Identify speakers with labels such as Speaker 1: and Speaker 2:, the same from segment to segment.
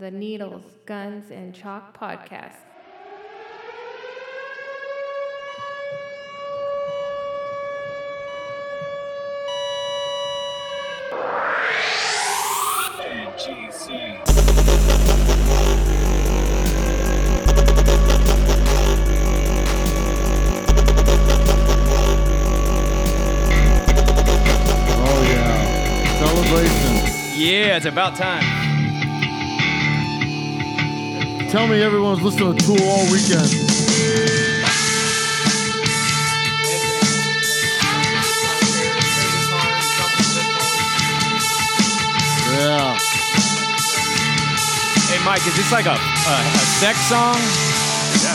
Speaker 1: the Needles, Guns, and Chalk podcast.
Speaker 2: Oh yeah, celebration!
Speaker 3: Yeah, it's about time.
Speaker 2: Tell me everyone's listening to Tool all weekend. Yeah,
Speaker 3: Hey, Mike, is this like a, a, a sex song?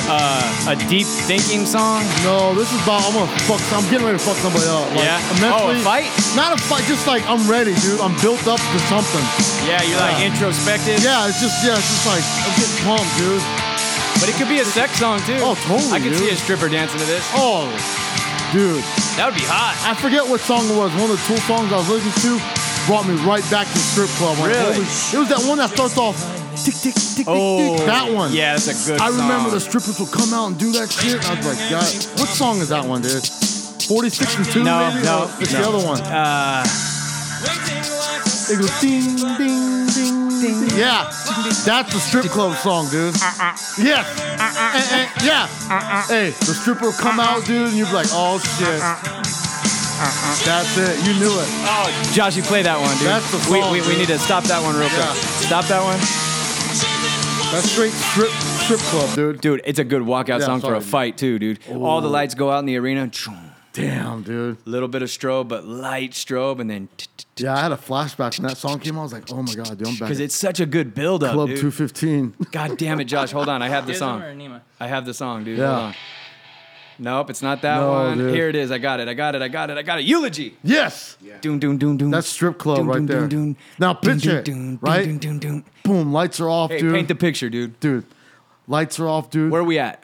Speaker 3: Uh, a deep thinking song?
Speaker 2: no, this is about I'm gonna fuck. I'm getting ready to fuck somebody up. Like,
Speaker 3: Yeah? Oh,
Speaker 2: mentally-
Speaker 3: a fight?
Speaker 2: Not a fight, just like I'm ready, dude. I'm built up to something.
Speaker 3: Yeah, you're like
Speaker 2: Yeah.
Speaker 3: introspective.
Speaker 2: Yeah, it's just yeah, it's just like I'm getting pumped, dude.
Speaker 3: But it could be a sex song too.
Speaker 2: Oh, totally,
Speaker 3: I could see
Speaker 2: dude.
Speaker 3: a stripper dancing to this.
Speaker 2: Oh, dude.
Speaker 3: That would be hot.
Speaker 2: I forget what song it was. One of the Tool songs I was listening to brought me right back to the strip club. Like,
Speaker 3: Really?
Speaker 2: holy- it was that one that starts off tick tick tick tick tick. Oh. That one.
Speaker 3: Oh, Yeah, that's a good
Speaker 2: I
Speaker 3: song.
Speaker 2: remember the strippers would come out and do that shit. And I was like, God, what song is that one, dude? 46 and 2?
Speaker 3: No,
Speaker 2: maybe?
Speaker 3: no,
Speaker 2: It's the
Speaker 3: no.
Speaker 2: other one.
Speaker 3: Uh,
Speaker 2: It goes ding, ding, ding, ding. Yeah. That's the strip club song, dude. Yes. Eh, eh, yeah. Hey, the stripper would come out, dude, and you'd be like, oh, shit. That's it. You knew it.
Speaker 3: oh, Josh, you play that one, dude.
Speaker 2: That's the
Speaker 3: we,
Speaker 2: song,
Speaker 3: we, we
Speaker 2: dude.
Speaker 3: need to stop that one real
Speaker 2: Yeah.
Speaker 3: quick. Stop that one.
Speaker 2: That's straight strip strip club, dude.
Speaker 3: Dude, it's a good walkout
Speaker 2: Yeah,
Speaker 3: song for a
Speaker 2: sorry.
Speaker 3: fight, too, dude. All the lights go out in the arena.
Speaker 2: Damn, dude.
Speaker 3: Little bit of strobe, but light strobe, and then
Speaker 2: Yeah, I had a flashback when that song came out. I was like, oh my god, dude, I'm back.
Speaker 3: because
Speaker 2: at
Speaker 3: it's such a good build up.
Speaker 2: Club
Speaker 3: dude.
Speaker 2: 215.
Speaker 3: God damn it, Josh. Hold on. I have the
Speaker 4: Ism or
Speaker 3: song.
Speaker 4: Enema?
Speaker 3: I have the song, dude.
Speaker 2: Yeah.
Speaker 3: Hold on. Nope, it's not that
Speaker 2: No,
Speaker 3: one.
Speaker 2: dude.
Speaker 3: Here it is. I got it. I got it. I got it. I got it. Eulogy.
Speaker 2: yes.
Speaker 3: Doom, doom, doom, doom.
Speaker 2: That's strip club
Speaker 3: Doom,
Speaker 2: right
Speaker 3: doom,
Speaker 2: there.
Speaker 3: doom, doom.
Speaker 2: Now
Speaker 3: Doom,
Speaker 2: picture it,
Speaker 3: doom, doom,
Speaker 2: right?
Speaker 3: Doom, doom, doom, doom.
Speaker 2: Boom, lights are off,
Speaker 3: Hey,
Speaker 2: dude.
Speaker 3: paint the picture, dude.
Speaker 2: dude, lights are off, dude.
Speaker 3: Where are we at?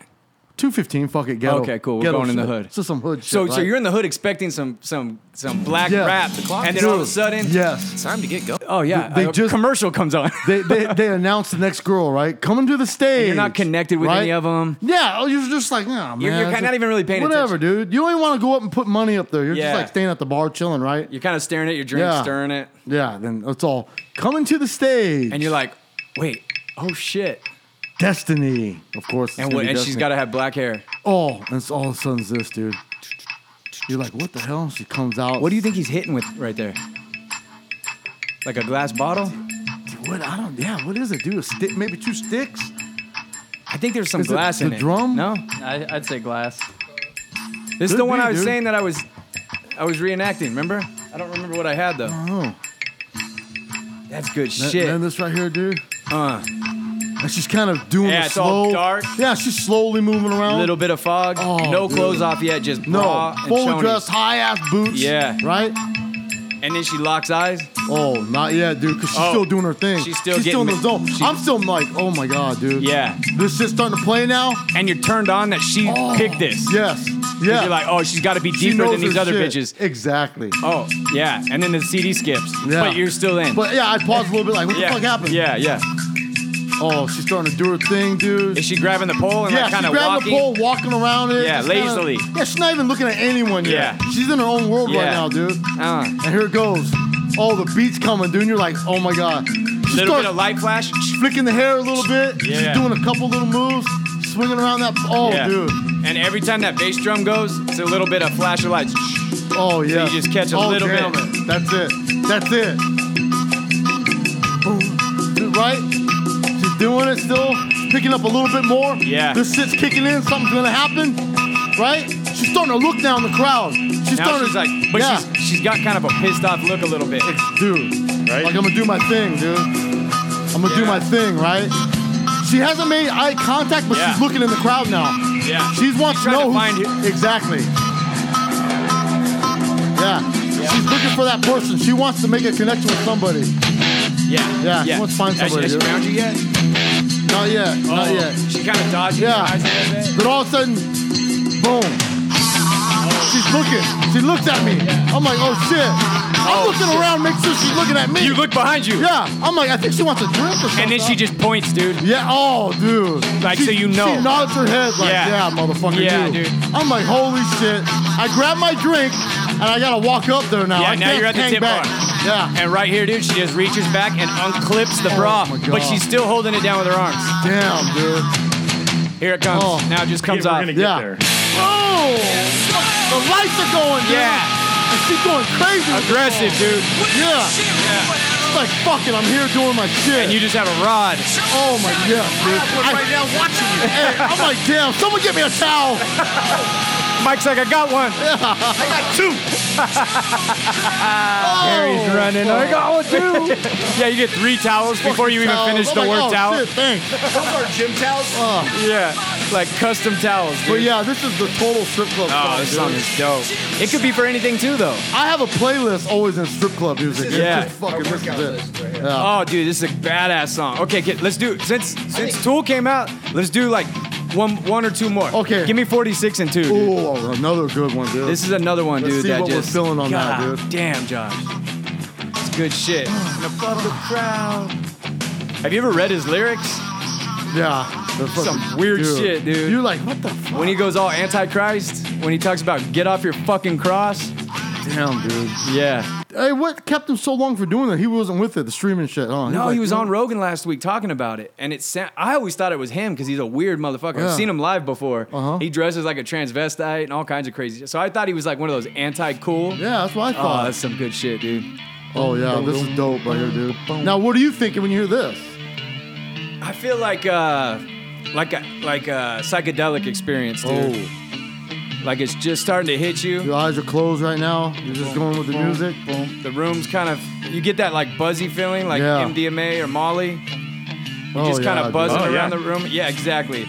Speaker 2: 215. Fuck it, ghetto.
Speaker 3: Okay, cool. We're
Speaker 2: Ghetto
Speaker 3: going in the
Speaker 2: shit.
Speaker 3: hood.
Speaker 2: This is some hood shit.
Speaker 3: So, so
Speaker 2: right?
Speaker 3: you're in the hood expecting some, some, some black
Speaker 2: Yes.
Speaker 3: rap, and then all of a sudden,
Speaker 2: Yes.
Speaker 4: Time to get going.
Speaker 3: oh yeah,
Speaker 2: They- they
Speaker 3: a
Speaker 2: just-
Speaker 3: commercial comes on.
Speaker 2: They, they, they announced the next girl, right? Coming to the stage.
Speaker 3: you're not connected with
Speaker 2: right?
Speaker 3: any of 'em.
Speaker 2: Yeah, oh, you're just like, nah, man.
Speaker 3: You're- you're
Speaker 2: it's
Speaker 3: not
Speaker 2: a-
Speaker 3: even really paying
Speaker 2: Whatever, dude. You don't even want to go up and put money up there. You're
Speaker 3: Yeah.
Speaker 2: just like staying at the bar chilling, right?
Speaker 3: You're kind of staring at your drink,
Speaker 2: Yeah.
Speaker 3: stirring it,
Speaker 2: Yeah, then it's all coming to the stage.
Speaker 3: and you're like, wait, oh shit,
Speaker 2: Destiny, of course. it's
Speaker 3: and
Speaker 2: gonna
Speaker 3: what?
Speaker 2: be
Speaker 3: And she's
Speaker 2: Destiny.
Speaker 3: got to have black hair.
Speaker 2: Oh, and it's all of a sudden's this, dude. You're like, what the hell? She comes out.
Speaker 3: What do you think he's hitting with right there? Like a glass bottle?
Speaker 2: What? I don't. Yeah, what is it, dude? A stick? Maybe two sticks?
Speaker 3: I think there's some
Speaker 2: Is it
Speaker 3: glass in
Speaker 2: the
Speaker 3: it.
Speaker 2: drum?
Speaker 3: No,
Speaker 4: I, I'd say glass.
Speaker 3: this is
Speaker 2: Could
Speaker 3: the one
Speaker 2: be,
Speaker 3: I was
Speaker 2: dude.
Speaker 3: saying that I was, I was reenacting. Remember? I don't remember what I had though.
Speaker 2: Oh,
Speaker 3: That's good
Speaker 2: and
Speaker 3: shit.
Speaker 2: then this right here, dude.
Speaker 3: uh,
Speaker 2: And she's kind of doing
Speaker 3: Yeah,
Speaker 2: the
Speaker 3: it's
Speaker 2: slow.
Speaker 3: all dark.
Speaker 2: Yeah, she's slowly moving around.
Speaker 3: little bit of fog.
Speaker 2: Oh,
Speaker 3: no
Speaker 2: dude.
Speaker 3: clothes off yet. Just
Speaker 2: No,
Speaker 3: bra and
Speaker 2: fully
Speaker 3: chonies.
Speaker 2: dressed, high ass boots.
Speaker 3: Yeah.
Speaker 2: Right?
Speaker 3: And then she locks eyes.
Speaker 2: Oh, not yet, dude, because she's
Speaker 3: Oh.
Speaker 2: still doing her thing.
Speaker 3: She's still
Speaker 2: in the
Speaker 3: getting
Speaker 2: zone.
Speaker 3: ma- she-
Speaker 2: I'm still like, oh my God, dude.
Speaker 3: Yeah.
Speaker 2: This shit's starting to play now?
Speaker 3: And you're turned on that she
Speaker 2: Oh,
Speaker 3: picked this. 'Cause
Speaker 2: Yes. Yeah.
Speaker 3: You're like, oh, she's got to be
Speaker 2: She
Speaker 3: deeper
Speaker 2: knows
Speaker 3: than these
Speaker 2: her
Speaker 3: other
Speaker 2: shit.
Speaker 3: bitches.
Speaker 2: Exactly.
Speaker 3: Oh, yeah. And then the CD skips.
Speaker 2: Yeah.
Speaker 3: But you're still in.
Speaker 2: But yeah, I paused a little bit, like, what
Speaker 3: yeah.
Speaker 2: the fuck happened?
Speaker 3: Yeah, yeah.
Speaker 2: Oh, she's starting to do her thing, dude.
Speaker 3: Is she grabbing the pole and
Speaker 2: yeah,
Speaker 3: like kind
Speaker 2: she
Speaker 3: of
Speaker 2: grabbed
Speaker 3: walking?
Speaker 2: the pole, walking around it.
Speaker 3: Yeah,
Speaker 2: just kinda-
Speaker 3: lazily.
Speaker 2: yeah, she's not even looking at anyone yet.
Speaker 3: Yeah.
Speaker 2: She's in her own world right
Speaker 3: Yeah.
Speaker 2: now, dude.
Speaker 3: Uh.
Speaker 2: And here it goes. Oh, the beat's coming, dude. And you're like, oh my god. She
Speaker 3: Little
Speaker 2: starts
Speaker 3: bit of light flash.
Speaker 2: flicking the hair a little bit.
Speaker 3: Yeah.
Speaker 2: She's doing a couple little moves, swinging around that. Oh,
Speaker 3: Yeah.
Speaker 2: dude.
Speaker 3: And every time that bass drum goes, it's a little bit of flash of lights.
Speaker 2: Oh yeah.
Speaker 3: you just catch a
Speaker 2: oh,
Speaker 3: little bit
Speaker 2: damn
Speaker 3: of
Speaker 2: it. That's it. That's it. Boom. Dude, Right? She's doing it still. Picking up a little bit more.
Speaker 3: Yeah.
Speaker 2: This shit's kicking in. Something's gonna happen. Right? She's starting to look down the crowd. She's
Speaker 3: Now
Speaker 2: starting
Speaker 3: she's
Speaker 2: to
Speaker 3: like, but
Speaker 2: yeah.
Speaker 3: she's, she's got kind of a pissed off look a little bit.
Speaker 2: dude.
Speaker 3: Right?
Speaker 2: Like I'm gonna do my thing, dude. I'm gonna do
Speaker 3: Yeah.
Speaker 2: my thing, right? She hasn't made eye contact, but
Speaker 3: Yeah.
Speaker 2: she's looking in the crowd now.
Speaker 3: Yeah.
Speaker 2: She wants to
Speaker 3: Trying
Speaker 2: know
Speaker 3: to
Speaker 2: who-
Speaker 3: find you.
Speaker 2: exactly. Yeah. She's looking for that person. She wants to make a connection with somebody.
Speaker 3: Yeah.
Speaker 2: Yeah, she wants to find
Speaker 3: Has she-
Speaker 2: somebody,
Speaker 3: Has she
Speaker 2: dude.
Speaker 3: found you yet?
Speaker 2: Not yet. Not
Speaker 3: Oh,
Speaker 2: yet.
Speaker 3: She kind of dodged your
Speaker 2: Yeah.
Speaker 3: eyes a little bit.
Speaker 2: Then all of a sudden, boom. she's looking. She looks at me. I'm like, oh shit. I'm
Speaker 3: Oh,
Speaker 2: looking around, make sure she's looking at me.
Speaker 3: You look behind you.
Speaker 2: Yeah. I'm like, I think she wants a drink or something.
Speaker 3: And then she just points, dude.
Speaker 2: Yeah, oh, dude.
Speaker 3: Like,
Speaker 2: She-
Speaker 3: so you know.
Speaker 2: She nods her head like, yeah,
Speaker 3: Yeah.
Speaker 2: motherfucker,
Speaker 3: Yeah,
Speaker 2: you.
Speaker 3: dude.
Speaker 2: I'm like, holy shit. I grab my drink, and I gotta walk up there now.
Speaker 3: Yeah,
Speaker 2: I
Speaker 3: now
Speaker 2: can't
Speaker 3: you're at the
Speaker 2: hang
Speaker 3: tip
Speaker 2: back.
Speaker 3: bar.
Speaker 2: Yeah.
Speaker 3: And right here, dude, she just reaches back and unclips the bra.
Speaker 2: Oh my God.
Speaker 3: but she's still holding it down with her arms.
Speaker 2: Damn, dude.
Speaker 3: Here it comes.
Speaker 2: Oh.
Speaker 3: Now it just comes
Speaker 4: we're
Speaker 3: off.
Speaker 4: gonna get
Speaker 2: Yeah.
Speaker 4: there.
Speaker 2: Oh! The lights are going, dude.
Speaker 3: Yeah.
Speaker 2: And she's going crazy. with
Speaker 3: Aggressive, dude.
Speaker 2: this ball. Yeah. She's like, fuck it, I'm here doing my shit.
Speaker 3: And you just have a rod.
Speaker 2: oh, my God, dude. I,
Speaker 5: right now watching you.
Speaker 2: hey, I'm like, damn, someone get me a towel.
Speaker 3: Mike's like, I got one.
Speaker 5: I got two.
Speaker 3: Harry's
Speaker 2: Oh,
Speaker 3: running. I got one too. yeah, you get three towels before you even
Speaker 2: Towels.
Speaker 3: finish
Speaker 2: I'm
Speaker 3: the
Speaker 2: like,
Speaker 3: work
Speaker 2: oh,
Speaker 3: towel.
Speaker 2: Shit, thanks.
Speaker 5: Those are gym towels.
Speaker 3: Yeah, like custom towels, dude.
Speaker 2: But yeah, this is the total strip club.
Speaker 3: Oh, this
Speaker 2: song,
Speaker 3: song
Speaker 2: dude.
Speaker 3: is dope. It could be for anything too, though.
Speaker 2: I have a playlist always in strip club music. It's
Speaker 3: Yeah.
Speaker 2: just fucking this
Speaker 5: workout
Speaker 2: is
Speaker 5: list
Speaker 2: it.
Speaker 5: right here.
Speaker 2: Yeah.
Speaker 3: Oh, dude, this is a badass song. Okay, get, let's do since since Tool came out, let's do like one one or two more.
Speaker 2: Okay.
Speaker 3: give me forty six and two. dude.
Speaker 2: Ooh, another good one, dude.
Speaker 3: This is another one,
Speaker 2: Let's
Speaker 3: dude.
Speaker 2: see
Speaker 3: that
Speaker 2: what we're
Speaker 3: just
Speaker 2: feeling on that,
Speaker 3: God
Speaker 2: dude.
Speaker 3: Damn, Josh, it's good shit. Have you ever read his lyrics?
Speaker 2: yeah. That's
Speaker 3: Some
Speaker 2: fucking-
Speaker 3: weird shit, dude.
Speaker 2: You're like, what the fuck?
Speaker 3: When he goes all antichrist, when he talks about get off your fucking cross.
Speaker 2: Damn, dude.
Speaker 3: Yeah.
Speaker 2: Hey, what kept him so long for doing that? He wasn't with it, the streaming shit, huh?
Speaker 3: No,
Speaker 2: like,
Speaker 3: he was
Speaker 2: you
Speaker 3: on
Speaker 2: know-
Speaker 3: Rogan last week talking about it, and it sound, I always thought it was him because he's a weird motherfucker.
Speaker 2: Yeah.
Speaker 3: I've seen him live before.
Speaker 2: Uh-huh.
Speaker 3: He dresses like a transvestite and all kinds of crazy. So I thought he was like one of those anti-cool.
Speaker 2: Yeah, that's what I
Speaker 3: Oh,
Speaker 2: thought.
Speaker 3: that's some good shit, dude.
Speaker 2: oh yeah, this is dope right here, dude. Now, what are you thinking when you hear this?
Speaker 3: I feel like uh, like a like a psychedelic experience, dude.
Speaker 2: Oh.
Speaker 3: Like it's just starting to hit you.
Speaker 2: Your eyes are closed right now. You're just going with the music. Boom.
Speaker 3: The room's kind of you get that like buzzy feeling, like
Speaker 2: Yeah.
Speaker 3: MDMA or Molly.
Speaker 2: Oh,
Speaker 3: just kind
Speaker 2: yeah,
Speaker 3: of buzzing
Speaker 2: dude.
Speaker 4: Oh, yeah.
Speaker 3: around the room. Yeah, exactly.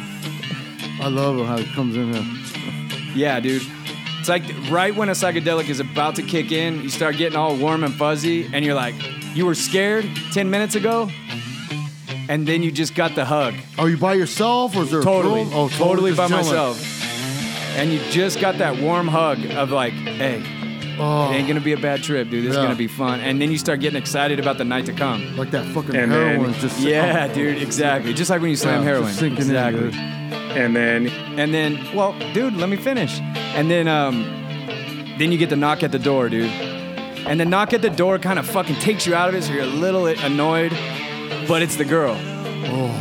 Speaker 2: I love it how it comes in here.
Speaker 3: Yeah, dude. It's like right when a psychedelic is about to kick in, you start getting all warm and fuzzy, and you're like, you were scared 10 minutes ago, and then you just got the hug.
Speaker 2: Are you by yourself or is there a
Speaker 3: Totally.
Speaker 2: crew? Oh,
Speaker 3: totally,
Speaker 2: just
Speaker 3: by
Speaker 2: chilling.
Speaker 3: myself. And you just got that warm hug of like, hey,
Speaker 2: Oh,
Speaker 3: it ain't gonna be a bad trip, dude. This
Speaker 2: Yeah.
Speaker 3: is gonna be fun. And then you start getting excited about the night to come.
Speaker 2: like that fucking
Speaker 4: And then-
Speaker 2: heroin just
Speaker 3: Yeah, dude, exactly. Just like when you slam
Speaker 2: Yeah,
Speaker 3: heroin.
Speaker 2: just sinking in,
Speaker 3: exactly.
Speaker 2: dude.
Speaker 4: And then
Speaker 3: And then, well, dude, let me finish. And then, um, then you get the knock at the door, dude. And the knock at the door kind of fucking takes you out of it, so you're a little annoyed. But it's the girl. Oh.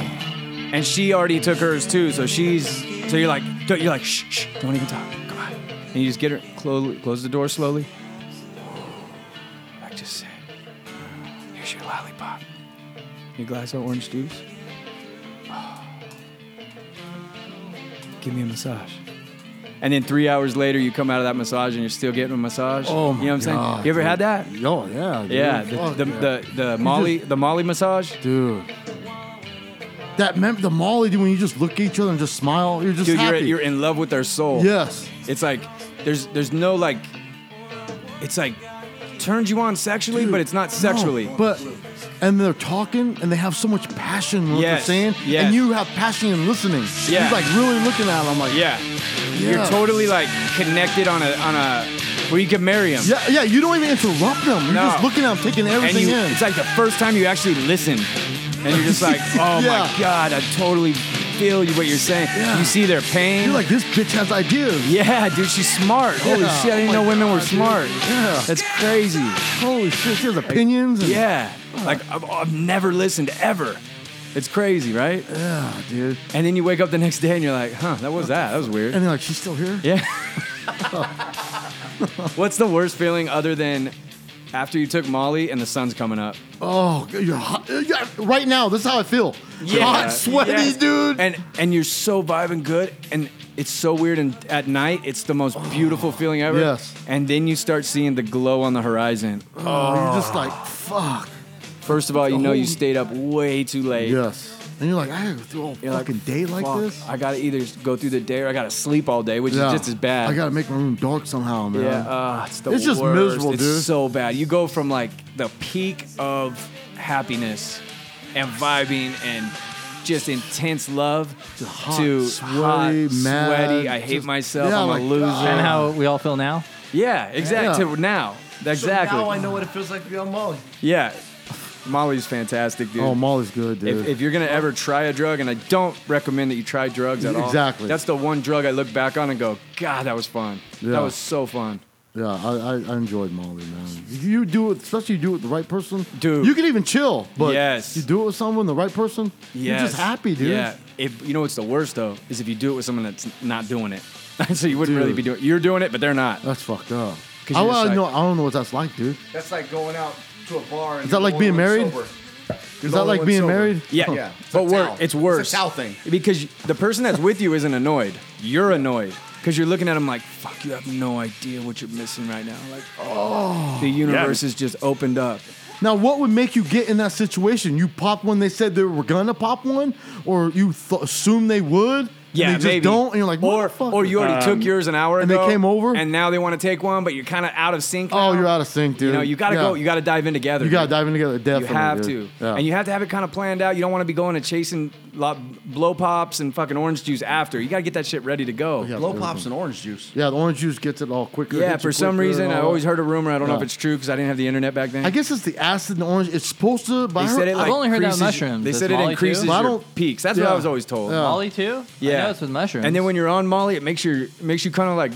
Speaker 3: And she already took hers too, so she's so you're like don't- you're like shh, shh don't even talk. Come on. And you just get her close close the door slowly. Like just say, here's your lollipop, your glass of orange juice. give me a massage. And then three hours later, you come out of that massage and you're still getting a massage.
Speaker 2: Oh my
Speaker 3: you know what I'm
Speaker 2: God,
Speaker 3: saying? You ever
Speaker 2: dude.
Speaker 3: had that?
Speaker 2: Yo, Oh, yeah. Dude.
Speaker 3: Yeah,
Speaker 2: Fuck
Speaker 3: the, the,
Speaker 2: yeah.
Speaker 3: the, the Molly the Molly massage.
Speaker 2: dude. That meant the Molly dude, when you just look at each other and just smile, you're just
Speaker 3: Dude, you're,
Speaker 2: happy.
Speaker 3: you're in love with their soul.
Speaker 2: yes.
Speaker 3: It's like there's there's no like it's like turns you on sexually, but it's not sexually.
Speaker 2: No, but and they're talking and they have so much passion in what
Speaker 3: Yes,
Speaker 2: they're saying.
Speaker 3: yes.
Speaker 2: And you have passion in listening.
Speaker 3: Yeah.
Speaker 2: He's like really looking at them like
Speaker 3: yeah.
Speaker 2: Yeah.
Speaker 3: You're totally like connected on a on a where you could marry him.
Speaker 2: Yeah, yeah, you don't even interrupt them. You're
Speaker 3: No.
Speaker 2: just looking at them, taking
Speaker 3: And
Speaker 2: everything
Speaker 3: you,
Speaker 2: in.
Speaker 3: it's like the first time you actually listen. And you're just like, oh
Speaker 2: Yeah.
Speaker 3: my God, I totally feel you what you're saying.
Speaker 2: Yeah.
Speaker 3: You see their pain.
Speaker 2: You're like, this bitch has ideas.
Speaker 3: yeah, dude, she's smart. Holy
Speaker 2: Yeah.
Speaker 3: shit, I didn't
Speaker 2: Oh my
Speaker 3: know women were
Speaker 2: God, dude.
Speaker 3: smart.
Speaker 2: Yeah.
Speaker 3: That's crazy.
Speaker 2: Holy shit, she has opinions. and-
Speaker 3: Yeah. Like I've, I've never listened ever. It's crazy, right?
Speaker 2: yeah, dude.
Speaker 3: And then you wake up the next day and you're like, huh, that was that. That was weird.
Speaker 2: And they're like, she's still here?
Speaker 3: Yeah. What's the worst feeling other than after you took Molly and the sun's coming up?
Speaker 2: Oh, you're hot. Yeah, right now, this is how Oh, I feel. Hot, sweaty,
Speaker 3: Yeah.
Speaker 2: dude.
Speaker 3: And and you're so vibing good and it's so weird and at night it's the most beautiful feeling ever.
Speaker 2: Oh, Yes.
Speaker 3: And then you start seeing the glow on the horizon.
Speaker 2: oh, you're just like, fuck.
Speaker 3: First of all, you know you
Speaker 2: whole-
Speaker 3: stayed up way too late.
Speaker 2: Yes. And you're like, I gotta go through all
Speaker 3: You're like,
Speaker 2: fucking day like
Speaker 3: fuck,
Speaker 2: this.
Speaker 3: I gotta either go through the day or I gotta sleep all day, which
Speaker 2: Yeah.
Speaker 3: is just as bad.
Speaker 2: I gotta make my room dark somehow, man.
Speaker 3: Yeah, uh, it's the
Speaker 2: It's just
Speaker 3: worst.
Speaker 2: miserable,
Speaker 3: it's
Speaker 2: dude.
Speaker 3: so bad. You go from like the peak of happiness and vibing and just intense love to hot,
Speaker 2: sweaty, mad,
Speaker 3: sweaty. I hate
Speaker 2: just-
Speaker 3: myself.
Speaker 2: yeah,
Speaker 3: I'm
Speaker 2: like,
Speaker 3: a loser.
Speaker 2: God.
Speaker 4: And
Speaker 3: Oh.
Speaker 4: how we all feel now?
Speaker 3: Yeah, exactly.
Speaker 2: Yeah.
Speaker 3: To now, exactly.
Speaker 5: So now I know what it feels like to be on Molly.
Speaker 3: yeah, Molly's fantastic, dude.
Speaker 2: Oh, Molly's good, dude.
Speaker 3: if, if you're gonna ever try a drug, and I don't recommend that you try drugs at all.
Speaker 2: Exactly.
Speaker 3: That's the one drug I look back on and go, God, that was fun.
Speaker 2: Yeah.
Speaker 3: That was so fun.
Speaker 2: yeah, I, I, I enjoyed Molly, man. You do it, especially you do it with the right person,
Speaker 3: Dude.
Speaker 2: You can even chill, but
Speaker 3: Yes.
Speaker 2: you do it with someone, the right person, you're
Speaker 3: Yes.
Speaker 2: just happy, dude.
Speaker 3: Yeah. If you know what's the worst though is if you do it with someone that's not doing it. so you wouldn't
Speaker 2: Dude. Oh.
Speaker 3: really be doing. You're doing it, but they're not.
Speaker 2: That's fucked up.
Speaker 3: 'Cause
Speaker 2: I,
Speaker 3: you're just
Speaker 2: I
Speaker 3: like-
Speaker 2: know, I don't know what that's like, dude.
Speaker 5: That's like going out to a bar. And
Speaker 2: Is that
Speaker 5: you're
Speaker 2: like
Speaker 5: the
Speaker 2: being
Speaker 5: only one
Speaker 2: married?
Speaker 5: sober. You're
Speaker 2: Is
Speaker 5: the
Speaker 2: that
Speaker 5: only
Speaker 2: like
Speaker 5: one
Speaker 2: being
Speaker 5: sober.
Speaker 2: married?
Speaker 3: Yeah,
Speaker 5: Yeah, it's
Speaker 3: but
Speaker 5: a
Speaker 3: wor-
Speaker 5: towel.
Speaker 3: it's worse.
Speaker 5: It's a towel thing.
Speaker 3: because the person that's with you isn't annoyed. You're annoyed because you're looking at them like, "Fuck, you have no idea what you're missing right now." Like, oh, the universe is just opened up.
Speaker 2: Now, what would make you get in that situation? You pop one they said they were gonna pop one, or you th- assume they would?
Speaker 3: Yeah,
Speaker 2: and they just
Speaker 3: maybe.
Speaker 2: don't, and you're like,
Speaker 3: or
Speaker 2: "Motherfucker."
Speaker 3: or you already took yours an hour
Speaker 2: Um, and they
Speaker 3: ago,
Speaker 2: came over?
Speaker 3: and now they want to take one, but you're kind of out of sync.
Speaker 2: oh,
Speaker 3: now.
Speaker 2: you're out of sync, dude.
Speaker 3: You know, you gotta
Speaker 2: Yeah.
Speaker 3: go. You gotta dive in together.
Speaker 2: You gotta
Speaker 3: dude.
Speaker 2: dive in together.
Speaker 3: You
Speaker 2: Definitely,
Speaker 3: have
Speaker 2: dude.
Speaker 3: to,
Speaker 2: Yeah.
Speaker 3: and you have to have it kind of planned out. You don't want to be going and chasing lo- blow pops and fucking orange juice after. You gotta get that shit ready to go.
Speaker 2: Yeah,
Speaker 5: Blow
Speaker 2: dude.
Speaker 5: pops and orange juice.
Speaker 2: Yeah, the orange juice gets it all quicker.
Speaker 3: Yeah,
Speaker 2: hits you
Speaker 3: for some
Speaker 2: quicker and
Speaker 3: reason, I
Speaker 2: all
Speaker 3: always
Speaker 2: that.
Speaker 3: heard a rumor. I don't know if
Speaker 2: Yeah.
Speaker 3: it's true because I didn't have the internet back then.
Speaker 2: I guess it's the acid and orange. It's supposed to. But
Speaker 3: they
Speaker 2: I heard,
Speaker 3: said it
Speaker 2: I
Speaker 3: like
Speaker 4: only heard that with
Speaker 3: increases-
Speaker 4: mushrooms.
Speaker 3: They
Speaker 4: Is
Speaker 3: said it
Speaker 4: Molly too?
Speaker 3: increases
Speaker 2: Well, I
Speaker 3: your
Speaker 2: don't-
Speaker 3: peaks. That's what
Speaker 2: yeah.
Speaker 3: I was always told.
Speaker 2: Yeah.
Speaker 4: Oh. Molly too?
Speaker 3: Yeah,
Speaker 4: I know it's with mushrooms.
Speaker 3: And then when you're on Molly, it makes your makes you kind of like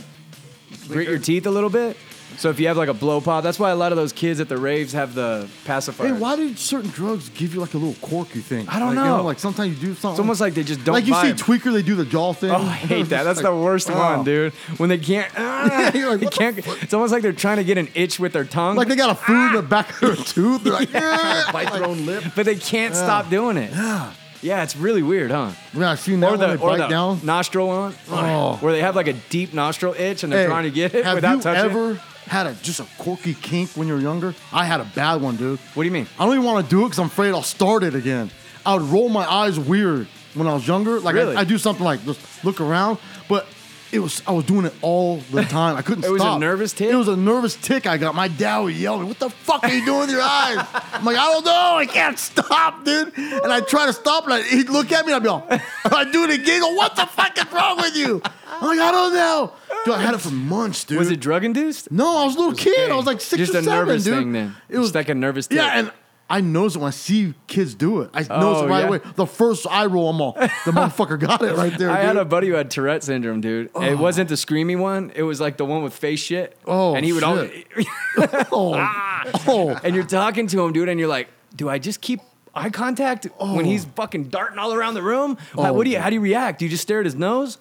Speaker 3: grit your teeth a little bit. So if you have like a blow pop, that's why a lot of those kids at the raves have the pacifier.
Speaker 2: Hey, why did certain drugs give you like a little cork? You think?
Speaker 3: I don't
Speaker 2: like, you
Speaker 3: know.
Speaker 2: like sometimes you do something.
Speaker 3: It's almost like they just don't.
Speaker 2: like you see
Speaker 3: vibe.
Speaker 2: Tweaker, they do the jaw thing.
Speaker 3: Oh, I hate that. That's the worst one, dude. When they can't, ah,
Speaker 2: you're like,
Speaker 3: they
Speaker 2: "What the
Speaker 3: can't. It's almost like they're trying to get an itch with their tongue,
Speaker 2: Like they got a food in the back of their tooth. They're like, "Eh."
Speaker 5: Bite their own lip.
Speaker 3: but they can't stop doing it. Yeah, yeah, it's really weird, huh?
Speaker 2: yeah, I've seen that
Speaker 3: or
Speaker 2: when
Speaker 3: the,
Speaker 2: they
Speaker 3: or
Speaker 2: bite
Speaker 3: the
Speaker 2: down.
Speaker 3: nostril one,
Speaker 2: Oh.
Speaker 3: where they have like a deep nostril itch and they're
Speaker 2: Hey,
Speaker 3: trying to get it
Speaker 2: have
Speaker 3: without
Speaker 2: you
Speaker 3: touching. it.
Speaker 2: ever had a just a corky kink when you were younger? I had a bad one, dude.
Speaker 3: What do you mean?
Speaker 2: I don't even want to do it because I'm afraid I'll start it again. I would roll my eyes weird when I was younger. Like
Speaker 3: Really?
Speaker 2: I, I do something like just look around, but it was I was doing it all the time. I couldn't
Speaker 3: It
Speaker 2: stop.
Speaker 3: was a nervous tick?
Speaker 2: It was a nervous tick. I got my dad would yell at me, "What the fuck are you doing with your eyes?" I'm like, "I don't know. I can't stop, dude." And I try to stop, and I, he'd look at me, and I'd be like, "I do it again. Go, What the fuck is wrong with you?" I'm like, "I don't know." Dude, I had it for months, dude.
Speaker 3: Was it drug induced?
Speaker 2: No, I was a little kid. I was like six
Speaker 3: Just
Speaker 2: or
Speaker 3: a
Speaker 2: seven,
Speaker 3: nervous
Speaker 2: dude.
Speaker 3: thing then.
Speaker 2: It was
Speaker 3: Just like a nervous tick.
Speaker 2: Yeah, and I notice it when I see kids do it. I notice
Speaker 3: Oh,
Speaker 2: it right
Speaker 3: yeah.
Speaker 2: away. The first eye roll, I'm all the motherfucker got it right there.
Speaker 3: I
Speaker 2: dude.
Speaker 3: had a buddy who had Tourette syndrome, dude. It wasn't the screamy one. It was like the one with face shit.
Speaker 2: Oh,
Speaker 3: and he would always.
Speaker 2: oh,
Speaker 3: Ah,
Speaker 2: oh.
Speaker 3: and you're talking to him, dude, and you're like, do I just keep eye contact when he's fucking darting all around the room? Like,
Speaker 2: Oh,
Speaker 3: what do you?
Speaker 2: dude.
Speaker 3: How do you react? Do you just stare at his nose?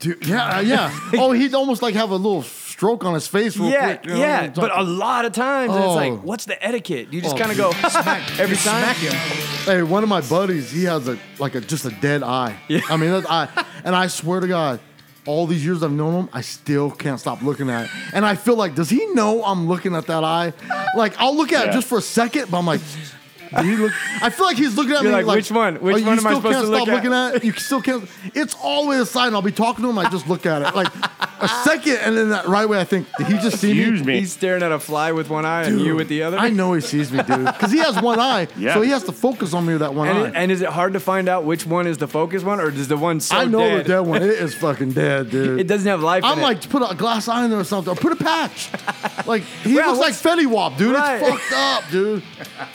Speaker 2: dude, yeah, yeah. Oh, he'd almost like have a little stroke on his face. Real
Speaker 3: yeah,
Speaker 2: quick, you know,
Speaker 3: yeah.
Speaker 2: when
Speaker 3: But a
Speaker 2: talking.
Speaker 3: lot of times, it's
Speaker 2: Oh.
Speaker 3: like, what's the etiquette? You just
Speaker 2: Oh,
Speaker 3: kind of go every time.
Speaker 5: Smack him.
Speaker 2: hey, one of my buddies, he has a like a just a dead eye. Yeah. I mean, that's I, and I swear to God. All these years I've known him, I still can't stop looking at it. And I feel like, does he know I'm looking at that eye? Like, I'll look at it just for a second, but I'm like, did he look? I feel like he's looking at
Speaker 3: You're
Speaker 2: me
Speaker 3: like,
Speaker 2: like, oh,
Speaker 3: which one? Which
Speaker 2: you
Speaker 3: one am I
Speaker 2: still
Speaker 3: supposed
Speaker 2: can't
Speaker 3: to look
Speaker 2: stop
Speaker 3: at?
Speaker 2: looking at it? You still can't. It's all the way aside, and I'll be talking to him. I just look at it like a second, and then that right away I think, did he just see me?
Speaker 6: Excuse me.
Speaker 3: He's staring at a fly with one eye and you with the other.
Speaker 2: I know he sees me, dude, because he has one eye,
Speaker 6: Yeah.
Speaker 2: so he has to focus on me with that one
Speaker 3: And,
Speaker 2: eye.
Speaker 3: it- and is it hard to find out which one is the focus one, or is the one so
Speaker 2: I know
Speaker 3: dead?
Speaker 2: the dead one. It is fucking dead, dude.
Speaker 3: It doesn't have life.
Speaker 2: I'm
Speaker 3: in
Speaker 2: like,
Speaker 3: it.
Speaker 2: put a glass eye in there or something, or put a patch. like he
Speaker 3: Yeah,
Speaker 2: looks like
Speaker 3: what's-
Speaker 2: Fetty Wap, dude.
Speaker 3: Right.
Speaker 2: It's fucked up, dude.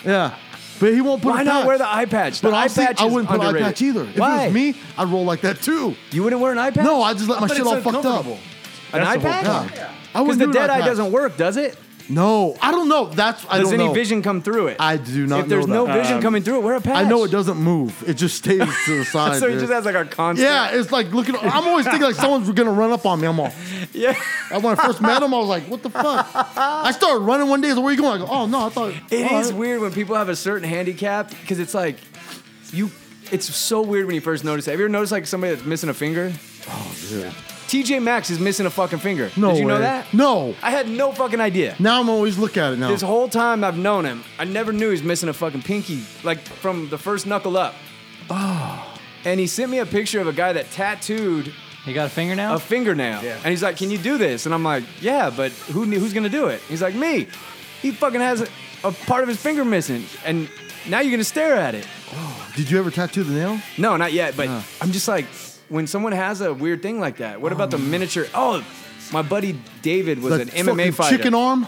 Speaker 2: Yeah, but he won't put.
Speaker 3: why
Speaker 2: a
Speaker 3: not
Speaker 2: patch.
Speaker 3: wear the eye patch? The
Speaker 2: But
Speaker 3: eye
Speaker 2: honestly,
Speaker 3: patch
Speaker 2: I
Speaker 3: is
Speaker 2: wouldn't put an eye
Speaker 3: underrated.
Speaker 2: patch
Speaker 3: Why?
Speaker 2: either. If it was me, I'd roll like that too.
Speaker 3: You wouldn't wear an eye patch?
Speaker 2: No, I just let my
Speaker 5: But
Speaker 2: shit
Speaker 5: it's
Speaker 2: all fucked up.
Speaker 5: uncomfortable.
Speaker 3: an eye
Speaker 2: Yeah.
Speaker 3: patch.
Speaker 2: I
Speaker 3: Because the
Speaker 2: wouldn't do an
Speaker 3: dead
Speaker 2: eye
Speaker 3: eye
Speaker 2: patch.
Speaker 3: doesn't work, does it?
Speaker 2: No, I don't know. That's I
Speaker 3: Does
Speaker 2: don't
Speaker 3: any
Speaker 2: know.
Speaker 3: vision come through it?
Speaker 2: I do not.
Speaker 3: If there's
Speaker 2: know
Speaker 3: no
Speaker 2: that. Um,
Speaker 3: vision coming through it, wear a patch.
Speaker 2: I know it doesn't move. It just stays to the side.
Speaker 3: So he
Speaker 2: dude.
Speaker 3: just has like a constant.
Speaker 2: yeah, it's like looking. I'm always thinking like someone's gonna run up on me. I'm all.
Speaker 3: Yeah.
Speaker 2: And when I first met him, I was like, what the fuck? I started running one day. He's like, where you going? I go, oh, no, I thought.
Speaker 3: It
Speaker 2: all
Speaker 3: is
Speaker 2: right."
Speaker 3: weird when people have a certain handicap because it's like you. It's so weird when you first notice. it. Have you ever noticed like somebody that's missing a finger? Oh, dude. TJ Maxx is missing a fucking finger.
Speaker 2: No
Speaker 3: Did you know
Speaker 2: way.
Speaker 3: that?
Speaker 2: No.
Speaker 3: I had no fucking idea.
Speaker 2: Now I'm always look at it now.
Speaker 3: This whole time I've known him, I never knew he was missing a fucking pinky, like from the first knuckle up. Oh.
Speaker 2: Ah.
Speaker 3: And he sent me a picture of a guy that tattooed
Speaker 4: You got a finger now?
Speaker 3: a fingernail.
Speaker 5: Yeah.
Speaker 3: And he's like, "Can you do this?" And I'm like, "Yeah, but who knew- who's gonna do it?" He's like, "Me." He fucking has a, a part of his finger missing, and now you're gonna stare at it.
Speaker 2: Did you ever tattoo the nail?
Speaker 3: No, not yet. But I'm just like, when someone has a weird thing like that, what about the miniature? Oh, my buddy David was
Speaker 2: The
Speaker 3: an MMA
Speaker 2: fucking
Speaker 3: fighter.
Speaker 2: Chicken arm?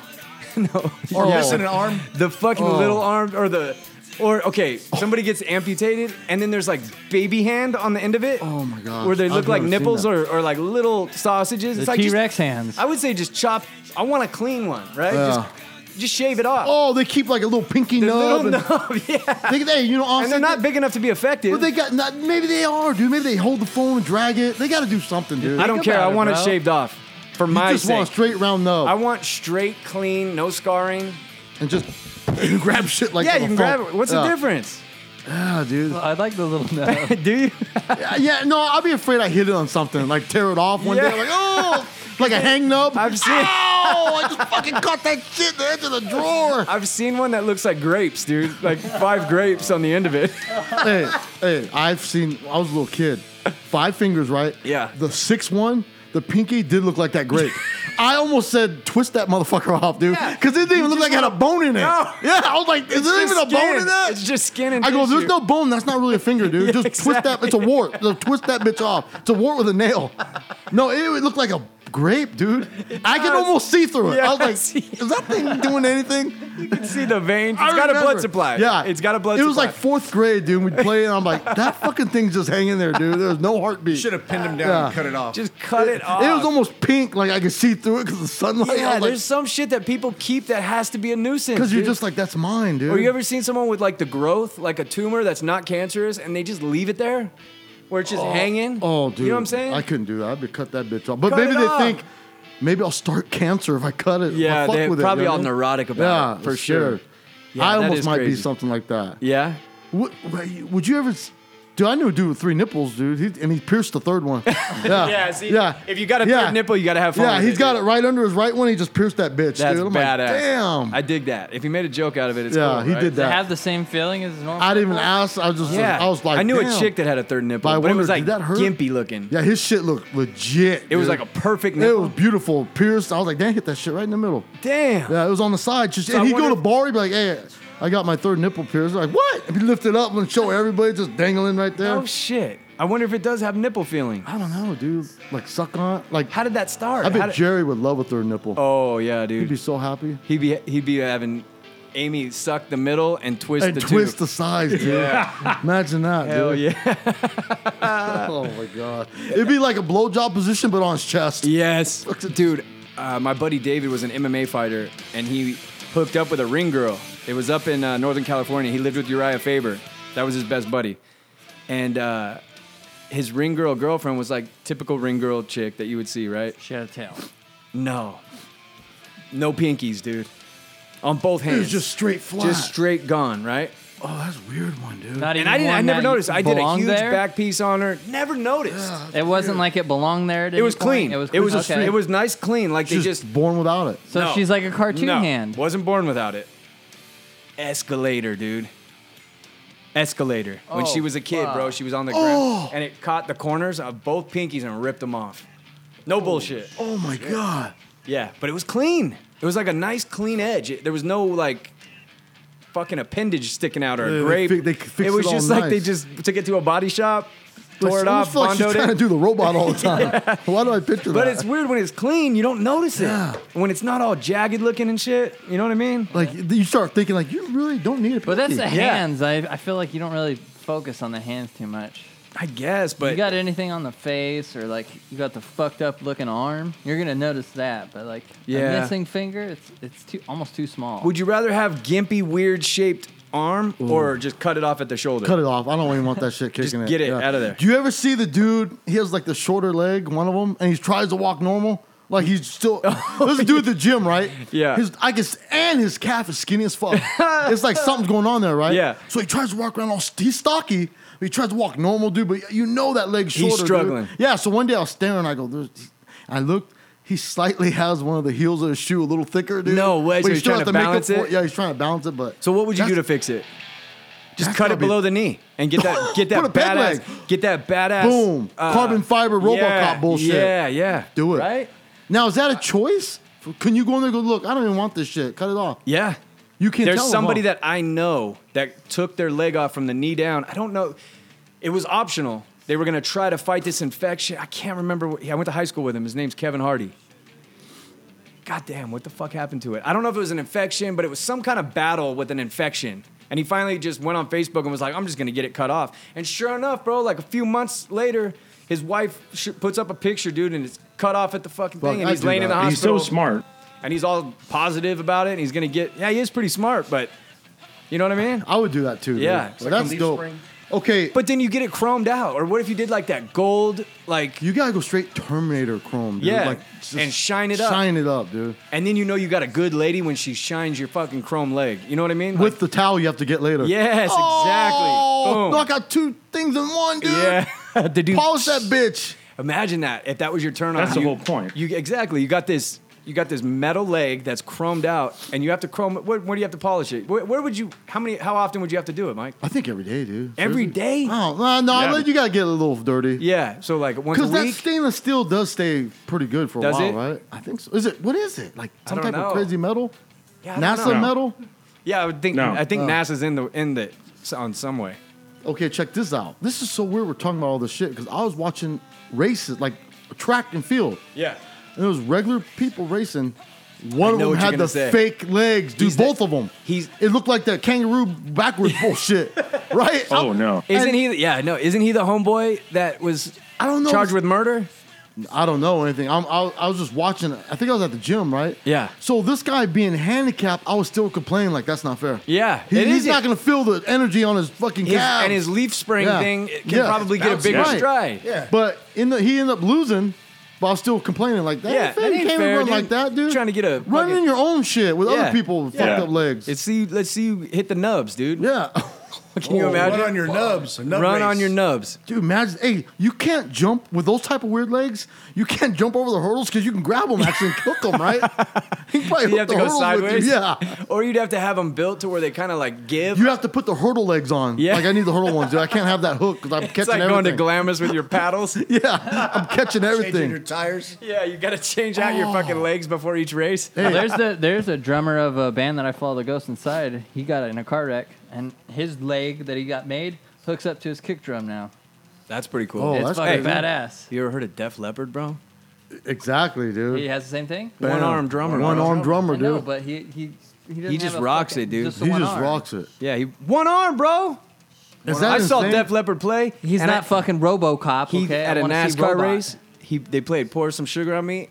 Speaker 5: Or missing an arm?
Speaker 3: the fucking
Speaker 2: Oh.
Speaker 3: little arm or the. Or okay, somebody gets amputated, and then there's like baby hand on the end of it.
Speaker 2: Oh my God.
Speaker 3: Where they
Speaker 2: I've
Speaker 3: look like
Speaker 2: never seen
Speaker 3: nipples
Speaker 2: that.
Speaker 3: or, or like little sausages.
Speaker 4: The
Speaker 3: it's like just-
Speaker 4: T Rex hands.
Speaker 3: I would say just chop. I want a clean one, right?
Speaker 2: Yeah.
Speaker 3: Just, just shave it off.
Speaker 2: Oh, they keep like a little pinky
Speaker 3: The
Speaker 2: nub.
Speaker 3: little
Speaker 2: and-
Speaker 3: nub, yeah.
Speaker 2: They, hey, you know, honestly,
Speaker 3: And they're not big enough to be effective.
Speaker 2: But they got not, maybe they are, dude. Maybe they hold the phone and drag it. They got to do something, dude.
Speaker 3: I don't care.
Speaker 4: about
Speaker 3: I
Speaker 4: it,
Speaker 3: want it,
Speaker 4: bro.
Speaker 3: shaved off for my
Speaker 2: you just
Speaker 3: sake.
Speaker 2: want a straight round nub
Speaker 3: I want straight, clean, no scarring.
Speaker 2: and just grab shit like
Speaker 3: yeah, you
Speaker 2: on the
Speaker 3: can
Speaker 2: phone.
Speaker 3: grab it. What's
Speaker 2: Yeah.
Speaker 3: the difference?
Speaker 2: Yeah, dude.
Speaker 4: I like the little nub.
Speaker 3: Do you?
Speaker 2: Yeah, Uh, yeah, no, I'll be afraid I hit it on something, like tear it off one
Speaker 3: Yeah.
Speaker 2: day, like oh, like a hang nub.
Speaker 3: I've seen-
Speaker 2: Ow! I just fucking caught that shit in the edge of the drawer.
Speaker 3: I've seen one that looks like grapes, dude. Like five grapes on the end of it.
Speaker 2: hey, hey, I've seen. I was a little kid, five fingers, right?
Speaker 3: Yeah.
Speaker 2: The sixth one, the pinky did look like that grape. I almost said twist that motherfucker off, dude,
Speaker 3: Yeah.
Speaker 2: because it didn't even look like it had a bone in it.
Speaker 3: No.
Speaker 2: Yeah, I was like, is there even
Speaker 3: Just
Speaker 2: a bone in
Speaker 3: skin.
Speaker 2: that?
Speaker 3: It's just skin and
Speaker 2: I go, there's
Speaker 3: tissue.
Speaker 2: no bone. That's not really a finger, dude.
Speaker 3: Yeah,
Speaker 2: just twist that. It's a
Speaker 3: exactly.
Speaker 2: wart. Just twist that bitch off. It's a wart with a nail. No, it would look like a grape, dude. I can
Speaker 3: does.
Speaker 2: almost see through it.
Speaker 3: Yeah,
Speaker 2: I was
Speaker 3: I
Speaker 2: like,
Speaker 3: see.
Speaker 2: is that thing doing anything?
Speaker 3: See the veins.
Speaker 2: I
Speaker 3: It's got a
Speaker 2: remember.
Speaker 3: blood supply.
Speaker 2: Yeah,
Speaker 3: It's got a blood
Speaker 2: It
Speaker 3: supply.
Speaker 2: was like fourth grade, dude. We'd play, and I'm like, that fucking thing's just hanging there, dude. There's no heartbeat.
Speaker 5: Should have pinned him down
Speaker 2: Yeah.
Speaker 5: and cut it off.
Speaker 3: Just cut it, off.
Speaker 2: It was almost pink, like I could see through it because the sunlight.
Speaker 3: Yeah,
Speaker 2: I
Speaker 3: there's
Speaker 2: was like,
Speaker 3: some shit that people keep that has to be a nuisance.
Speaker 2: because you're
Speaker 3: dude.
Speaker 2: just like, that's mine, dude.
Speaker 3: Or you ever seen someone with like the growth, like a tumor that's not cancerous, and they just leave it there, where it's just hanging?
Speaker 2: Oh, dude.
Speaker 3: you know what I'm saying?
Speaker 2: I couldn't do that. I'd be cut that bitch off. But
Speaker 3: Cut
Speaker 2: maybe
Speaker 3: it
Speaker 2: they
Speaker 3: off.
Speaker 2: think maybe I'll start cancer if I cut it.
Speaker 3: yeah,
Speaker 2: I'll fuck
Speaker 3: they're
Speaker 2: with it,
Speaker 3: probably
Speaker 2: you know
Speaker 3: all
Speaker 2: what I mean?
Speaker 3: neurotic
Speaker 2: Yeah,
Speaker 3: about it for sure. Yeah,
Speaker 2: I
Speaker 3: that
Speaker 2: almost
Speaker 3: is
Speaker 2: might be
Speaker 3: crazy.
Speaker 2: something like that.
Speaker 3: Yeah.
Speaker 2: Would, would you ever? s- Dude, I knew a dude with three nipples, dude, he, and he pierced the third one. Yeah,
Speaker 3: Yeah. See,
Speaker 2: yeah.
Speaker 3: if you got a
Speaker 2: Yeah.
Speaker 3: third nipple, you got to have fun.
Speaker 2: Yeah,
Speaker 3: with
Speaker 2: he's
Speaker 3: it,
Speaker 2: got
Speaker 3: dude.
Speaker 2: it right under his right one. He just pierced that bitch,
Speaker 3: That's
Speaker 2: dude. I'm
Speaker 3: badass.
Speaker 2: like, damn.
Speaker 3: I dig that. If he made a joke out of it, it's
Speaker 2: yeah,
Speaker 3: cool,
Speaker 2: he
Speaker 3: right?
Speaker 2: did
Speaker 4: Does it
Speaker 2: that.
Speaker 4: have the same feeling as normal?
Speaker 2: I didn't even ask. I was just,
Speaker 3: Yeah,
Speaker 2: I was like,
Speaker 3: I knew a
Speaker 2: damn.
Speaker 3: chick that had a third nipple,
Speaker 2: But I
Speaker 3: but it was like
Speaker 2: wondered, did that hurt?
Speaker 3: gimpy looking.
Speaker 2: Yeah, his shit looked legit.
Speaker 3: It was
Speaker 2: dude.
Speaker 3: like a perfect
Speaker 2: It was
Speaker 3: nipple.
Speaker 2: beautiful, pierced. I was like, damn, hit that shit right in the middle.
Speaker 3: Damn.
Speaker 2: Yeah, it was on the side. Just
Speaker 3: I
Speaker 2: and he'd go
Speaker 3: wonder-
Speaker 2: to bar, he'd be like, "Hey, I got my third nipple pierced." Like, what? And he'd lift it up and show everybody just dangling right there.
Speaker 3: Oh shit. I wonder if it does have nipple feeling.
Speaker 2: I don't know, dude. Like suck on, like
Speaker 3: How did that start?
Speaker 2: I
Speaker 3: How
Speaker 2: bet
Speaker 3: did-
Speaker 2: Jerry would love a third nipple.
Speaker 3: Oh yeah, dude.
Speaker 2: He'd be so happy.
Speaker 3: He'd be he'd be having Amy suck the middle and twist
Speaker 2: And
Speaker 3: the
Speaker 2: twist
Speaker 3: tooth.
Speaker 2: the size, dude. Imagine that,
Speaker 3: Hell
Speaker 2: dude.
Speaker 3: yeah.
Speaker 2: Oh my god, it'd be like a blowjob position, but on his chest.
Speaker 3: Yes. Dude, uh, my buddy David was an MMA fighter and he hooked up with a ring girl. It was up in uh, Northern California. He lived with Uriah Faber. That was his best buddy. And uh, his ring girl girlfriend was like typical ring girl chick that you would see, right?
Speaker 4: She had a tail.
Speaker 3: No. No pinkies, dude. On both
Speaker 2: It
Speaker 3: hands.
Speaker 2: was just straight flat.
Speaker 3: just straight gone, right?
Speaker 2: Oh, that's a weird one, dude.
Speaker 4: Not even
Speaker 3: And I didn't. I
Speaker 4: one
Speaker 3: never
Speaker 4: that
Speaker 3: noticed. I did a
Speaker 4: belonged
Speaker 3: huge
Speaker 4: there?
Speaker 3: back piece on her. Never noticed.
Speaker 4: It wasn't like it belonged there. At
Speaker 3: It was clean. It was. It was,
Speaker 4: okay.
Speaker 3: it was nice, clean. Like they
Speaker 2: just,
Speaker 3: just
Speaker 2: born without it.
Speaker 4: So
Speaker 3: No.
Speaker 4: she's like a cartoon
Speaker 3: no,
Speaker 4: hand.
Speaker 3: Wasn't born without it. Escalator, dude. Escalator. when
Speaker 4: Oh,
Speaker 3: she was a kid, bro,
Speaker 4: fuck. Oh.
Speaker 3: she was on the ground and it caught the corners of both pinkies and ripped them off. No bullshit.
Speaker 2: Oh my god.
Speaker 3: Yeah, but it was clean. It was like a nice, clean edge. It- there was no like fucking appendage sticking out or
Speaker 2: Yeah,
Speaker 3: a
Speaker 2: they
Speaker 3: grape.
Speaker 2: fi- they fixed
Speaker 3: it was
Speaker 2: it all
Speaker 3: just like they
Speaker 2: nice.
Speaker 3: just took it to a body shop, tore it
Speaker 2: It's
Speaker 3: off,
Speaker 2: almost like she's
Speaker 3: bondoed
Speaker 2: trying
Speaker 3: it.
Speaker 2: to do the robot all the time. Why do I picture
Speaker 3: But
Speaker 2: that?
Speaker 3: it's weird when it's clean, you don't notice it.
Speaker 2: Yeah.
Speaker 3: When it's not all jagged looking and shit, you know what I mean?
Speaker 2: Like you start thinking, like you really don't need a.
Speaker 4: but that's
Speaker 2: pinky.
Speaker 4: the hands. I, I feel like you don't really focus on the hands too much.
Speaker 3: I guess, but
Speaker 4: You got anything on the face or like you got the fucked up looking arm, you're gonna notice that. But like
Speaker 3: Yeah.
Speaker 4: a missing finger, it's it's too almost too small.
Speaker 3: would you rather have gimpy, weird shaped arm or just cut it off at the shoulder?
Speaker 2: Cut it off. I don't even want that shit kicking.
Speaker 3: Just get it out of there.
Speaker 2: Do you ever see the dude? He has like the shorter leg, one of them, and he tries to walk normal. Like he's still. There's a dude at the gym, right?
Speaker 3: Oh, Yeah.
Speaker 2: His I guess, and his calf is skinny as fuck. it's like something's going on there, right?
Speaker 3: Yeah.
Speaker 2: So he tries to walk around all. st- He's stocky. But he tries to walk normal, dude. But you know that leg's
Speaker 3: He's
Speaker 2: shorter. dude.
Speaker 3: struggling.
Speaker 2: Yeah. So one day I was staring. I go, there's. I looked. He slightly has one of the heels of his shoe a little thicker, dude.
Speaker 3: No way, so
Speaker 2: But you
Speaker 3: he's
Speaker 2: still
Speaker 3: trying
Speaker 2: have
Speaker 3: to
Speaker 2: make up
Speaker 3: balance
Speaker 2: for
Speaker 3: it?
Speaker 2: Yeah, he's trying to balance it, but
Speaker 3: So what would you do
Speaker 2: that's-
Speaker 3: to fix it? Just
Speaker 2: that's
Speaker 3: cut
Speaker 2: gotta
Speaker 3: it
Speaker 2: be-
Speaker 3: below the knee and get that get that
Speaker 2: Put a peg
Speaker 3: badass
Speaker 2: leg.
Speaker 3: get that badass uh,
Speaker 2: Boom. Carbon fiber Robocop
Speaker 3: yeah,
Speaker 2: bullshit.
Speaker 3: Yeah, yeah.
Speaker 2: Do it.
Speaker 3: Right?
Speaker 2: Now is that a choice? Can you go in there and go, look, I don't even want this shit. Cut it off.
Speaker 3: Yeah.
Speaker 2: You can't
Speaker 3: There's
Speaker 2: tell 'em,
Speaker 3: somebody
Speaker 2: huh?
Speaker 3: that I know that took their leg off from the knee down. I don't know. It was optional. They were going to try to fight this infection. I can't remember. What, yeah, I went to high school with him. His name's Kevin Hardy. God damn, what the fuck happened to it? I don't know if it was an infection, but it was some kind of battle with an infection. And he finally just went on Facebook and was like, I'm just gonna get it cut off. And sure enough, bro, like a few months later, his wife sh- puts up a picture, dude, and it's cut off at the fucking
Speaker 2: Fuck,
Speaker 3: thing. And
Speaker 2: I
Speaker 3: he's
Speaker 2: do
Speaker 3: laying in
Speaker 2: that.
Speaker 3: the
Speaker 2: He's
Speaker 6: He's so
Speaker 3: hospital.
Speaker 6: smart.
Speaker 3: And he's all positive about it. And he's gonna get, yeah, he is pretty smart, but you know what I mean?
Speaker 2: "Oh, I would do that too. dude.
Speaker 3: Yeah, it's
Speaker 2: Well,
Speaker 3: like a
Speaker 2: that's
Speaker 3: leaf
Speaker 2: dope.
Speaker 6: spring.
Speaker 2: Okay,
Speaker 3: But then you get it chromed out. Or what if you did like that gold, like,
Speaker 2: you gotta go straight Terminator Chrome, dude.
Speaker 3: Yeah,
Speaker 2: like, just
Speaker 3: and shine it up.
Speaker 2: Shine it up, dude.
Speaker 3: and then you know you got a good lady when she shines your fucking chrome leg. You know what I mean?
Speaker 2: With
Speaker 3: Like-
Speaker 2: the towel you have to get later.
Speaker 3: Yes,
Speaker 2: Oh,
Speaker 3: exactly. Boom.
Speaker 2: knock out two things in one, dude.
Speaker 3: Yeah, the dude.
Speaker 2: Polish that bitch.
Speaker 3: Imagine that if that was your turn on.
Speaker 6: That's the
Speaker 3: you-
Speaker 6: whole point.
Speaker 3: You exactly. You got this. You got this metal leg that's chromed out, and you have to chrome. Where, where do you have to polish it? Where, where would you? How many? How often would you have to do it, Mike?
Speaker 2: I think every day, dude.
Speaker 3: Every day?
Speaker 2: Oh, no, no
Speaker 6: Yeah.
Speaker 2: I let you gotta get a little dirty.
Speaker 3: Yeah. So like once a
Speaker 2: Because that
Speaker 3: week.
Speaker 2: stainless steel does stay pretty good for a
Speaker 3: Does
Speaker 2: while,
Speaker 3: it?
Speaker 2: right? I think so. Is it? What is it? Like some
Speaker 3: don't
Speaker 2: type
Speaker 3: know.
Speaker 2: of crazy metal?
Speaker 3: Yeah, I don't
Speaker 2: NASA
Speaker 3: know.
Speaker 2: metal?
Speaker 3: Yeah, I would think.
Speaker 6: No.
Speaker 3: I think
Speaker 5: Oh.
Speaker 3: NASA's in the in the on some way.
Speaker 2: Okay, check this out. This is so weird. We're talking about all this shit because I was watching races, like track and field,
Speaker 3: Yeah.
Speaker 2: and it was regular people racing. One of
Speaker 3: know
Speaker 2: them
Speaker 3: what you're
Speaker 2: had
Speaker 3: gonna
Speaker 2: the
Speaker 3: say.
Speaker 2: fake legs, dude.
Speaker 3: He's the-
Speaker 2: both of them.
Speaker 3: he's-
Speaker 2: It looked like that kangaroo backwards bullshit, right?
Speaker 6: Oh
Speaker 2: I'm-
Speaker 6: no.
Speaker 3: Isn't
Speaker 2: And-
Speaker 3: he? the- Yeah. No. Isn't he the homeboy that was?
Speaker 2: I don't know.
Speaker 3: Charged with murder.
Speaker 2: I don't know anything. I'm, I, I was just watching. I think I was at the gym, right?
Speaker 3: Yeah.
Speaker 2: So this guy being handicapped, I was still complaining like that's not fair.
Speaker 3: Yeah,
Speaker 2: He-
Speaker 3: it
Speaker 2: he's
Speaker 3: isn't.
Speaker 2: not going to feel the energy on his fucking
Speaker 3: His,
Speaker 2: calves.
Speaker 3: and his leaf spring
Speaker 2: Yeah.
Speaker 3: thing it can
Speaker 2: Yeah.
Speaker 3: probably get a
Speaker 2: Bouncing.
Speaker 3: bigger
Speaker 2: Right.
Speaker 3: stride.
Speaker 5: Yeah.
Speaker 2: But in the, he ended up losing, but I was still complaining like that.
Speaker 3: Yeah,
Speaker 2: ain't fair.
Speaker 3: that
Speaker 2: You
Speaker 3: ain't
Speaker 2: can't
Speaker 3: fair,
Speaker 2: run
Speaker 3: dude.
Speaker 2: like that, dude.
Speaker 3: Trying to get a
Speaker 2: running
Speaker 3: fucking-
Speaker 2: your own shit with
Speaker 3: Yeah.
Speaker 2: other people with
Speaker 6: Yeah.
Speaker 2: fucked up legs.
Speaker 3: Let's see. Let's see you hit the nubs, dude.
Speaker 2: yeah,
Speaker 3: Can you imagine?
Speaker 5: Oh, Run on your nubs. a nub
Speaker 3: Run
Speaker 5: race.
Speaker 3: on your nubs.
Speaker 2: dude. Imagine, hey, you can't jump with those type of weird legs. You can't jump over the hurdles because you can grab them actually and cook them, right? You can probably
Speaker 3: You
Speaker 2: hook
Speaker 3: have
Speaker 2: the
Speaker 3: to go
Speaker 2: hurdles with
Speaker 3: sideways.
Speaker 2: you. Yeah.
Speaker 3: Or you'd have to have them built to where they kind of like give.
Speaker 2: You have to put the hurdle legs on.
Speaker 3: Yeah.
Speaker 2: Like I need the hurdle ones, dude. I can't have that hook because I'm
Speaker 3: it's
Speaker 2: catching
Speaker 3: like
Speaker 2: everything.
Speaker 3: going to Glamis with your paddles.
Speaker 2: yeah, I'm catching
Speaker 5: Changing your
Speaker 2: everything.
Speaker 5: tires.
Speaker 3: yeah, you got to change out your fucking
Speaker 2: Oh.
Speaker 3: legs before each race.
Speaker 2: Hey.
Speaker 4: There's the there's a drummer of a band that I follow, The Ghost Inside. He got in a car wreck, and his leg that he got made hooks up to his kick drum now.
Speaker 3: That's pretty cool.
Speaker 2: Oh,
Speaker 4: it's
Speaker 2: that's
Speaker 4: fucking
Speaker 2: crazy.
Speaker 4: badass.
Speaker 3: You ever heard of Def Leppard, bro?
Speaker 2: Exactly, dude.
Speaker 4: He has the same thing.
Speaker 2: Bam.
Speaker 3: One-armed drummer.
Speaker 2: One arm drummer,
Speaker 4: I know,
Speaker 2: dude.
Speaker 4: but he he he, doesn't
Speaker 3: He just
Speaker 4: have a
Speaker 3: rocks
Speaker 4: fucking-
Speaker 3: it, dude.
Speaker 4: a
Speaker 2: he
Speaker 4: one
Speaker 2: just
Speaker 4: arm.
Speaker 2: rocks it.
Speaker 3: Yeah, he one arm, bro.
Speaker 2: Is
Speaker 3: I
Speaker 2: that
Speaker 3: saw
Speaker 2: insane?
Speaker 3: Def Leppard play.
Speaker 4: He's
Speaker 3: and
Speaker 4: not
Speaker 3: I-
Speaker 4: fucking RoboCop.
Speaker 3: He
Speaker 4: okay,
Speaker 3: at
Speaker 4: I
Speaker 3: a
Speaker 4: wanna see
Speaker 3: NASCAR
Speaker 4: robot.
Speaker 3: race. He they played pour some sugar on me,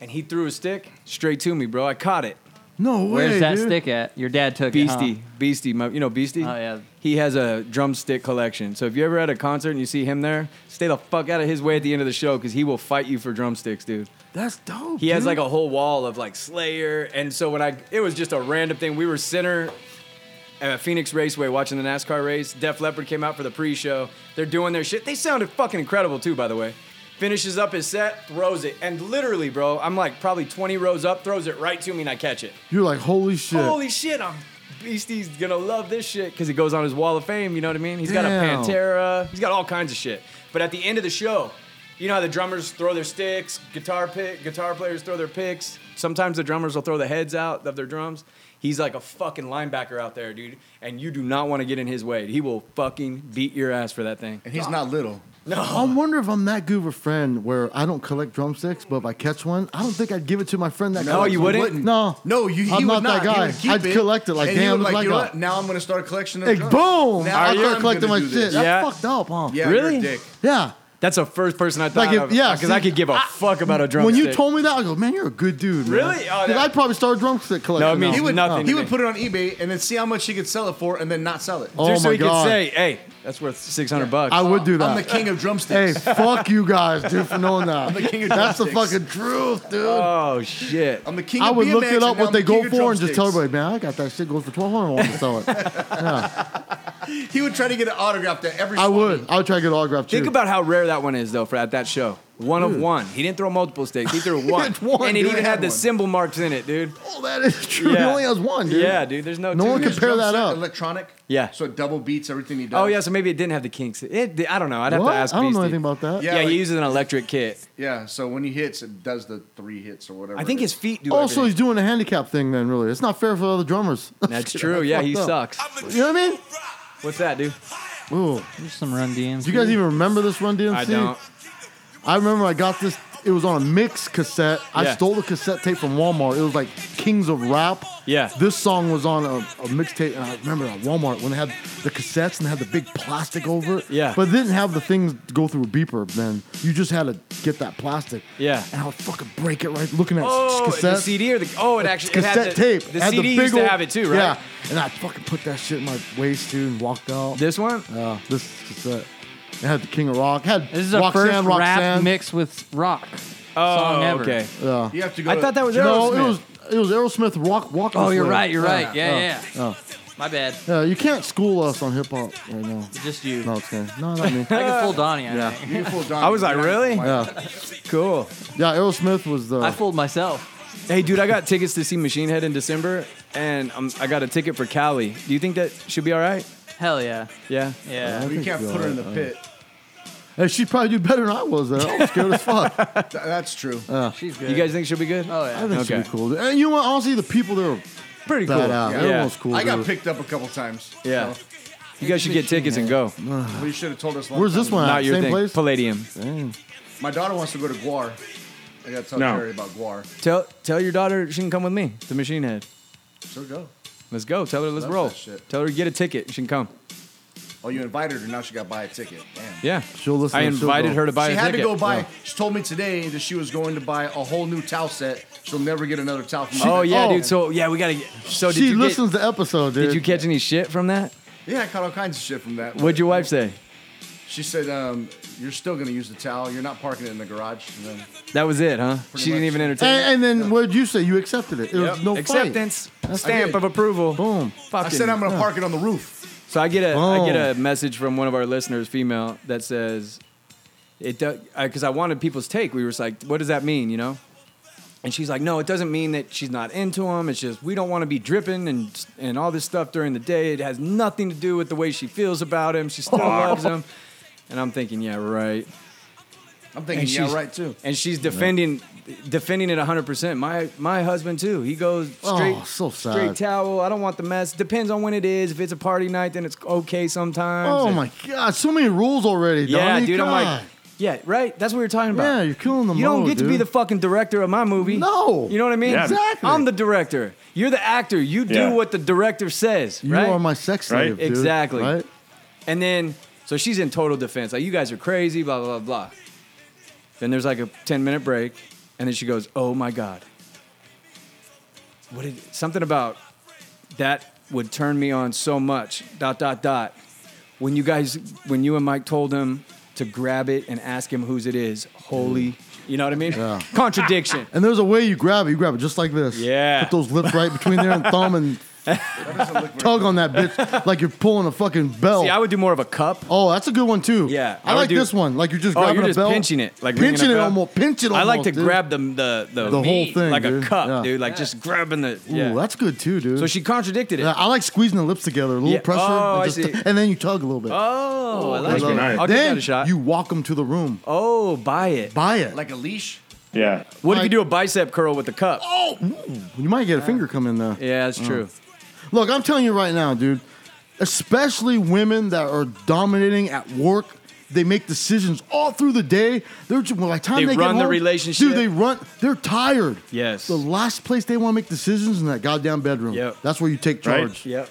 Speaker 3: and he threw a stick straight to me, bro. I caught it.
Speaker 2: No way.
Speaker 4: Where's that
Speaker 2: dude.
Speaker 4: stick at? Your dad took it. huh?
Speaker 3: Beastie, Beastie, my, you know Beastie.
Speaker 4: Oh, yeah.
Speaker 3: He has a drumstick collection. So if you're ever at a concert and you see him there, stay the fuck out of his way at the end of the show because he will fight you for drumsticks, dude.
Speaker 2: That's dope.
Speaker 3: He has
Speaker 2: dude.
Speaker 3: like a whole wall of like Slayer, and so when I, it was just a random thing. We were center at Phoenix Raceway watching the NASCAR race. Def Leppard came out for the pre-show. They're doing their shit. They sounded fucking incredible too, by the way. Finishes up his set, throws it, and literally, bro, I'm like probably 20 rows up, throws it right to me, and I catch it.
Speaker 2: You're like, holy shit.
Speaker 3: Holy shit, I'm Beastie's gonna love this shit because he goes on his wall of fame. You know what I mean? He's got
Speaker 2: Damn.
Speaker 3: a Pantera. He's got all kinds of shit. But at the end of the show, you know how the drummers throw their sticks, guitar pick, guitar players throw their picks. Sometimes the drummers will throw the heads out of their drums. He's like a fucking linebacker out there, dude, and you do not want to get in his way. He will fucking beat your ass for that thing.
Speaker 5: And he's not little.
Speaker 2: I wonder if I'm that good of a friend where I don't collect drumsticks, but if I catch one, I don't think I'd give it to my friend that
Speaker 3: No,
Speaker 2: collects
Speaker 3: you
Speaker 2: them.
Speaker 3: wouldn't?
Speaker 2: No.
Speaker 5: No, you. He
Speaker 2: I'm
Speaker 5: would
Speaker 2: not that
Speaker 5: He
Speaker 2: guy.
Speaker 5: would keep
Speaker 2: I'd collect it like,
Speaker 5: and he
Speaker 2: damn,
Speaker 5: would
Speaker 2: look
Speaker 5: like,
Speaker 2: like
Speaker 5: you know
Speaker 2: a-
Speaker 5: what? Now I'm gonna start a collection of
Speaker 2: Like,
Speaker 5: drugs.
Speaker 2: boom.
Speaker 5: Now
Speaker 2: I
Speaker 5: I'm
Speaker 2: start collecting
Speaker 5: gonna
Speaker 2: my
Speaker 5: do
Speaker 2: shit.
Speaker 5: this.
Speaker 2: That's
Speaker 3: Yeah.
Speaker 2: fucked up, huh?
Speaker 5: Yeah,
Speaker 3: Really?
Speaker 5: You're a dick.
Speaker 2: Yeah.
Speaker 3: That's the first person I thought
Speaker 2: Like if-
Speaker 3: of.
Speaker 2: yeah,
Speaker 3: because I
Speaker 2: see,
Speaker 3: could give a fuck about a drumstick.
Speaker 2: When you told me that, I go, man, you're a good dude. man."
Speaker 3: Really? Oh,
Speaker 2: 'Cause
Speaker 3: that-
Speaker 2: I'd probably start a drumstick collection.
Speaker 3: No, it means
Speaker 2: now.
Speaker 5: He would
Speaker 3: nothing.
Speaker 5: He would put it on eBay and then see how much he could sell it for, and then not sell it.
Speaker 2: Oh
Speaker 3: just so
Speaker 2: my
Speaker 3: he
Speaker 2: God.
Speaker 3: could say, "Hey, that's worth 600 bucks."
Speaker 2: I would do that.
Speaker 5: I'm the king of
Speaker 2: Hey,
Speaker 5: drumsticks.
Speaker 2: fuck you guys, dude, for knowing that.
Speaker 5: the king of
Speaker 2: That's the
Speaker 5: drumsticks.
Speaker 2: fucking truth, dude.
Speaker 3: oh shit!
Speaker 5: I'm the king.
Speaker 2: I
Speaker 5: of
Speaker 2: would
Speaker 5: BMX,
Speaker 2: look it
Speaker 5: and
Speaker 2: up
Speaker 5: now
Speaker 2: what
Speaker 5: I'm
Speaker 2: they
Speaker 5: the king
Speaker 2: go
Speaker 5: of
Speaker 2: for and just tell
Speaker 5: drumsticks.
Speaker 2: everybody, man, I got that shit goes for twelve hundred. I want to sell it.
Speaker 5: He would try to get an autograph to every.
Speaker 2: I
Speaker 5: swap
Speaker 2: would.
Speaker 5: meet.
Speaker 2: I would try to get autographed.
Speaker 3: Think
Speaker 2: too.
Speaker 3: about how rare that one is, though, for at that show. One of one. He didn't throw multiple stakes. He threw one.
Speaker 2: had one,
Speaker 3: and it
Speaker 2: dude.
Speaker 3: even
Speaker 2: He
Speaker 3: had
Speaker 2: had
Speaker 3: the
Speaker 2: one.
Speaker 3: symbol marks in it, dude.
Speaker 2: Oh, that is true. He
Speaker 3: Yeah.
Speaker 2: only has one, dude.
Speaker 3: Yeah, dude. There's no.
Speaker 2: No
Speaker 3: two.
Speaker 2: one
Speaker 5: His
Speaker 2: compare
Speaker 5: drum
Speaker 2: that
Speaker 5: set,
Speaker 2: up.
Speaker 5: Electronic.
Speaker 3: Yeah.
Speaker 5: So it double beats everything he does.
Speaker 3: Oh yeah, so maybe it didn't have the kinks. It. I don't know. I'd have
Speaker 2: What?
Speaker 3: to ask.
Speaker 2: I don't
Speaker 3: Beastie.
Speaker 2: know anything about that.
Speaker 5: Yeah.
Speaker 3: Yeah,
Speaker 5: like-
Speaker 3: he uses an electric kit.
Speaker 5: Yeah. So when he hits, it does the three hits or whatever.
Speaker 3: I think
Speaker 5: it
Speaker 3: his
Speaker 5: is.
Speaker 3: feet do.
Speaker 2: Also, he's
Speaker 3: everything.
Speaker 2: doing a handicap thing. Then really, it's not fair for the other drummers.
Speaker 3: that's
Speaker 2: Shit,
Speaker 3: true.
Speaker 2: I
Speaker 3: Yeah, he
Speaker 2: fucked up.
Speaker 3: sucks.
Speaker 2: You know what I mean?
Speaker 3: What's that, dude?
Speaker 2: Ooh,
Speaker 4: There's some Run DMC.
Speaker 2: do you guys even remember this Run DMC?
Speaker 3: I don't.
Speaker 2: I remember I got this. It was on a mix cassette. I
Speaker 3: Yeah.
Speaker 2: stole the cassette tape from Walmart. It was like Kings of Rap.
Speaker 3: Yeah.
Speaker 2: This song was on a, a mixtape, and I remember at Walmart when they had the cassettes and they had the big plastic over it.
Speaker 3: Yeah.
Speaker 2: But it didn't have the things to go through a beeper. Then you just had to get that plastic.
Speaker 3: Yeah.
Speaker 2: And I would fucking break it right looking at
Speaker 3: Oh, the
Speaker 2: cassette.
Speaker 3: CD or the oh, it actually it had
Speaker 2: cassette
Speaker 3: the,
Speaker 2: tape.
Speaker 3: The
Speaker 2: Had
Speaker 3: CD used to
Speaker 2: old-
Speaker 3: have it too, right?
Speaker 2: Yeah. And I fucking put that shit in my waist too and walked out.
Speaker 3: This one.
Speaker 2: Yeah, this cassette. It had the King of Rock. It had
Speaker 4: This is our
Speaker 2: Roxanne,
Speaker 4: first
Speaker 2: Roxanne.
Speaker 4: rap mix with rock
Speaker 3: Oh,
Speaker 4: song ever.
Speaker 3: okay.
Speaker 2: Yeah.
Speaker 5: You have to go.
Speaker 3: I
Speaker 5: to-
Speaker 3: thought that was
Speaker 2: No,
Speaker 3: Aerosmith.
Speaker 2: it was it was Aerosmith Rock Walk.
Speaker 4: Oh,
Speaker 2: This
Speaker 4: you're
Speaker 2: Way.
Speaker 4: right. You're right.
Speaker 2: yeah, Oh.
Speaker 4: Yeah, yeah. My bad.
Speaker 2: Yeah, you can't school us on hip hop right now.
Speaker 4: Just you.
Speaker 2: No, it's good. No, not me.
Speaker 4: I can fool Donnie. I, think.
Speaker 5: You fooled Donnie.
Speaker 3: I was like,
Speaker 5: You're not
Speaker 3: really?
Speaker 5: even white.
Speaker 2: Yeah,
Speaker 3: cool.
Speaker 2: yeah. Aerosmith was the.
Speaker 4: I fooled myself.
Speaker 3: Hey, dude, I got tickets to see Machine Head in December, and um, I got a ticket for Cali. Do you think that should be all right?
Speaker 4: Hell yeah.
Speaker 3: Yeah.
Speaker 4: Yeah.
Speaker 5: Well, you can't
Speaker 2: you're
Speaker 5: put her in the
Speaker 2: right,
Speaker 5: pit.
Speaker 2: Hey, she probably do better than I was. Though. I was scared as fuck. I
Speaker 5: Th- That's true.
Speaker 2: Uh,
Speaker 4: She's good.
Speaker 3: You guys think she'll be good?
Speaker 4: Oh, yeah.
Speaker 2: think she'd
Speaker 3: Okay. Oh,
Speaker 2: be cool. And you know what? Honestly, the people there were
Speaker 3: Pretty cool.
Speaker 2: bad out.
Speaker 3: Yeah.
Speaker 2: Everyone was uh, cool.
Speaker 5: I got
Speaker 2: dude.
Speaker 5: picked up a couple times.
Speaker 3: Yeah.
Speaker 5: So
Speaker 3: You guys should get tickets and go.
Speaker 5: well, you should have told us. a long
Speaker 2: Where's
Speaker 5: time
Speaker 2: this
Speaker 5: ago.
Speaker 2: one?
Speaker 3: Not
Speaker 2: at?
Speaker 3: your
Speaker 2: Same
Speaker 3: thing.
Speaker 2: place?
Speaker 3: Palladium.
Speaker 5: My daughter wants to go to Guar. I got to tell
Speaker 3: No.
Speaker 5: Jerry about Guar.
Speaker 3: Tell tell your daughter she can come with me to Machine Head.
Speaker 5: So go.
Speaker 3: Let's go. Tell her let's
Speaker 5: Love
Speaker 3: roll.
Speaker 5: that shit.
Speaker 3: Tell her to get a ticket. She can come.
Speaker 5: Oh, you invited her. Now she got to buy a ticket. Damn.
Speaker 3: Yeah.
Speaker 2: She'll listen
Speaker 3: I
Speaker 2: and she'll
Speaker 3: invited
Speaker 2: go.
Speaker 3: her to buy
Speaker 5: she
Speaker 3: a
Speaker 5: had
Speaker 3: ticket.
Speaker 5: to go buy. She told me today that she was going to buy a whole new towel set. She'll never get another towel from.
Speaker 3: Oh
Speaker 5: my-
Speaker 3: yeah,
Speaker 2: Oh.
Speaker 3: dude. So yeah, we gotta. Get, so did
Speaker 2: She
Speaker 3: you
Speaker 2: listens to episode,
Speaker 3: Get,
Speaker 2: dude.
Speaker 3: did you catch any shit from that?
Speaker 5: yeah, I caught all kinds of shit from that.
Speaker 3: What'd your wife say?
Speaker 5: She said, um, "You're still going to use the towel. You're not parking it in the garage." And then,
Speaker 3: That was it, huh? she didn't
Speaker 5: much.
Speaker 3: even entertain.
Speaker 2: And, and then what did you say? You accepted it. It was
Speaker 3: Yep.
Speaker 2: no fight.
Speaker 3: acceptance stamp
Speaker 5: good.
Speaker 3: of approval.
Speaker 2: Boom.
Speaker 5: I
Speaker 3: Fucking.
Speaker 5: said, "I'm going to park it on the roof."
Speaker 3: so I get a I get a
Speaker 2: Boom.
Speaker 3: message from one of our listeners, female, that says, "It because I, 'cause I wanted people's take. We were just like, what does that mean? You know." And she's like, no, it doesn't mean that she's not into him. It's just we don't want to be dripping and and all this stuff during the day. It has nothing to do with the way she feels about him. She still loves him. And I'm thinking, yeah, right.
Speaker 5: I'm thinking,
Speaker 3: she's-
Speaker 5: "Yeah, right too."
Speaker 3: And she's defending defending it 100%. My my husband too. He goes straight
Speaker 2: Oh, so sad.
Speaker 3: straight towel. I don't want the mess. Depends on when it is. If it's a party night then it's okay sometimes.
Speaker 2: Oh
Speaker 3: And-
Speaker 2: my god, so many rules already.
Speaker 3: Yeah,
Speaker 2: Donnie.
Speaker 3: dude, I'm like
Speaker 2: God.
Speaker 3: yeah, right. That's what we were talking about.
Speaker 2: Yeah, you're killing the
Speaker 3: You don't
Speaker 2: mode,
Speaker 3: get to be
Speaker 2: dude.
Speaker 3: the fucking director of my movie.
Speaker 2: No.
Speaker 3: You know what I mean?
Speaker 6: Yeah.
Speaker 2: Exactly.
Speaker 3: I'm the director. You're the actor. You do
Speaker 6: Yeah.
Speaker 3: what the director says,
Speaker 2: You
Speaker 3: right?
Speaker 2: are my sex slave,
Speaker 6: Right?
Speaker 2: dude.
Speaker 3: Exactly.
Speaker 2: Right?
Speaker 3: and then, so she's in total defense. Like, you guys are crazy, blah, blah, blah, blah. Then there's like a 10 minute break, and then she goes, Oh my God. What did, something about that would turn me on so much, dot, dot, dot. When you guys, when you and Mike told him to grab it and ask him whose it is, holy, you know what I mean?
Speaker 2: Yeah.
Speaker 3: Contradiction.
Speaker 2: And there's a way you grab it. You grab it just like this.
Speaker 3: Yeah.
Speaker 2: Put those lips right between there and thumb and
Speaker 5: That doesn't look very-
Speaker 2: tug on that bitch like you're pulling a fucking bell.
Speaker 3: See, I would do more of a cup.
Speaker 2: oh, that's a good one too.
Speaker 3: Yeah,
Speaker 2: I,
Speaker 3: I would
Speaker 2: like
Speaker 3: do-
Speaker 2: this one. Like you're just
Speaker 3: Oh,
Speaker 2: grabbing
Speaker 3: you're
Speaker 2: a
Speaker 3: just
Speaker 2: bell.
Speaker 3: pinching it, like ringing
Speaker 2: pinching
Speaker 3: a
Speaker 2: it
Speaker 3: bell.
Speaker 2: almost. Pinch it.
Speaker 3: I
Speaker 2: Almost,
Speaker 3: like to
Speaker 2: dude.
Speaker 3: grab the the the,
Speaker 2: whole
Speaker 3: meat,
Speaker 2: thing,
Speaker 3: like
Speaker 2: dude.
Speaker 3: a cup,
Speaker 2: Yeah.
Speaker 3: dude. Like just grabbing the
Speaker 2: Ooh,
Speaker 3: yeah.
Speaker 2: that's good too, dude.
Speaker 3: so she contradicted it.
Speaker 2: Yeah, I like squeezing the lips together, a little
Speaker 3: Yeah.
Speaker 2: pressure,
Speaker 3: Oh,
Speaker 2: and,
Speaker 3: I
Speaker 2: just
Speaker 3: see.
Speaker 2: and then you tug a little bit.
Speaker 3: oh, I like
Speaker 6: Must be
Speaker 3: it.
Speaker 6: nice.
Speaker 3: I'll give
Speaker 2: then
Speaker 3: that a shot.
Speaker 2: you walk them to the room.
Speaker 3: oh, buy it.
Speaker 2: Buy it.
Speaker 5: like a leash.
Speaker 6: Yeah.
Speaker 3: What if
Speaker 2: like-
Speaker 3: you do a bicep curl with the cup?
Speaker 2: Oh. you might get a finger come in there.
Speaker 3: Yeah, that's true.
Speaker 2: Mm. Look, I'm telling you right now, dude, especially women that are dominating at work, they make decisions all through the day. They're just, by the time
Speaker 3: They
Speaker 2: they,
Speaker 3: run
Speaker 2: get
Speaker 3: the
Speaker 2: home,
Speaker 3: relationship.
Speaker 2: Dude, they run. They're tired.
Speaker 3: Yes.
Speaker 2: The last place they want to make decisions is in that goddamn bedroom.
Speaker 3: Yep.
Speaker 2: That's where you take
Speaker 6: Right.
Speaker 2: charge.
Speaker 3: Yep.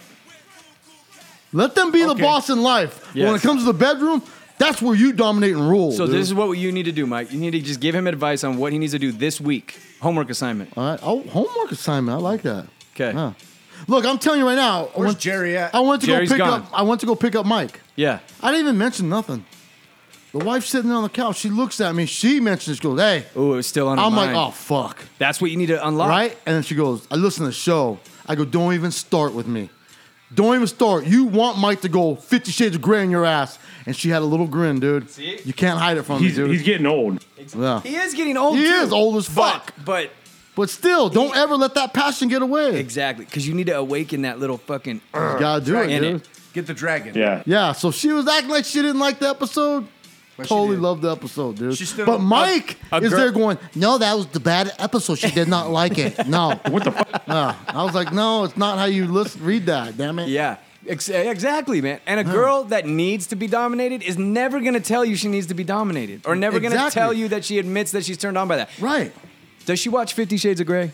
Speaker 2: Let them be the
Speaker 5: Okay.
Speaker 2: boss in life. But When it
Speaker 3: Yes.
Speaker 2: comes to the bedroom, that's where you dominate and rule.
Speaker 3: So
Speaker 2: dude.
Speaker 3: this is what you need to do, Mike. You need to just give him advice on what he needs to do this week. Homework assignment.
Speaker 2: all right. Oh, homework assignment. I like that.
Speaker 3: 'Kay.
Speaker 2: Huh. Look, I'm telling you right now. I
Speaker 5: Where's
Speaker 2: went,
Speaker 5: Jerry at?
Speaker 2: I went to
Speaker 3: Jerry's
Speaker 2: go pick
Speaker 3: gone.
Speaker 2: up. I went to go pick up Mike.
Speaker 3: Yeah.
Speaker 2: I didn't even mention nothing. The wife's sitting on the couch. She looks at me. She mentions, she goes, hey.
Speaker 3: Oh, it was still on. her
Speaker 2: I'm like,
Speaker 3: mind.
Speaker 2: oh, fuck.
Speaker 3: That's what you need to unlock.
Speaker 2: Right? And then she goes, I listen to the show. I go, don't even start with me. Don't even start. You want Mike to go 50 shades of gray in your ass. And she had a little grin, dude.
Speaker 3: See?
Speaker 2: You can't hide it from
Speaker 6: He's,
Speaker 2: me, dude.
Speaker 6: he's getting old.
Speaker 2: yeah.
Speaker 3: He is getting old.
Speaker 2: He
Speaker 3: too.
Speaker 2: is old as
Speaker 3: But-
Speaker 2: fuck.
Speaker 3: But
Speaker 2: But still, don't ever let that passion get away.
Speaker 3: exactly, because you need to awaken that little fucking.
Speaker 2: You gotta do it,
Speaker 3: in
Speaker 2: dude.
Speaker 3: it.
Speaker 5: Get the dragon.
Speaker 6: Yeah.
Speaker 2: Yeah, so she was acting like she didn't like the episode.
Speaker 5: But she
Speaker 2: totally
Speaker 5: did.
Speaker 2: loved the episode, dude.
Speaker 5: She stood
Speaker 2: But
Speaker 5: up-
Speaker 2: Mike
Speaker 3: a
Speaker 2: is
Speaker 3: girl-
Speaker 2: there going, no, that was the bad episode. She did not like it. No.
Speaker 6: What the fuck?
Speaker 2: no. I was like, no, it's not how you listen, read that, damn it.
Speaker 3: Yeah, ex- exactly, man. And a girl that needs to be dominated is never gonna tell you she needs to be dominated, or never gonna
Speaker 2: Exactly.
Speaker 3: tell you that she admits that she's turned on by that.
Speaker 2: Right.
Speaker 3: Does she watch Fifty Shades of Grey?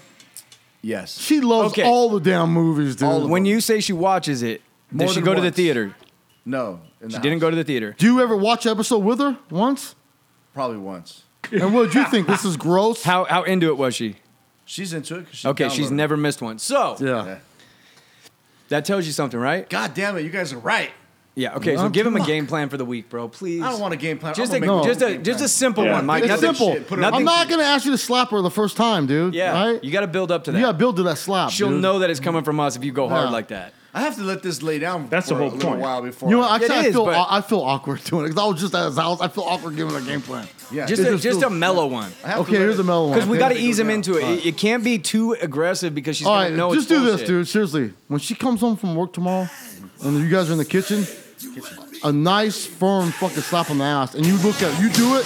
Speaker 5: Yes.
Speaker 2: She loves
Speaker 3: Okay.
Speaker 2: all the damn movies, dude.
Speaker 3: when you say she watches it,
Speaker 5: More
Speaker 3: did she
Speaker 5: than
Speaker 3: go to the
Speaker 5: once.
Speaker 3: theater?
Speaker 5: No. in the
Speaker 3: She didn't
Speaker 5: house.
Speaker 3: go to the theater.
Speaker 2: Do you ever watch an episode with her once?
Speaker 5: Probably once.
Speaker 2: And what did you think? This is gross?
Speaker 3: How how into it was she?
Speaker 5: She's into it. 'cause She's
Speaker 3: Okay, she's
Speaker 5: downloaded.
Speaker 3: never missed one. So
Speaker 2: yeah.
Speaker 3: that tells you something, right?
Speaker 5: God damn it, you guys are right.
Speaker 3: Yeah. Okay, so
Speaker 2: Oh,
Speaker 3: give him a
Speaker 2: fuck.
Speaker 3: game plan for the week, bro. Please.
Speaker 5: I don't want a game plan.
Speaker 3: Just
Speaker 5: I'm
Speaker 3: a,
Speaker 5: gonna make
Speaker 3: just
Speaker 5: my own
Speaker 3: a
Speaker 5: game
Speaker 3: just
Speaker 5: plan.
Speaker 3: a simple
Speaker 6: Yeah.
Speaker 3: one, Mike.
Speaker 5: It's
Speaker 2: It's
Speaker 3: Nothing-
Speaker 2: simple.
Speaker 5: shit, put it
Speaker 2: I'm
Speaker 3: nothing-
Speaker 2: not gonna ask you to slap her the first time, dude.
Speaker 3: Yeah,
Speaker 2: Right?
Speaker 3: you got to build up to that.
Speaker 2: You gotta build to that slap.
Speaker 3: She'll
Speaker 2: dude.
Speaker 3: know that it's coming from us if you go hard
Speaker 2: Yeah.
Speaker 3: like that.
Speaker 5: I have to let this lay down.
Speaker 6: That's
Speaker 5: for
Speaker 6: the whole
Speaker 5: a little
Speaker 6: point.
Speaker 5: While before.
Speaker 2: You know,
Speaker 5: I,
Speaker 2: actually,
Speaker 3: It
Speaker 2: I
Speaker 3: is,
Speaker 2: feel
Speaker 3: but-
Speaker 2: I feel awkward doing it because I was just at his house. I feel awkward giving a game plan.
Speaker 5: yeah.
Speaker 3: Just
Speaker 5: It
Speaker 3: a,
Speaker 5: just
Speaker 3: just
Speaker 5: feels
Speaker 3: a mellow one.
Speaker 5: I have to
Speaker 2: Okay,
Speaker 5: let
Speaker 2: here's
Speaker 5: it-
Speaker 2: a mellow one.
Speaker 3: Because we
Speaker 5: Okay.
Speaker 3: got to
Speaker 5: Let it
Speaker 3: ease
Speaker 5: go
Speaker 3: him
Speaker 5: down.
Speaker 3: into it. It- It can't be too aggressive because she's
Speaker 2: All
Speaker 3: going
Speaker 2: right,
Speaker 3: to know
Speaker 2: just
Speaker 3: it's
Speaker 2: do this,
Speaker 3: bullshit.
Speaker 2: dude. Seriously, when she comes home from work tomorrow, and you guys are in the kitchen, a nice firm fucking slap on the ass, and you look at you do it,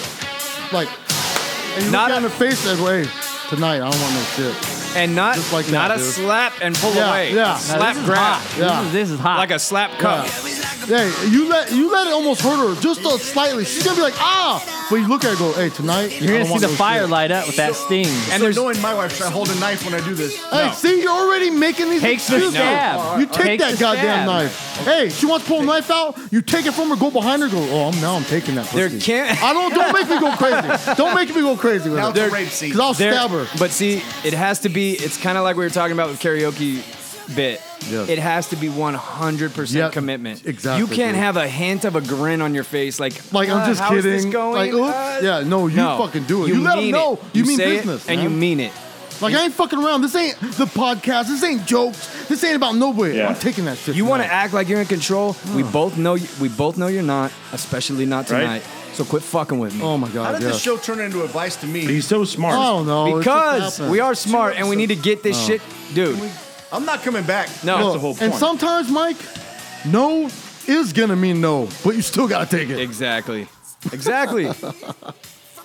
Speaker 2: like, and you
Speaker 3: Not
Speaker 2: look at
Speaker 3: a-
Speaker 2: her face and go, "Hey, tonight I don't want no shit."
Speaker 3: And not,
Speaker 2: Just like
Speaker 3: not
Speaker 2: that,
Speaker 3: a
Speaker 2: dude.
Speaker 3: slap and pull
Speaker 2: Yeah,
Speaker 3: away.
Speaker 2: yeah.
Speaker 4: Now,
Speaker 3: Slap
Speaker 4: this is
Speaker 3: grab.
Speaker 4: hot.
Speaker 2: Yeah.
Speaker 4: This, is, this is hot.
Speaker 3: Like a slap cup.
Speaker 2: Hey, you let you let it almost hurt her just a slightly. She's gonna be like, ah, but you look at her and go, "Hey, tonight
Speaker 4: You're
Speaker 2: I
Speaker 4: gonna
Speaker 2: don't
Speaker 4: see
Speaker 2: want
Speaker 4: the
Speaker 2: no
Speaker 4: fire
Speaker 2: shit."
Speaker 4: light up with that sting.
Speaker 5: And there's knowing my wife, should I hold a knife when I do this?
Speaker 2: Hey, see, you're already making these
Speaker 4: Takes the
Speaker 2: excuses.
Speaker 4: stab.
Speaker 2: You take
Speaker 4: Takes
Speaker 2: that
Speaker 4: the
Speaker 2: goddamn
Speaker 4: stab.
Speaker 2: knife. Hey, she wants to pull a knife out. You take it from her, go behind her, go. Oh, I'm, now I'm taking that.
Speaker 3: There
Speaker 2: Pussy.
Speaker 3: can't-
Speaker 2: I don't. Don't make me go crazy. Don't make me go crazy with
Speaker 5: Now it's a
Speaker 2: her.
Speaker 5: rape scene.
Speaker 2: Because I'll
Speaker 3: There-
Speaker 2: stab her.
Speaker 3: But see, it has to be, it's kind of like we were talking about with karaoke bit.
Speaker 2: Yes.
Speaker 3: It has to be 100%
Speaker 2: Yep,
Speaker 3: commitment.
Speaker 2: exactly,
Speaker 3: You can't
Speaker 2: dude.
Speaker 3: have a hint of a grin on your face like,
Speaker 2: Like
Speaker 3: uh,
Speaker 2: I'm just
Speaker 3: how is
Speaker 2: kidding.
Speaker 3: this going?
Speaker 2: Like, oops.
Speaker 3: Uh,
Speaker 2: yeah, no, you
Speaker 3: no.
Speaker 2: fucking do it. You, let
Speaker 3: mean
Speaker 2: them know
Speaker 3: it.
Speaker 2: you, mean
Speaker 3: say it
Speaker 2: business,
Speaker 3: and you
Speaker 2: man.
Speaker 3: mean it.
Speaker 2: like I ain't fucking around. This ain't the podcast. This ain't jokes. This ain't about nobody.
Speaker 6: Yeah.
Speaker 2: I'm taking that shit.
Speaker 3: You want to
Speaker 2: tonight.
Speaker 3: act like you're in control. We both know. You, we both know you're not, especially not
Speaker 6: Right?
Speaker 3: tonight. So quit fucking with me.
Speaker 2: Oh my
Speaker 5: How
Speaker 2: god.
Speaker 5: did
Speaker 2: yeah.
Speaker 5: this show turn into advice to me?
Speaker 6: He's so smart.
Speaker 3: Oh.
Speaker 2: I don't know. It's just
Speaker 3: because
Speaker 2: happened.
Speaker 3: we are smart and we need to get this shit, dude.
Speaker 5: I'm not coming back.
Speaker 3: No,
Speaker 6: That's the whole
Speaker 2: And
Speaker 6: point.
Speaker 2: sometimes, Mike, no is gonna mean no, but you still gotta take it.
Speaker 3: exactly, exactly.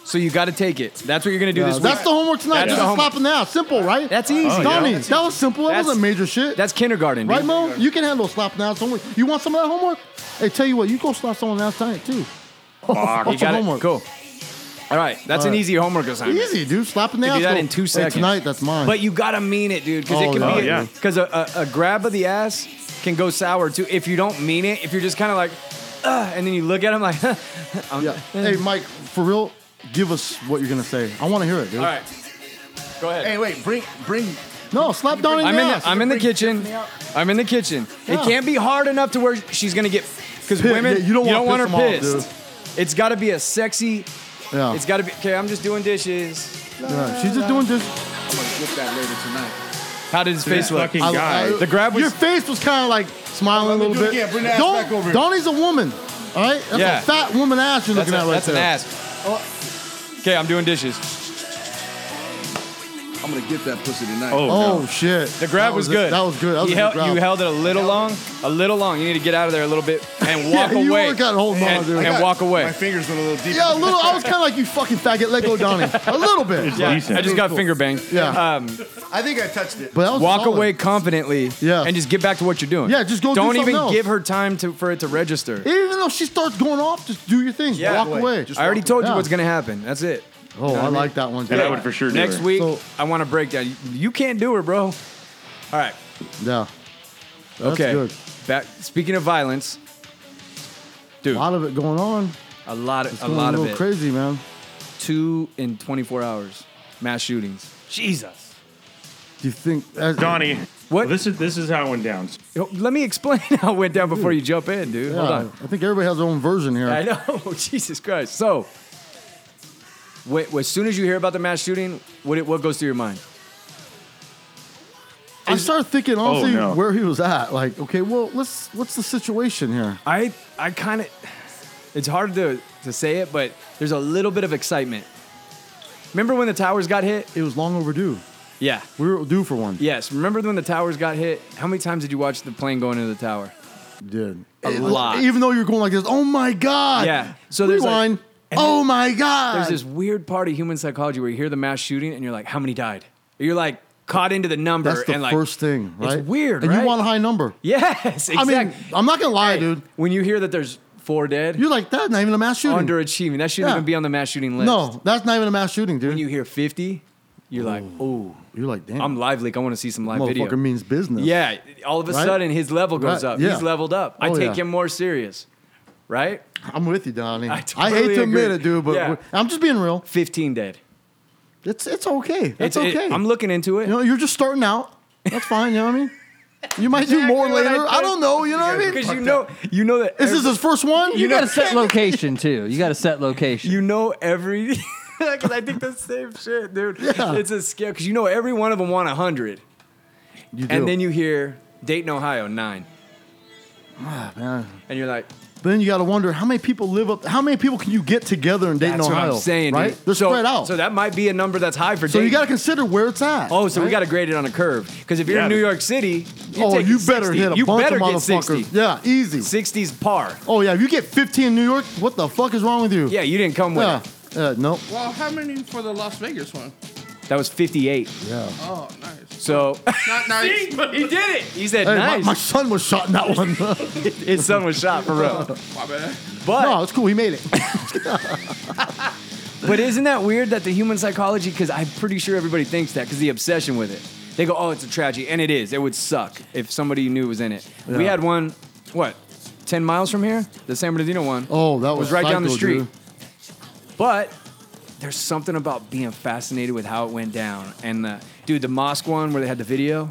Speaker 3: so you got to take it. That's what you're gonna do
Speaker 2: Yeah,
Speaker 3: this week.
Speaker 2: Uh, that's the homework tonight.
Speaker 3: That's the
Speaker 2: That's just
Speaker 3: homework.
Speaker 2: slapping the ass. Simple, right?
Speaker 3: That's easy.
Speaker 6: Oh, yeah.
Speaker 2: Donnie, that was simple. That
Speaker 3: That's-
Speaker 2: wasn't major shit.
Speaker 3: That's kindergarten, dude.
Speaker 2: right, Mo? You can handle slapping the ass homework. You want some of that homework? Hey, tell you what, you go slap someone last night too.
Speaker 3: You
Speaker 2: What's
Speaker 3: got
Speaker 2: the
Speaker 3: it.
Speaker 2: homework?
Speaker 3: Cool. All right, that's an
Speaker 2: right.
Speaker 3: easy homework assignment.
Speaker 2: Easy, dude. Slapping the
Speaker 3: You
Speaker 2: ass.
Speaker 3: do that
Speaker 2: go,
Speaker 3: in two
Speaker 2: "Hey,
Speaker 3: seconds.
Speaker 2: tonight, that's mine.
Speaker 3: But you gotta mean it, dude, because
Speaker 2: Oh,
Speaker 3: it can
Speaker 2: yeah.
Speaker 3: be
Speaker 6: Yeah.
Speaker 3: because a, a, a grab of the ass can go sour too if you don't mean it. If you're just kind of like, Ugh, and then you look at him like, I'm-
Speaker 2: yeah. Hey, Mike, for real, give us what you're gonna say. I want to hear it, dude.
Speaker 3: all right, go ahead.
Speaker 5: Hey, wait, bring, bring.
Speaker 2: No, slap Donnie.
Speaker 3: I'm
Speaker 2: the
Speaker 3: in
Speaker 2: ass.
Speaker 3: the, I'm in the kitchen. I'm in the kitchen. It
Speaker 2: Yeah.
Speaker 3: can't be hard enough to where she's gonna get because
Speaker 2: Pit-
Speaker 3: women
Speaker 2: yeah, you don't
Speaker 3: want
Speaker 2: wanna
Speaker 3: her
Speaker 2: piss them
Speaker 3: pissed.
Speaker 2: off, Oh.
Speaker 3: it's got to be a sexy.
Speaker 2: yeah.
Speaker 3: It's got to be okay. I'm just doing dishes.
Speaker 2: yeah. She's just doing this.
Speaker 5: I'm gonna get that later tonight.
Speaker 3: How did his face look?
Speaker 6: fucking guy.
Speaker 3: The grab was-
Speaker 2: Your face was kind of like smiling a
Speaker 5: Let me
Speaker 2: little
Speaker 5: do it
Speaker 2: bit.
Speaker 5: again. Bring the ass
Speaker 2: Don't-
Speaker 5: back over here.
Speaker 2: Donnie's a woman. All right, that's
Speaker 3: Yeah.
Speaker 2: a fat woman ass you're
Speaker 3: That's,
Speaker 2: looking
Speaker 3: a-
Speaker 2: at right
Speaker 3: that's an
Speaker 2: there.
Speaker 3: ass. Okay, I'm doing dishes.
Speaker 5: I'm gonna get that pussy tonight.
Speaker 6: Oh,
Speaker 2: Oh
Speaker 6: no.
Speaker 2: shit!
Speaker 3: The grab
Speaker 2: That
Speaker 3: was,
Speaker 2: a-
Speaker 3: good.
Speaker 2: That was good. That was
Speaker 3: you,
Speaker 2: a good
Speaker 3: held,
Speaker 2: grab.
Speaker 3: you held it a little long, a little long. You need to get out of there a little bit and walk
Speaker 2: Yeah, you
Speaker 3: away.
Speaker 2: really got holding on,
Speaker 3: and,
Speaker 2: dude.
Speaker 3: and
Speaker 2: I
Speaker 5: God,
Speaker 3: walk
Speaker 5: My
Speaker 3: away.
Speaker 5: fingers went a little deep.
Speaker 2: yeah, a little. I was kind of like you fucking faggot. Let go, Donnie. A little bit.
Speaker 6: Yeah.
Speaker 3: I
Speaker 6: Decent.
Speaker 3: just got finger banged.
Speaker 2: Yeah.
Speaker 3: Um,
Speaker 5: I think I touched it.
Speaker 2: But that was
Speaker 3: walk
Speaker 2: solid.
Speaker 3: away confidently.
Speaker 2: Yeah.
Speaker 3: And just get back to what you're doing.
Speaker 2: Yeah, just go do
Speaker 3: Don't
Speaker 2: something
Speaker 3: even
Speaker 2: else.
Speaker 3: give her time to for it to register.
Speaker 2: Even though she starts going off, just do your thing.
Speaker 3: Yeah.
Speaker 2: walk
Speaker 3: Wait,
Speaker 2: away.
Speaker 5: just-
Speaker 3: I already told you
Speaker 2: Yeah.
Speaker 3: what's gonna happen. That's it.
Speaker 2: oh, I like that one.
Speaker 6: And
Speaker 2: yeah.
Speaker 6: I would for sure do
Speaker 3: Next
Speaker 6: it.
Speaker 3: week,
Speaker 2: So-
Speaker 3: I want to break down. You- You can't do it, bro. All right.
Speaker 2: Yeah. That's
Speaker 3: Okay.
Speaker 2: good.
Speaker 3: Back. Speaking of violence, dude,
Speaker 2: A lot of it going on.
Speaker 3: a lot of
Speaker 2: It's
Speaker 3: a
Speaker 2: going
Speaker 3: lot
Speaker 2: a
Speaker 3: of
Speaker 2: little
Speaker 3: it.
Speaker 2: crazy, man.
Speaker 3: two in 24 hours mass shootings. Jesus.
Speaker 2: Do you think as,
Speaker 6: Donnie.
Speaker 3: What?
Speaker 6: This is this is how it went down.
Speaker 3: Yo, Let me explain how it went down before you jump in, dude.
Speaker 2: Yeah,
Speaker 3: Hold on.
Speaker 2: I think everybody has their own version here.
Speaker 3: I know. Jesus Christ. So, wait, as soon as you hear about the mass shooting, what it, what goes through your mind?
Speaker 2: I
Speaker 3: is-
Speaker 2: started thinking honestly
Speaker 6: no.
Speaker 2: where he was at. Like, okay, well, let's what's the situation here?
Speaker 3: I I kind of it's hard to to say it, but there's a little bit of excitement. Remember when the towers got hit?
Speaker 2: It was long overdue.
Speaker 3: Yeah.
Speaker 2: We were due for one.
Speaker 3: Yes. Remember when the towers got hit? How many times did you watch the plane going into the tower?
Speaker 2: Did
Speaker 3: A lot.
Speaker 2: Even though you're going like this, oh my god.
Speaker 3: Yeah. So there's like-
Speaker 2: Rewind.
Speaker 3: and
Speaker 2: oh
Speaker 3: then-
Speaker 2: my god.
Speaker 3: There's this weird part of human psychology where you hear the mass shooting and you're like, how many died? You're like caught into the number
Speaker 2: That's the
Speaker 3: and like
Speaker 2: first thing, right?
Speaker 3: weird,
Speaker 2: And
Speaker 3: right?
Speaker 2: you want a high number.
Speaker 3: Yes, exactly.
Speaker 2: I mean, I'm not gonna lie, dude.
Speaker 3: when you hear that there's four dead,
Speaker 2: You're like that's not even a mass shooting.
Speaker 3: underachieving. That shouldn't
Speaker 2: Yeah.
Speaker 3: even be on the mass shooting list.
Speaker 2: no, that's not even a mass shooting, dude.
Speaker 3: When you
Speaker 2: You,
Speaker 3: hear 50, you're like, oh,
Speaker 2: are like, damn,
Speaker 3: I'm live leak. I want to see some live
Speaker 2: motherfucker
Speaker 3: video.
Speaker 2: means business.
Speaker 3: Yeah, all of a
Speaker 2: Right?
Speaker 3: sudden his level goes
Speaker 2: Right,
Speaker 3: up.
Speaker 2: yeah.
Speaker 3: He's leveled up. I
Speaker 2: Oh,
Speaker 3: take
Speaker 2: yeah.
Speaker 3: him more serious, right?
Speaker 2: I'm with you, Donnie.
Speaker 3: I
Speaker 2: I,
Speaker 3: totally
Speaker 2: hate to admit
Speaker 3: agree.
Speaker 2: it, dude, but
Speaker 3: Yeah.
Speaker 2: we're- I'm just being real.
Speaker 3: 15 dead.
Speaker 2: It's it's okay. It's,
Speaker 3: It- it-
Speaker 2: okay.
Speaker 3: I'm looking into it.
Speaker 2: You know, you're just starting out. That's fine. You know what I mean? You might do more
Speaker 3: Exactly what
Speaker 2: later.
Speaker 3: I
Speaker 2: I,
Speaker 3: thought.
Speaker 2: don't know. You know what I mean?
Speaker 3: Because you know, you know that
Speaker 2: Is this his first one?
Speaker 4: You got to set location too. You got to set location.
Speaker 3: you know every because I think the same shit, dude.
Speaker 2: Yeah.
Speaker 3: It's a scale because you know every one of them want hundred,
Speaker 2: You do.
Speaker 3: and then you hear Dayton, Ohio, nine,
Speaker 2: Ah, Man.
Speaker 3: and you're like,
Speaker 2: Then you got to wonder how many people live up. How many people can you get together in Dayton,
Speaker 3: that's
Speaker 2: Ohio?
Speaker 3: what I'm saying,
Speaker 2: right?
Speaker 3: dude.
Speaker 2: They're
Speaker 3: so,
Speaker 2: spread out.
Speaker 3: So that might be a number that's high for
Speaker 2: So
Speaker 3: Dayton.
Speaker 2: you got to consider where it's at.
Speaker 3: Oh, so we
Speaker 2: right?
Speaker 3: got to grade it on a curve. Because if you're
Speaker 6: Yeah,
Speaker 3: in New
Speaker 6: dude.
Speaker 3: York City, you're
Speaker 2: Oh,
Speaker 3: taking
Speaker 2: you better
Speaker 3: 60.
Speaker 2: hit a
Speaker 3: you
Speaker 2: bunch
Speaker 3: better
Speaker 2: of
Speaker 3: get 60.
Speaker 2: motherfuckers. Yeah, easy.
Speaker 3: 60's par.
Speaker 2: Oh yeah, if you get 15 in New York, what the fuck is wrong with you?
Speaker 3: Yeah, you didn't come with
Speaker 2: Yeah.
Speaker 3: it.
Speaker 2: Uh, nope.
Speaker 6: Well, how many for the Las Vegas one?
Speaker 3: That was 58.
Speaker 2: Yeah.
Speaker 6: Oh, nice.
Speaker 3: So
Speaker 6: Not nice. but
Speaker 3: he did it. He said,
Speaker 2: Hey, my,
Speaker 3: nice.
Speaker 2: my son was shot in that one.
Speaker 3: His son was shot for real.
Speaker 6: My bad.
Speaker 3: But
Speaker 2: no, it's cool. He made it.
Speaker 3: But isn't that weird that the human psychology? Because I'm pretty sure everybody thinks that because the obsession with it. They go, "Oh, it's a tragedy," and it is. It would suck if somebody you knew was in it. We
Speaker 2: Yeah.
Speaker 3: had one, what, ten miles from here, the San Bernardino one.
Speaker 2: Oh, that
Speaker 3: It
Speaker 2: was,
Speaker 3: was right down the
Speaker 2: psycho,
Speaker 3: street.
Speaker 2: dude.
Speaker 3: But there's something about being fascinated with how it went down. And the dude, the mosque one where they had the video.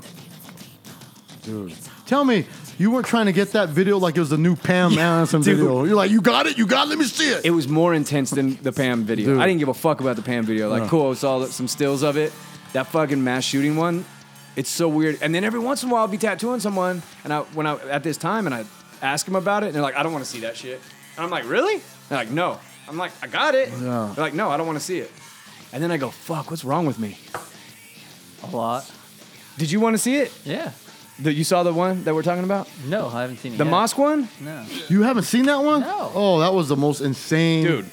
Speaker 2: Tell me, you weren't trying to get that video like it was the new Pam Anderson
Speaker 3: dude.
Speaker 2: video. You're like, you got it, you got it, let me see it.
Speaker 3: It was more intense than the Pam video.
Speaker 2: Dude.
Speaker 3: I didn't give a fuck about the Pam video. Like,
Speaker 2: No.
Speaker 3: cool, I saw some stills of it. That fucking mass shooting one, it's so weird. And then every once in a while, I'll be tattooing someone, and I when I at this time, and I ask them about it, and they're like, I don't want to see that shit. And I'm like, really? They're like, no. I'm like, I got it.
Speaker 2: Yeah.
Speaker 3: They're like, no, I don't want to see it. And then I go, fuck, what's wrong with me?
Speaker 4: a lot.
Speaker 3: Did you want to see it?
Speaker 4: Yeah.
Speaker 3: The, you saw the one that we're talking about,
Speaker 4: No, I haven't seen it.
Speaker 3: the
Speaker 4: yet.
Speaker 3: mosque one.
Speaker 4: No.
Speaker 2: You haven't seen that one?
Speaker 4: No.
Speaker 2: Oh, that was the most insane.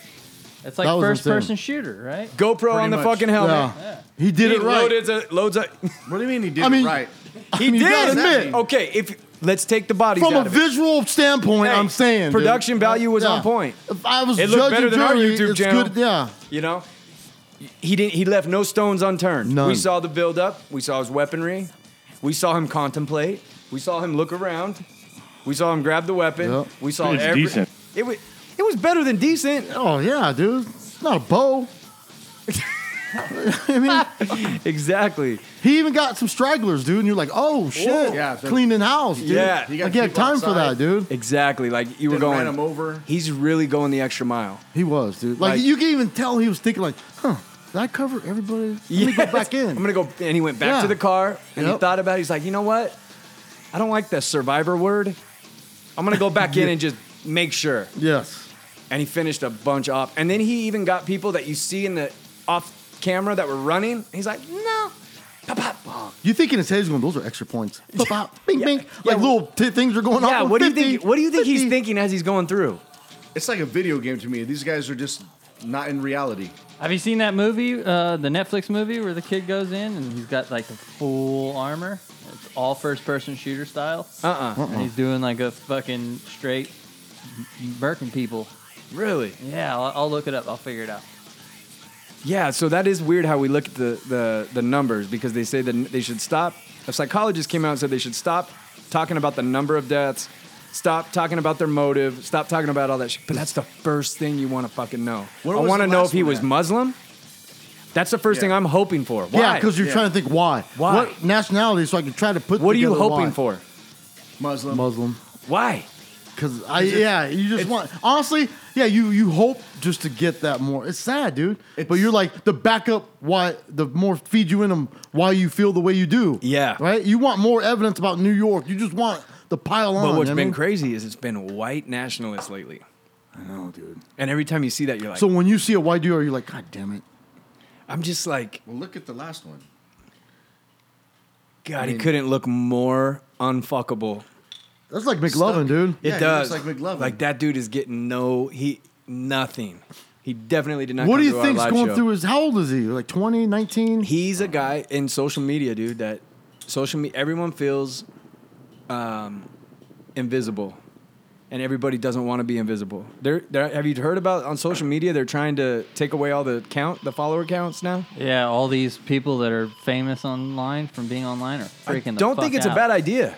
Speaker 4: It's
Speaker 2: That
Speaker 4: like
Speaker 2: was
Speaker 4: first
Speaker 2: insane.
Speaker 4: person shooter, right?
Speaker 3: GoPro on the
Speaker 5: much.
Speaker 3: fucking helmet.
Speaker 2: Yeah. He did
Speaker 3: He
Speaker 2: it right.
Speaker 3: loaded the- loads up.
Speaker 5: What do you mean he did
Speaker 2: I
Speaker 5: it
Speaker 2: mean-
Speaker 5: right?
Speaker 3: He
Speaker 2: mean, you gotta
Speaker 3: did.
Speaker 2: admit-
Speaker 3: Okay, if let's take the bodies
Speaker 2: From a
Speaker 3: out of it.
Speaker 2: visual standpoint,
Speaker 3: Hey,
Speaker 2: I'm saying. dude.
Speaker 3: production value was on point.
Speaker 2: If I was
Speaker 3: It looked
Speaker 2: judging
Speaker 3: better than our
Speaker 2: jury,
Speaker 3: YouTube
Speaker 2: it's
Speaker 3: channel.
Speaker 2: Good, yeah.
Speaker 3: You know, he didn't. He left no stones unturned.
Speaker 2: None.
Speaker 3: We saw the buildup. We saw his weaponry. We saw him contemplate. We saw him look around. We saw him grab the weapon.
Speaker 2: Yep.
Speaker 3: We saw
Speaker 6: It's
Speaker 3: every,
Speaker 6: decent.
Speaker 3: It was. It was better than decent.
Speaker 2: Oh yeah, dude. It's not a bow. I mean,
Speaker 3: Exactly.
Speaker 2: he even got some stragglers, dude, and you're like, oh shit,
Speaker 5: yeah, so-
Speaker 2: cleaning house, dude.
Speaker 3: Yeah.
Speaker 5: He got
Speaker 2: I get
Speaker 5: people
Speaker 2: time for that,
Speaker 5: outside.
Speaker 2: dude.
Speaker 3: Exactly. Like you were
Speaker 5: Didn't
Speaker 3: going.
Speaker 5: ran him over.
Speaker 3: He's really going the extra mile.
Speaker 2: He was, dude. Like,
Speaker 3: Like-
Speaker 2: you can even tell he was thinking, like, huh, did I cover everybody? Let me go
Speaker 3: Yes.
Speaker 2: back in.
Speaker 3: I'm gonna go. And he went back
Speaker 2: Yeah.
Speaker 3: to the car and he
Speaker 2: Yep.
Speaker 3: thought about. it. He's like, you know what? I don't like the survivor word. I'm gonna go back in and just make sure.
Speaker 2: yes.
Speaker 3: And he finished a bunch off. And then he even got people that you see in the off camera that were running. He's like, no. Pop, pop. Oh,
Speaker 2: You think in his head he's going, those are extra points. Bop, bop, bing, bing.
Speaker 3: Yeah.
Speaker 2: Like little t- things are going on.
Speaker 3: yeah.
Speaker 2: with
Speaker 3: What do you
Speaker 2: 50,
Speaker 3: think? What do you think
Speaker 2: 50.
Speaker 3: he's thinking as he's going through?
Speaker 5: It's like a video game to me. These guys are just not in reality.
Speaker 4: Have you seen that movie, uh, the Netflix movie where the kid goes in and he's got like the full armor? It's all first person shooter style.
Speaker 3: Uh uh
Speaker 4: And he's doing like a fucking straight Birkin people.
Speaker 3: Really?
Speaker 4: Yeah, I'll, I'll look it up. I'll figure it out.
Speaker 3: Yeah, so that is weird how we look at the, the, the numbers because they say that they should stop. A psychologist came out and said they should stop talking about the number of deaths, stop talking about their motive, stop talking about all that shit. But that's the first thing you want to fucking know.
Speaker 5: Where
Speaker 3: I
Speaker 5: was
Speaker 3: want to
Speaker 5: the
Speaker 3: know
Speaker 5: last
Speaker 3: if he
Speaker 5: one
Speaker 3: was
Speaker 5: at?
Speaker 3: Muslim. That's the first
Speaker 5: Yeah.
Speaker 3: thing I'm hoping for. Why?
Speaker 2: Yeah, because you're
Speaker 5: Yeah.
Speaker 2: trying to think why.
Speaker 3: Why?
Speaker 2: What nationality so I can try to put
Speaker 3: what are you
Speaker 2: together
Speaker 3: hoping
Speaker 2: why.
Speaker 3: for?
Speaker 5: Muslim.
Speaker 2: Muslim.
Speaker 3: Why?
Speaker 2: Cause I yeah, you just want honestly, yeah, you you hope just to get that more. It's sad, dude. but you're like the backup. Why the more feed you in them, why you feel the way you do.
Speaker 3: Yeah.
Speaker 2: right. You want more evidence about New York. You just want the pile on.
Speaker 3: But what's
Speaker 2: I
Speaker 3: been
Speaker 2: mean?
Speaker 3: crazy is it's been white nationalists lately.
Speaker 2: I know, dude.
Speaker 3: And every time you see that, you're like,
Speaker 2: So when you see a white dude, are you like, God damn it?
Speaker 3: I'm just like,
Speaker 5: Well, look at the last one.
Speaker 3: God, he couldn't look more unfuckable.
Speaker 2: That's like McLovin, dude.
Speaker 3: It
Speaker 5: Yeah, he
Speaker 3: does.
Speaker 5: looks like McLovin.
Speaker 3: Like that dude is getting no, he, nothing. He definitely did not.
Speaker 2: What
Speaker 3: come
Speaker 2: do
Speaker 3: to
Speaker 2: you
Speaker 3: our
Speaker 2: think's
Speaker 3: live
Speaker 2: going
Speaker 3: show.
Speaker 2: through his? How old is he? Like 20, 19?
Speaker 3: He's a guy in social media, dude. That social media, everyone feels um, invisible, and everybody doesn't want to be invisible. They're, they're, have you heard about on social media? They're trying to take away all the count, the follower counts now.
Speaker 4: Yeah, all these people that are famous online from being online are
Speaker 3: I
Speaker 4: freaking. the
Speaker 3: don't
Speaker 4: fuck
Speaker 3: think it's
Speaker 4: out.
Speaker 3: a bad idea.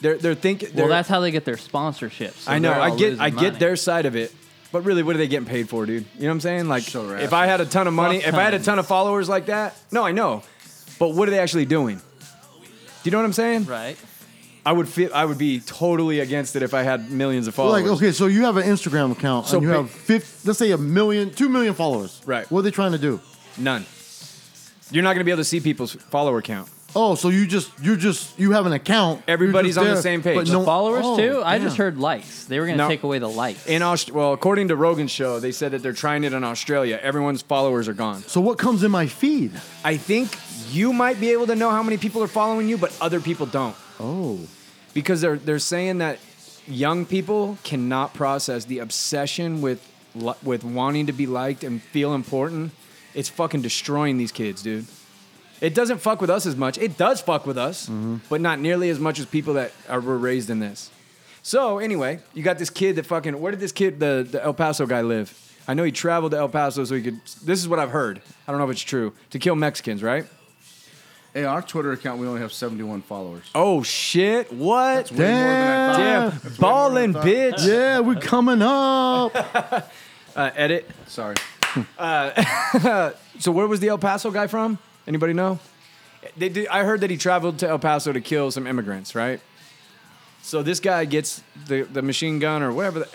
Speaker 3: They're they're thinking.
Speaker 4: Well, that's how they get their sponsorships. so
Speaker 3: I know.
Speaker 4: they're
Speaker 3: I
Speaker 4: all
Speaker 3: get
Speaker 4: losing
Speaker 3: I get
Speaker 4: money.
Speaker 3: their side of it, but really, what are they getting paid for, dude? You know what I'm saying? Like,
Speaker 5: So
Speaker 3: if I had a ton of money, if I had a ton of
Speaker 4: Fuck tons.
Speaker 3: followers like that, no, I know, but what are they actually doing? Do you know what I'm saying?
Speaker 4: right.
Speaker 3: I would feel I would be totally against it if I had millions of followers.
Speaker 2: Like okay, so you have an Instagram account
Speaker 3: So
Speaker 2: and you
Speaker 3: pic-
Speaker 2: have 50, let's say a million, two million followers.
Speaker 3: Right.
Speaker 2: What are they trying to do?
Speaker 3: None. You're not gonna be able to see people's follower count.
Speaker 2: Oh, so you just you just you have an account. You're
Speaker 3: Everybody's
Speaker 2: just
Speaker 3: on the
Speaker 2: there,
Speaker 3: same page.
Speaker 2: but
Speaker 3: The
Speaker 2: no-
Speaker 4: Followers
Speaker 2: oh,
Speaker 4: too. I
Speaker 2: yeah.
Speaker 4: just heard likes. They were gonna
Speaker 3: No.
Speaker 4: take away the likes.
Speaker 3: In Aust- well, according to Rogan's show, they said that they're trying it in Australia. Everyone's followers are gone.
Speaker 2: So what comes in my feed?
Speaker 3: I think you might be able to know how many people are following you, but other people don't.
Speaker 2: Oh,
Speaker 3: because they're they're saying that young people cannot process the obsession with li- with wanting to be liked and feel important. It's fucking destroying these kids, dude. It doesn't fuck with us as much. It does fuck with us, but not nearly as much as people that are, were raised in this. So anyway, you got this kid that fucking. Where did this kid, the, the El Paso guy, live? I know he traveled to El Paso so he could. This is what I've heard. I don't know if it's true. To kill Mexicans, right?
Speaker 5: Hey, our Twitter account, we only have 71 followers.
Speaker 3: Oh shit! What?
Speaker 5: Way more than I thought.
Speaker 3: Damn, balling, bitch.
Speaker 2: yeah, we're coming up.
Speaker 3: Uh, edit.
Speaker 5: Sorry.
Speaker 3: So where was the El Paso guy from? Anybody know? They did, I heard that he traveled to El Paso to kill some immigrants, right? So this guy gets the, the machine gun or whatever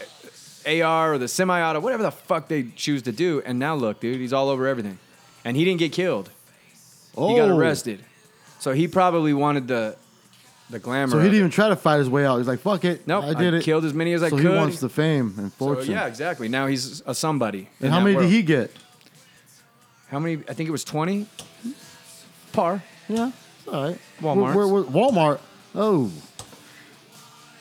Speaker 3: the AR or the semi-auto, whatever the fuck they choose to do, and now look, dude, he's all over everything, and he didn't get killed.
Speaker 2: Oh,
Speaker 3: He got arrested, so he probably wanted the the glamour.
Speaker 2: So
Speaker 3: of
Speaker 2: he didn't
Speaker 3: it.
Speaker 2: even try to fight his way out. He's like, fuck it.
Speaker 3: Nope,
Speaker 2: I did
Speaker 3: I
Speaker 2: it.
Speaker 3: killed as many as I
Speaker 2: so
Speaker 3: could.
Speaker 2: he wants the fame and
Speaker 3: so
Speaker 2: fortune.
Speaker 3: yeah, exactly. Now he's a somebody. in
Speaker 2: And how
Speaker 3: that
Speaker 2: many
Speaker 3: world.
Speaker 2: did he get?
Speaker 3: How many? I think it was twenty. Par.
Speaker 2: Yeah, it's all right.
Speaker 3: Walmarts.
Speaker 2: Where, where, where- Walmart. Oh,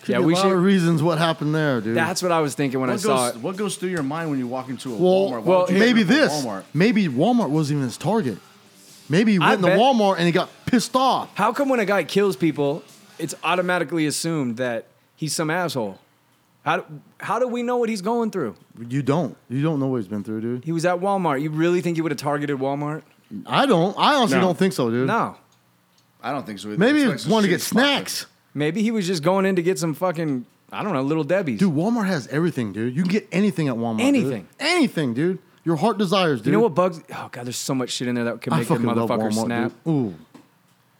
Speaker 2: Could
Speaker 3: Yeah,
Speaker 2: be a
Speaker 3: we
Speaker 2: lot
Speaker 3: should-
Speaker 2: of reasons what happened there, dude.
Speaker 3: That's what I was thinking when I
Speaker 5: What
Speaker 3: saw
Speaker 5: goes,
Speaker 3: it.
Speaker 5: what goes through your mind when you walk into a
Speaker 2: Well,
Speaker 5: Walmart? Why
Speaker 3: well,
Speaker 5: would you
Speaker 2: maybe
Speaker 5: go to a
Speaker 2: this.
Speaker 5: Walmart?
Speaker 2: Maybe Walmart wasn't even his target. Maybe he
Speaker 3: I
Speaker 2: went to
Speaker 3: bet-
Speaker 2: Walmart and he got pissed off.
Speaker 3: How come when a guy kills people, it's automatically assumed that he's some asshole? How do, how do we know what he's going through?
Speaker 2: You don't. You don't know what he's been through, dude.
Speaker 3: He was at Walmart. You really think he would have targeted Walmart?
Speaker 2: I don't. I honestly
Speaker 6: No.
Speaker 2: don't think so, dude.
Speaker 3: No.
Speaker 5: I don't think so. either.
Speaker 2: Maybe
Speaker 5: It's
Speaker 2: he
Speaker 5: like some
Speaker 2: wanted to
Speaker 5: shitty
Speaker 2: get
Speaker 5: spot, but-
Speaker 2: snacks.
Speaker 3: Maybe he was just going in to get some fucking, I don't know, little Debbie's.
Speaker 2: Dude, Walmart has everything, dude. You can get anything at Walmart. dude.
Speaker 3: Anything.
Speaker 2: Anything, dude. Your heart desires, dude.
Speaker 3: you know what bugs? Oh, God, there's so much shit in there that could
Speaker 2: I
Speaker 3: make the
Speaker 2: fucking love
Speaker 3: motherfucker
Speaker 2: Walmart,
Speaker 3: snap.
Speaker 2: dude. Ooh.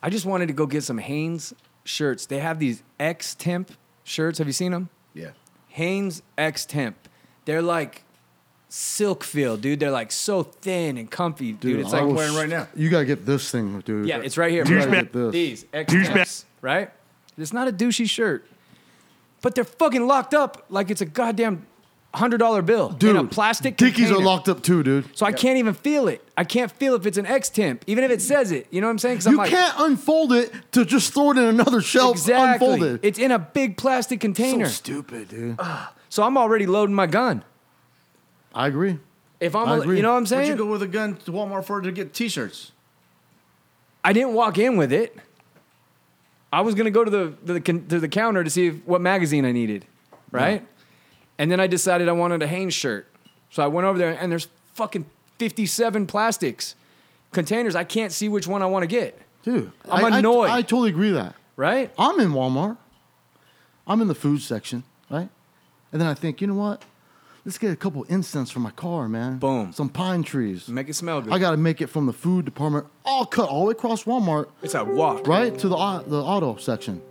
Speaker 3: I just wanted to go get some Hanes shirts. They have these X Temp shirts. Have you seen them?
Speaker 5: Yeah.
Speaker 3: Hanes X Temp. They're like silk feel, dude. They're like so thin and comfy, dude. it's
Speaker 2: I
Speaker 3: like
Speaker 2: was-
Speaker 5: wearing right now.
Speaker 2: You gotta get this thing, dude.
Speaker 3: yeah, it's right here.
Speaker 2: You
Speaker 3: bro.
Speaker 2: gotta get this.
Speaker 3: These X Temps, right? It's not a douchey shirt, but they're fucking locked up like it's a goddamn hundred dollar bill in
Speaker 2: Dude,
Speaker 3: a plastic.
Speaker 2: Dickies are
Speaker 3: container.
Speaker 2: locked up too, dude.
Speaker 3: So I can't even feel it. I can't feel if it's an X Temp, even if it says it. You know what I'm saying? 'Cause I'm
Speaker 2: You
Speaker 3: like,
Speaker 2: can't unfold it to just throw it in another shelf
Speaker 3: exactly.
Speaker 2: unfolded.
Speaker 3: It's in a big plastic
Speaker 2: so
Speaker 3: container.
Speaker 2: stupid, dude.
Speaker 3: so I'm already loading my gun.
Speaker 2: I agree.
Speaker 3: If I'm,
Speaker 2: I
Speaker 3: a,
Speaker 2: agree.
Speaker 3: you know what I'm
Speaker 5: Where'd you
Speaker 3: saying?
Speaker 5: go with a gun to Walmart for to get T-shirts?
Speaker 3: I didn't walk in with it. I was gonna go to the to the, con- to the counter to see if, what magazine I needed, right? And then I decided I wanted a Hanes shirt, so I went over there and there's fucking 57 plastics containers. I can't see which one I want to get,
Speaker 2: Dude,
Speaker 3: I'm
Speaker 2: I- I-
Speaker 3: annoyed.
Speaker 2: I totally agree with that.
Speaker 3: right?
Speaker 2: I'm in Walmart. I'm in the food section, right? And then I think, you know what? Let's get a couple incense for my car, man.
Speaker 3: Boom.
Speaker 2: Some pine trees.
Speaker 3: Make it smell good.
Speaker 2: I gotta make it from the food department all cut all the way across Walmart,
Speaker 3: it's a walk.
Speaker 2: right to the au- the auto section.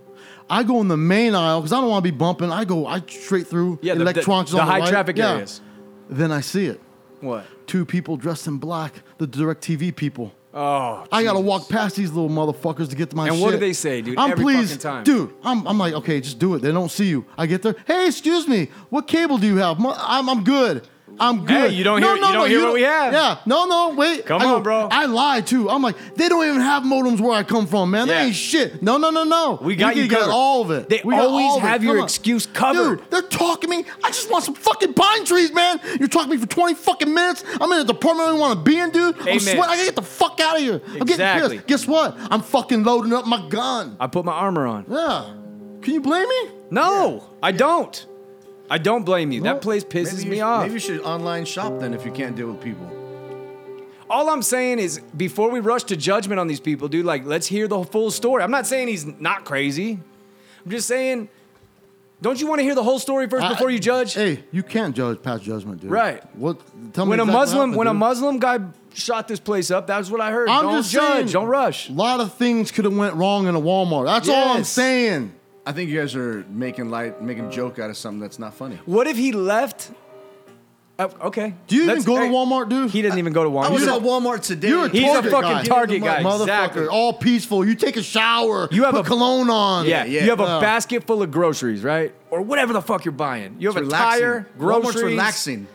Speaker 2: I go in the main aisle because I don't want to be bumping. I go I straight through
Speaker 3: Yeah, the, the,
Speaker 2: electronics
Speaker 3: the
Speaker 2: on the
Speaker 3: high
Speaker 2: right.
Speaker 3: traffic
Speaker 2: Yeah.
Speaker 3: areas.
Speaker 2: Then I see it.
Speaker 3: What?
Speaker 2: Two people dressed in black, the direct TV people.
Speaker 3: Oh,
Speaker 2: I gotta walk past these little motherfuckers to get to my
Speaker 3: And
Speaker 2: shit.
Speaker 3: what do they say, dude,
Speaker 2: I'm
Speaker 3: every fucking
Speaker 2: pleased,
Speaker 3: time?
Speaker 2: dude. I'm, I'm like, okay, just do it. They don't see you. I get there. Hey, excuse me. What cable do you have? Mo- I'm, I'm good. I'm good.
Speaker 3: you don't hear-
Speaker 2: No, no,
Speaker 3: you don't
Speaker 2: no,
Speaker 3: hear what we have.
Speaker 2: Yeah. No, no. Wait.
Speaker 3: Come
Speaker 2: I
Speaker 3: on, bro.
Speaker 2: I lie too. I'm like, they don't even have modems where I come from, man.
Speaker 3: Yeah.
Speaker 2: They ain't shit. No, no, no, no.
Speaker 3: We got
Speaker 2: we
Speaker 3: you
Speaker 2: got
Speaker 3: covered.
Speaker 2: all of it.
Speaker 3: They
Speaker 2: we got
Speaker 3: always
Speaker 2: all of it.
Speaker 3: have your
Speaker 2: Come on.
Speaker 3: excuse covered.
Speaker 2: Dude, they're talking to me. I just want some fucking pine trees, man. You're talking to me for 20 fucking minutes. I'm in a department I don't want to be in, dude. I'm
Speaker 3: Amen.
Speaker 2: sweating. I gotta get the fuck out of here. I'm getting
Speaker 3: Exactly.
Speaker 2: pissed. Guess what? I'm fucking loading up my gun.
Speaker 3: I put my armor on.
Speaker 2: Yeah. Can you blame me?
Speaker 3: No, I don't. I don't blame you.
Speaker 2: Well,
Speaker 3: that place pisses
Speaker 5: Maybe you
Speaker 3: me
Speaker 5: sh-
Speaker 3: off.
Speaker 5: Maybe you should online shop then if you can't deal with people.
Speaker 3: All I'm saying is, before we rush to judgment on these people, dude, like, let's hear the full story. I'm not saying he's not crazy. I'm just saying, don't you want to hear the whole story first
Speaker 2: I-
Speaker 3: before you judge?
Speaker 2: Hey, you can't judge past judgment, dude.
Speaker 3: Right.
Speaker 2: What? Tell
Speaker 3: when a
Speaker 2: me exactly what
Speaker 3: Muslim,
Speaker 2: happened,
Speaker 3: when a
Speaker 2: dude.
Speaker 3: Muslim guy shot this place up, that's what I heard.
Speaker 2: I'm
Speaker 3: don't
Speaker 2: just
Speaker 3: judge.
Speaker 2: saying-
Speaker 3: don't rush.
Speaker 2: A lot of things could have went wrong in a Walmart. That's all I'm
Speaker 3: Yes.
Speaker 2: saying.
Speaker 5: I think you guys are making light, making joke out of something that's not funny.
Speaker 3: What if he left? Uh, okay.
Speaker 2: Do you even
Speaker 3: Let's-
Speaker 2: go
Speaker 3: hey,
Speaker 2: to Walmart, dude?
Speaker 3: He doesn't even go to Walmart.
Speaker 5: I was
Speaker 3: He's a-
Speaker 5: at Walmart today.
Speaker 2: You're a
Speaker 3: He's a
Speaker 2: Target
Speaker 3: fucking
Speaker 2: guy.
Speaker 3: Target guy.
Speaker 2: Motherfucker,
Speaker 3: Exactly.
Speaker 2: all peaceful. You take a shower.
Speaker 3: You have
Speaker 2: put
Speaker 3: a-
Speaker 2: cologne on.
Speaker 3: yeah,
Speaker 5: yeah,
Speaker 3: You have a
Speaker 2: uh,
Speaker 3: basket full of groceries, right? Or whatever the fuck you're buying. You have a tire, groceries.
Speaker 5: Walmart's relaxing.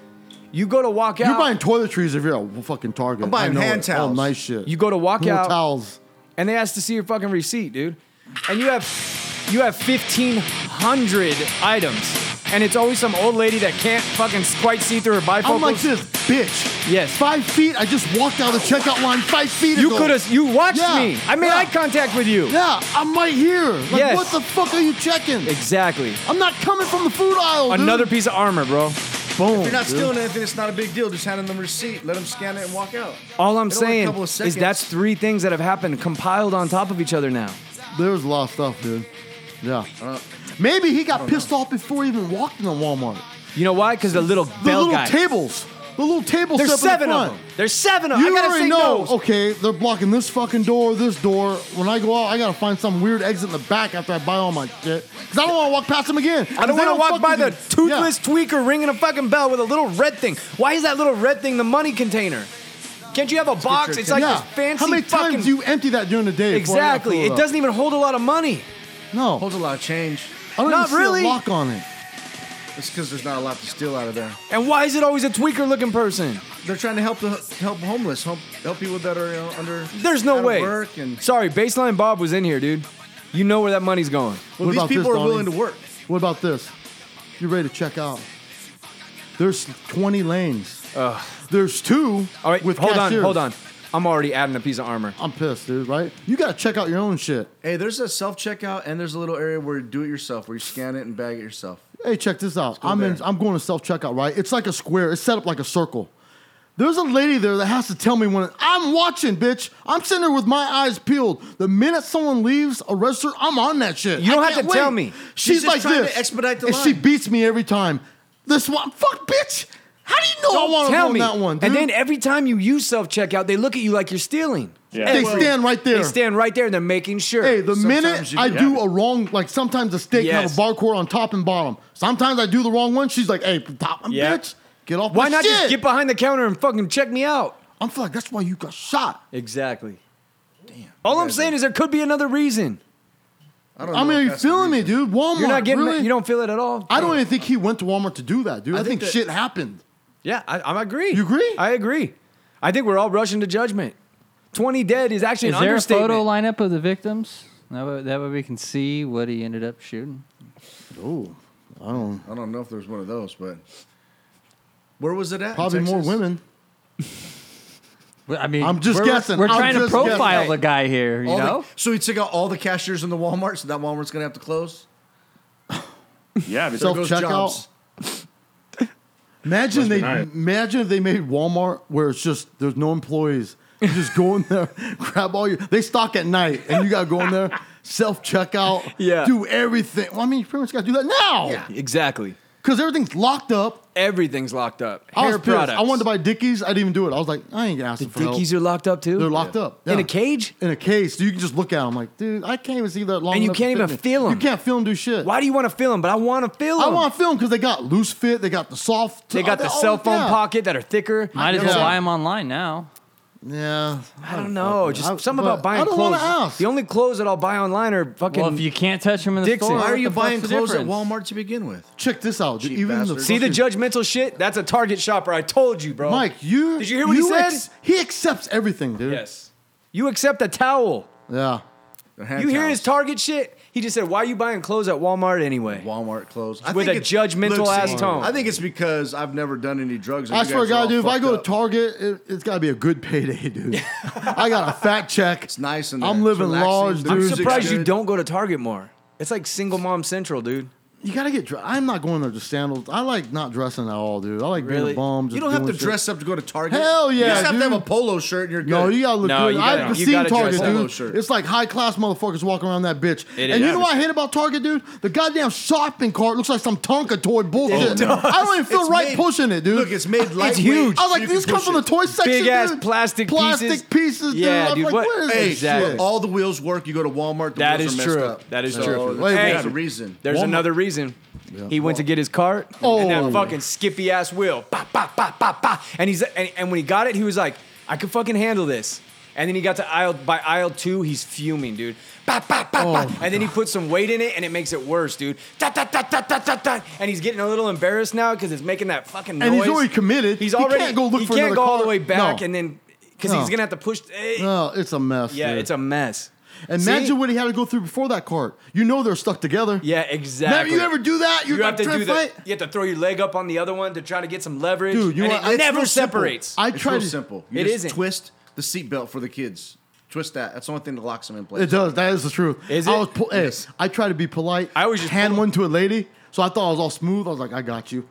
Speaker 3: You go to walk out.
Speaker 2: You're buying toiletries if you're at fucking Target.
Speaker 5: I'm buying
Speaker 2: I know
Speaker 5: hand
Speaker 2: it. All
Speaker 5: towels.
Speaker 2: nice shit.
Speaker 3: You go to walk
Speaker 2: Little
Speaker 3: out.
Speaker 2: towels.
Speaker 3: and they asked to see your fucking receipt, dude. And you have you have fifteen hundred items, and it's always some old lady that can't fucking quite see through her bifocals.
Speaker 2: I'm like this, bitch.
Speaker 3: Yes.
Speaker 2: Five feet. I just walked out of the checkout line five feet
Speaker 3: you
Speaker 2: ago.
Speaker 3: could have you watched
Speaker 2: Yeah,
Speaker 3: me. I made
Speaker 2: yeah.
Speaker 3: eye contact with you.
Speaker 2: Yeah, I'm right here. Like,
Speaker 3: Yes.
Speaker 2: what the fuck are you checking?
Speaker 3: Exactly.
Speaker 2: I'm not coming from the food aisle. dude.
Speaker 3: Another piece of armor, bro.
Speaker 2: boom.
Speaker 5: You're not
Speaker 2: dude.
Speaker 5: stealing anything. It's not a big deal. Just hand them the receipt. Let them scan it and walk out.
Speaker 3: All I'm
Speaker 5: It only a
Speaker 3: saying
Speaker 5: couple of
Speaker 3: is that's
Speaker 5: seconds.
Speaker 3: three things that have happened compiled on top of each other now.
Speaker 2: There's a lot of stuff, dude. Yeah. Maybe he
Speaker 3: Oh,
Speaker 2: got pissed off before he even walked into Walmart.
Speaker 3: You know why? Because the little
Speaker 2: The
Speaker 3: bell
Speaker 2: little
Speaker 3: guy.
Speaker 2: tables. The little tables.
Speaker 3: There's
Speaker 2: up in the
Speaker 3: seven of
Speaker 2: front.
Speaker 3: them. There's seven of them.
Speaker 2: You
Speaker 3: I gotta
Speaker 2: already
Speaker 3: say
Speaker 2: know.
Speaker 3: those.
Speaker 2: Okay, they're blocking this fucking door, this door. When I go out, I gotta find some weird exit in the back after I buy all my shit. Cause I don't want to walk past them again.
Speaker 3: I don't want to walk by the toothless
Speaker 2: Yeah.
Speaker 3: tweaker ringing a fucking bell with a little red thing. Why is that little red thing the money container? Can't you have a box?
Speaker 5: your
Speaker 3: It's like
Speaker 2: yeah.
Speaker 3: this fancy
Speaker 2: How many
Speaker 3: fucking.
Speaker 2: times do you empty that during the day? before I gotta
Speaker 3: exactly.
Speaker 2: fill
Speaker 3: It
Speaker 2: up?
Speaker 3: doesn't even hold a lot of money.
Speaker 2: No,
Speaker 5: Holds a lot of change.
Speaker 2: I don't
Speaker 3: Not
Speaker 2: even
Speaker 3: really.
Speaker 2: see a lock on it.
Speaker 5: It's because there's not a lot to steal out of there.
Speaker 3: And why is it always a tweaker looking person?
Speaker 5: They're trying to help the help homeless, help help people that are you know, under.
Speaker 3: There's no
Speaker 5: out of
Speaker 3: way.
Speaker 5: Work and
Speaker 3: Sorry, baseline Bob was in here, dude. You know where that money's going.
Speaker 5: well, these
Speaker 2: about this,
Speaker 5: people are
Speaker 2: Donnie?
Speaker 5: willing to work.
Speaker 2: What about this? You ready to check out? There's 20 lanes. There's two.
Speaker 3: All right,
Speaker 2: with
Speaker 3: hold
Speaker 2: cashiers.
Speaker 3: on, hold on. I'm already adding a piece of armor.
Speaker 2: I'm pissed, dude. Right? You gotta check out your own shit.
Speaker 5: Hey, there's a self checkout and there's a little area where you do it yourself, where you scan it and bag it yourself.
Speaker 2: Hey, check this out. I'm in,
Speaker 5: there.
Speaker 2: I'm going to self checkout, right? It's like a square. It's set up like a circle. There's a lady there that has to tell me when I'm watching, bitch. I'm sitting there with my eyes peeled. The minute someone leaves a register, I'm on that shit.
Speaker 3: You don't
Speaker 2: I
Speaker 3: have
Speaker 2: can't
Speaker 3: to tell
Speaker 2: wait.
Speaker 3: me.
Speaker 2: She's,
Speaker 5: She's just
Speaker 2: like
Speaker 5: trying to
Speaker 2: this,
Speaker 5: expedite the
Speaker 2: and she
Speaker 5: line.
Speaker 2: beats me every time. This one, fuck, bitch. How do you know Oh, I want to
Speaker 3: Tell
Speaker 2: go
Speaker 3: me.
Speaker 2: on that one?
Speaker 3: and
Speaker 2: dude?
Speaker 3: then every time you use self checkout, they look at you like you're stealing.
Speaker 2: they stand right there.
Speaker 3: They stand right there and they're making sure.
Speaker 2: Hey, the
Speaker 5: Sometimes
Speaker 2: minute
Speaker 5: you
Speaker 2: I
Speaker 5: do.
Speaker 2: do a wrong, like sometimes a steak have a
Speaker 3: Yes.
Speaker 2: barcode on top and bottom. Sometimes I do the wrong one. She's like, "Hey, top,
Speaker 3: Yeah.
Speaker 2: bitch, get off
Speaker 3: Why
Speaker 2: my
Speaker 3: not
Speaker 2: shit."
Speaker 3: just get behind the counter and fucking check me out?
Speaker 2: I'm like, that's why you got shot.
Speaker 3: Exactly. Damn. All I'm saying is there could be another reason.
Speaker 5: I don't.
Speaker 2: I
Speaker 5: know
Speaker 2: mean, are
Speaker 5: if
Speaker 2: you
Speaker 5: that's the
Speaker 2: feeling me,
Speaker 5: reason.
Speaker 2: dude? Walmart,
Speaker 3: You're not getting
Speaker 2: really?
Speaker 3: you don't feel it at all.
Speaker 2: I don't even think he went to Walmart to do that, dude. I,
Speaker 5: think
Speaker 2: think,
Speaker 5: that-
Speaker 2: shit happened.
Speaker 3: Yeah, I, I agree.
Speaker 2: You agree?
Speaker 3: I agree. I think we're all rushing to judgment. 20 dead is actually
Speaker 4: Is
Speaker 3: an
Speaker 4: there a
Speaker 3: understatement.
Speaker 4: photo lineup of the victims? That way, that way we can see what he ended up shooting.
Speaker 2: Oh, I don't.
Speaker 5: I don't know if there's one of those, but where was it at? In
Speaker 2: Probably more
Speaker 5: Texas?
Speaker 2: women.
Speaker 4: Well, I mean,
Speaker 2: I'm just
Speaker 4: we're,
Speaker 2: guessing.
Speaker 4: We're
Speaker 2: I'm
Speaker 4: trying to
Speaker 2: just guessing.
Speaker 4: profile the guy here, you
Speaker 5: All the-
Speaker 4: know?
Speaker 5: so he took out all the cashiers in the Walmart, so that Walmart's gonna have to close.
Speaker 7: Yeah, because
Speaker 2: Self
Speaker 5: goes
Speaker 2: checkout.
Speaker 5: jobs.
Speaker 2: Imagine they
Speaker 7: nice.
Speaker 2: imagine if they made Walmart where it's just there's no employees. You just go in there, grab all your. They stock at night, and you gotta go in there, self checkout,
Speaker 3: Yeah.
Speaker 2: do everything. Well, I mean, you pretty much gotta do that now.
Speaker 3: Exactly.
Speaker 2: because everything's locked up.
Speaker 3: Everything's locked up.
Speaker 2: I
Speaker 3: Hair
Speaker 2: was pissed.
Speaker 3: products.
Speaker 2: I wanted to buy Dickies. I didn't even do it. I was like, I ain't asking for
Speaker 3: Dickies
Speaker 2: help.
Speaker 3: are locked up too.
Speaker 2: They're locked up
Speaker 3: in
Speaker 2: yeah.
Speaker 3: a cage.
Speaker 2: In a case, you can just look at them like, dude, I can't even see that long.
Speaker 3: And you
Speaker 2: enough to
Speaker 3: can't
Speaker 2: fit
Speaker 3: even
Speaker 2: me.
Speaker 3: feel 'em.
Speaker 2: You can't feel them do shit.
Speaker 3: Why do you want to feel them? But I want to feel them.
Speaker 2: I want to feel them because they got loose fit. They got the soft.
Speaker 3: They got the
Speaker 2: oh,
Speaker 3: cell phone
Speaker 2: yeah.
Speaker 3: pocket that are thicker.
Speaker 4: Might as
Speaker 2: Yeah.
Speaker 4: well buy them online now.
Speaker 2: Yeah,
Speaker 3: I don't know. Just
Speaker 2: I-
Speaker 3: something
Speaker 2: but
Speaker 3: about buying
Speaker 2: I don't
Speaker 3: clothes.
Speaker 2: wanna ask.
Speaker 3: The only clothes that I'll buy online are fucking.
Speaker 4: Well, if you can't touch them in the
Speaker 3: Dixon.
Speaker 4: store,
Speaker 3: Why
Speaker 4: what
Speaker 3: are
Speaker 4: the fuck's the difference?
Speaker 5: Walmart to begin with?
Speaker 2: check this out. Dude.
Speaker 5: Cheap
Speaker 2: Even the
Speaker 5: bastards.
Speaker 3: See the
Speaker 2: fucking-
Speaker 3: judgmental shit? That's a Target shopper. I told you, bro.
Speaker 2: Mike, you
Speaker 3: Did you hear what he said?
Speaker 2: ex- he accepts everything, dude.
Speaker 3: Yes. You accept a towel.
Speaker 2: Yeah.
Speaker 3: You hear his Target shit? He just said, "Why are you buying clothes at Walmart anyway?"
Speaker 5: Walmart clothes I
Speaker 3: With
Speaker 5: think
Speaker 3: a
Speaker 5: it's-
Speaker 3: judgmental
Speaker 5: look,
Speaker 3: ass
Speaker 5: see,
Speaker 3: tone.
Speaker 5: I think it's because I've never done any drugs. and
Speaker 2: I
Speaker 5: you
Speaker 2: swear to
Speaker 5: guys are all
Speaker 2: God, dude, if I
Speaker 5: fucked
Speaker 2: go
Speaker 5: up.
Speaker 2: to Target, it, it's got to be a good payday, dude. I got a fat check.
Speaker 5: it's nice and
Speaker 2: I'm
Speaker 5: it's
Speaker 2: living
Speaker 5: relaxing,
Speaker 2: large,
Speaker 5: the
Speaker 2: dude.
Speaker 3: I'm
Speaker 5: music's
Speaker 3: surprised you
Speaker 5: good.
Speaker 3: don't go to Target more. It's like single mom central, dude.
Speaker 2: You got to get dressed. I'm not going there to sandals. I like not dressing at all, dude. I like being
Speaker 3: Really?
Speaker 2: a bum. Just
Speaker 5: You don't have
Speaker 2: doing
Speaker 5: to
Speaker 2: shit.
Speaker 5: dress up to go to Target.
Speaker 2: Hell
Speaker 5: You
Speaker 2: yeah,
Speaker 5: just have to have
Speaker 2: dude.
Speaker 5: a polo shirt and you're good.
Speaker 2: No, you gotta look
Speaker 3: No,
Speaker 2: good.
Speaker 3: you
Speaker 2: I've
Speaker 3: gotta- you
Speaker 2: seen
Speaker 3: gotta
Speaker 2: Target,
Speaker 3: dress up.
Speaker 5: Polo
Speaker 2: dude.
Speaker 5: shirt.
Speaker 2: It's like high class motherfuckers walking around that bitch.
Speaker 3: It
Speaker 2: and
Speaker 3: is.
Speaker 2: you know what I hate about Target, dude? The goddamn shopping cart looks like some Tonka toy bullshit.
Speaker 5: does.
Speaker 2: I don't even feel
Speaker 5: It's
Speaker 2: right
Speaker 5: made-
Speaker 2: pushing it, dude.
Speaker 5: Look, it's made lightweight.
Speaker 3: huge.
Speaker 2: I was
Speaker 5: You
Speaker 2: like,
Speaker 5: can
Speaker 2: these come
Speaker 5: push
Speaker 2: from the
Speaker 5: it.
Speaker 2: toy section.
Speaker 3: Big ass
Speaker 2: dude?
Speaker 3: plastic
Speaker 2: plastic
Speaker 3: pieces.
Speaker 2: pieces, dude.
Speaker 3: Yeah,
Speaker 2: I'm
Speaker 3: dude,
Speaker 2: like,
Speaker 3: what-
Speaker 2: what is
Speaker 5: Hey,
Speaker 2: this
Speaker 3: Exactly.
Speaker 2: shit?
Speaker 5: all the wheels work. You go to Walmart. The
Speaker 3: That
Speaker 5: wheels
Speaker 3: is
Speaker 5: are messed
Speaker 3: true.
Speaker 5: Up.
Speaker 3: That is
Speaker 5: So,
Speaker 3: true.
Speaker 5: That's
Speaker 2: Hey.
Speaker 5: the reason.
Speaker 3: There's
Speaker 2: Walmart-
Speaker 3: another reason. He went to get his cart and
Speaker 2: Oh.
Speaker 3: that fucking skippy ass wheel. Bah, bah, bah, bah, bah. And he's and, and when he got it, he was like, I could fucking handle this. And then he got to aisle by aisle two, he's fuming, dude. Bah, bah, bah, bah.
Speaker 2: Oh,
Speaker 3: And then he put some weight in it and it makes it worse, dude. Da, da, da, da, da, da, da. And he's getting a little embarrassed now because it's making that fucking noise.
Speaker 2: And he's already committed.
Speaker 3: He's
Speaker 2: He
Speaker 3: already
Speaker 2: can't go look
Speaker 3: he
Speaker 2: for
Speaker 3: can't
Speaker 2: another
Speaker 3: go all the
Speaker 2: car.
Speaker 3: way back
Speaker 2: No.
Speaker 3: and then because
Speaker 2: No.
Speaker 3: he's gonna have to push eh.
Speaker 2: No, it's a mess.
Speaker 3: Yeah,
Speaker 2: dude.
Speaker 3: it's a mess.
Speaker 2: Imagine
Speaker 3: See?
Speaker 2: what he had to go through before that cart. You know they're stuck together.
Speaker 3: Yeah,
Speaker 2: Now,
Speaker 3: exactly.
Speaker 2: you ever do that? You're
Speaker 3: You have to
Speaker 2: trying
Speaker 3: do
Speaker 2: fight?
Speaker 3: that. You have to throw your leg up on the other one to try to get some leverage.
Speaker 2: Dude, you
Speaker 3: and
Speaker 2: know what?
Speaker 3: it
Speaker 2: It's
Speaker 3: never
Speaker 2: real simple.
Speaker 3: separates.
Speaker 2: I
Speaker 5: It's
Speaker 2: tried
Speaker 5: real
Speaker 2: to
Speaker 5: simple. You
Speaker 3: It
Speaker 5: just
Speaker 3: isn't.
Speaker 5: twist the seatbelt for the kids. Twist that. That's the only thing that locks them in place.
Speaker 2: It does. That is the truth.
Speaker 3: Is
Speaker 2: I
Speaker 3: it?
Speaker 2: was po- hey,
Speaker 5: Yes.
Speaker 2: I tried to be polite.
Speaker 3: I always just
Speaker 2: hand
Speaker 3: pull-
Speaker 2: one to a lady, so I thought I was all smooth. I was like, I got you.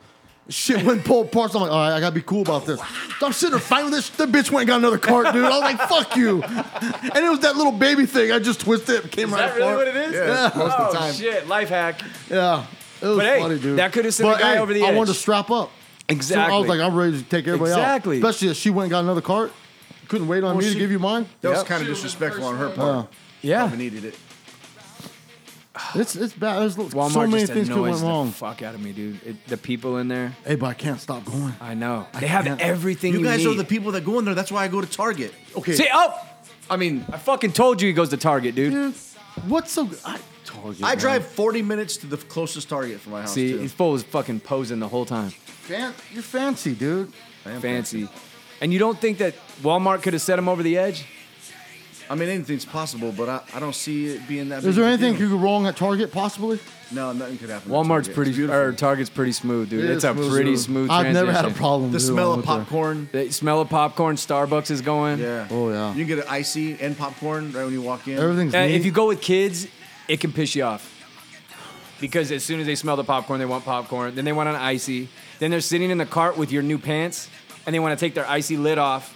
Speaker 2: Shit went pulled apart. So I'm like, all right, I gotta be cool about this. So I'm sitting there fighting with this. The bitch went and got another cart, dude. I was like, fuck you. And it was that little baby thing. I just twisted it, and came
Speaker 3: Is
Speaker 2: right
Speaker 3: that really
Speaker 2: apart.
Speaker 3: what it is?
Speaker 5: Yeah, most
Speaker 3: oh
Speaker 5: of the time.
Speaker 3: shit! Life hack.
Speaker 2: Yeah. It was
Speaker 3: But hey,
Speaker 2: funny, dude.
Speaker 3: that could have sent the
Speaker 2: But,
Speaker 3: guy
Speaker 2: hey,
Speaker 3: over the
Speaker 2: I
Speaker 3: edge.
Speaker 2: wanted to strap up. So
Speaker 3: Exactly.
Speaker 2: I was like, I'm ready to take everybody
Speaker 3: Exactly.
Speaker 2: out. Especially if she went and got another cart. Couldn't wait on me
Speaker 5: she-
Speaker 2: to give you mine.
Speaker 5: That was
Speaker 3: Yep.
Speaker 5: kind of disrespectful on her
Speaker 2: Uh,
Speaker 5: part.
Speaker 3: yeah.
Speaker 5: I needed it.
Speaker 2: it's it's bad. There's
Speaker 3: Walmart
Speaker 2: so many
Speaker 3: just
Speaker 2: things could
Speaker 3: annoys
Speaker 2: went
Speaker 3: the
Speaker 2: wrong.
Speaker 3: fuck out of me, dude. It, the people in there.
Speaker 2: Hey, but I can't stop going.
Speaker 3: I know. They have
Speaker 2: can't.
Speaker 3: everything you,
Speaker 5: You guys
Speaker 3: need.
Speaker 5: are the people that go in there. That's why I go to Target.
Speaker 2: Okay.
Speaker 3: See, oh,
Speaker 5: I mean,
Speaker 3: I fucking told you he goes to Target, dude.
Speaker 2: Dude, what's so good? I, Target,
Speaker 5: I
Speaker 2: man.
Speaker 5: drive 40 minutes to the closest Target from my house.
Speaker 3: See,
Speaker 5: too.
Speaker 3: he's full was fucking posing the whole time.
Speaker 2: Fan, you're fancy, dude.
Speaker 3: Fancy. And you don't think that Walmart could have set him over the edge?
Speaker 5: I mean, anything's possible, but I, I don't see it being that.
Speaker 2: Is
Speaker 5: big
Speaker 2: there
Speaker 5: of a
Speaker 2: anything
Speaker 5: deal.
Speaker 2: could go wrong at Target, possibly?
Speaker 5: No, nothing could happen. at
Speaker 3: Walmart's
Speaker 5: Target.
Speaker 3: pretty,
Speaker 5: It's beautiful.
Speaker 3: or Target's pretty smooth, dude.
Speaker 2: It
Speaker 3: it's
Speaker 2: is
Speaker 3: a pretty
Speaker 2: dude.
Speaker 3: smooth.
Speaker 2: I've never had a
Speaker 3: transition.
Speaker 2: problem.
Speaker 5: the
Speaker 2: dude,
Speaker 5: smell
Speaker 2: when
Speaker 5: of
Speaker 2: I went there.
Speaker 5: popcorn.
Speaker 3: The smell of popcorn, Starbucks is going.
Speaker 5: Yeah.
Speaker 2: Oh, yeah.
Speaker 5: You can get an icy and popcorn right when you walk in.
Speaker 2: Everything's
Speaker 3: Uh,
Speaker 2: neat.
Speaker 3: if you go with kids, it can piss you off. Because as soon as they smell the popcorn, they want popcorn. Then they want an icy. Then they're sitting in the cart with your new pants, and they want to take their icy lid off.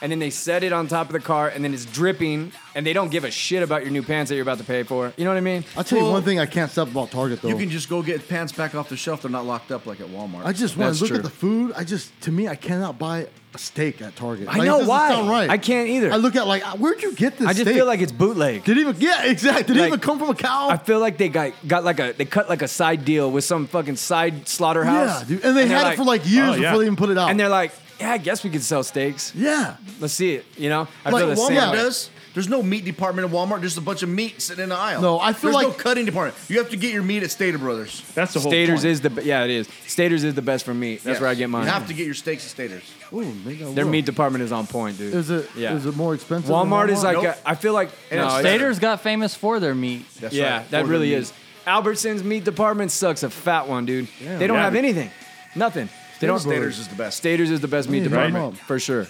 Speaker 3: And then they set it on top of the cart, and then it's dripping, and they don't give a shit about your new pants that you're about to pay for. You know what I mean?
Speaker 2: I'll tell you
Speaker 5: Well,
Speaker 2: one thing I can't stop about Target, though.
Speaker 5: You can just go get pants back off the shelf. They're not locked up like at Walmart.
Speaker 2: I just want
Speaker 3: That's
Speaker 2: to look
Speaker 3: true.
Speaker 2: at the food. I just, to me, I cannot buy a steak at Target.
Speaker 3: I
Speaker 2: Like, it
Speaker 3: know
Speaker 2: doesn't
Speaker 3: why.
Speaker 2: sound right.
Speaker 3: I can't either.
Speaker 2: I look at like, where'd you get this?
Speaker 3: I just
Speaker 2: steak?
Speaker 3: feel like it's bootleg.
Speaker 2: did it even yeah, exactly. Did it
Speaker 3: Like-
Speaker 2: even come from a cow?
Speaker 3: I feel like they got got like a they cut like a side deal with some fucking side slaughterhouse.
Speaker 2: yeah, dude. And they
Speaker 3: they're
Speaker 2: had it for like years
Speaker 7: Oh, yeah.
Speaker 2: before they even put it out.
Speaker 3: and they're like, yeah, I guess we could sell steaks.
Speaker 2: yeah,
Speaker 3: Let's see it. You know, I
Speaker 2: Like
Speaker 3: feel the
Speaker 2: Walmart
Speaker 3: same.
Speaker 2: Yeah.
Speaker 5: Walmart
Speaker 3: way.
Speaker 5: does. There's no meat department at Walmart. Just a bunch of meat sitting in the aisle.
Speaker 2: No, I feel
Speaker 5: There's no
Speaker 2: like-
Speaker 5: cutting department. You have to get your meat at Stater Brothers.
Speaker 7: That's the whole
Speaker 3: Staters
Speaker 7: point.
Speaker 3: is the be- yeah, it is. Staters is the best for meat. That's
Speaker 5: Yes.
Speaker 3: where I get mine.
Speaker 5: You have to get your steaks at Stater's.
Speaker 2: Ooh, maybe I
Speaker 3: Their
Speaker 2: will.
Speaker 3: meat department is on point, dude.
Speaker 2: Is it?
Speaker 3: Yeah.
Speaker 2: is it more expensive? than
Speaker 3: Walmart is like
Speaker 5: Nope.
Speaker 3: a, I feel like
Speaker 5: And
Speaker 3: no,
Speaker 5: it's
Speaker 3: it's-
Speaker 5: Stater-
Speaker 4: Staters got famous for their meat.
Speaker 5: That's
Speaker 3: yeah,
Speaker 5: right.
Speaker 3: that
Speaker 5: Order
Speaker 3: really
Speaker 5: meat.
Speaker 3: is. Albertsons meat department sucks a fat one, dude. They don't
Speaker 7: Yeah.
Speaker 3: have anything, nothing. They don't.
Speaker 5: Staters is the best.
Speaker 3: Staters is the best meat
Speaker 2: Yeah,
Speaker 3: department
Speaker 2: right.
Speaker 3: for sure.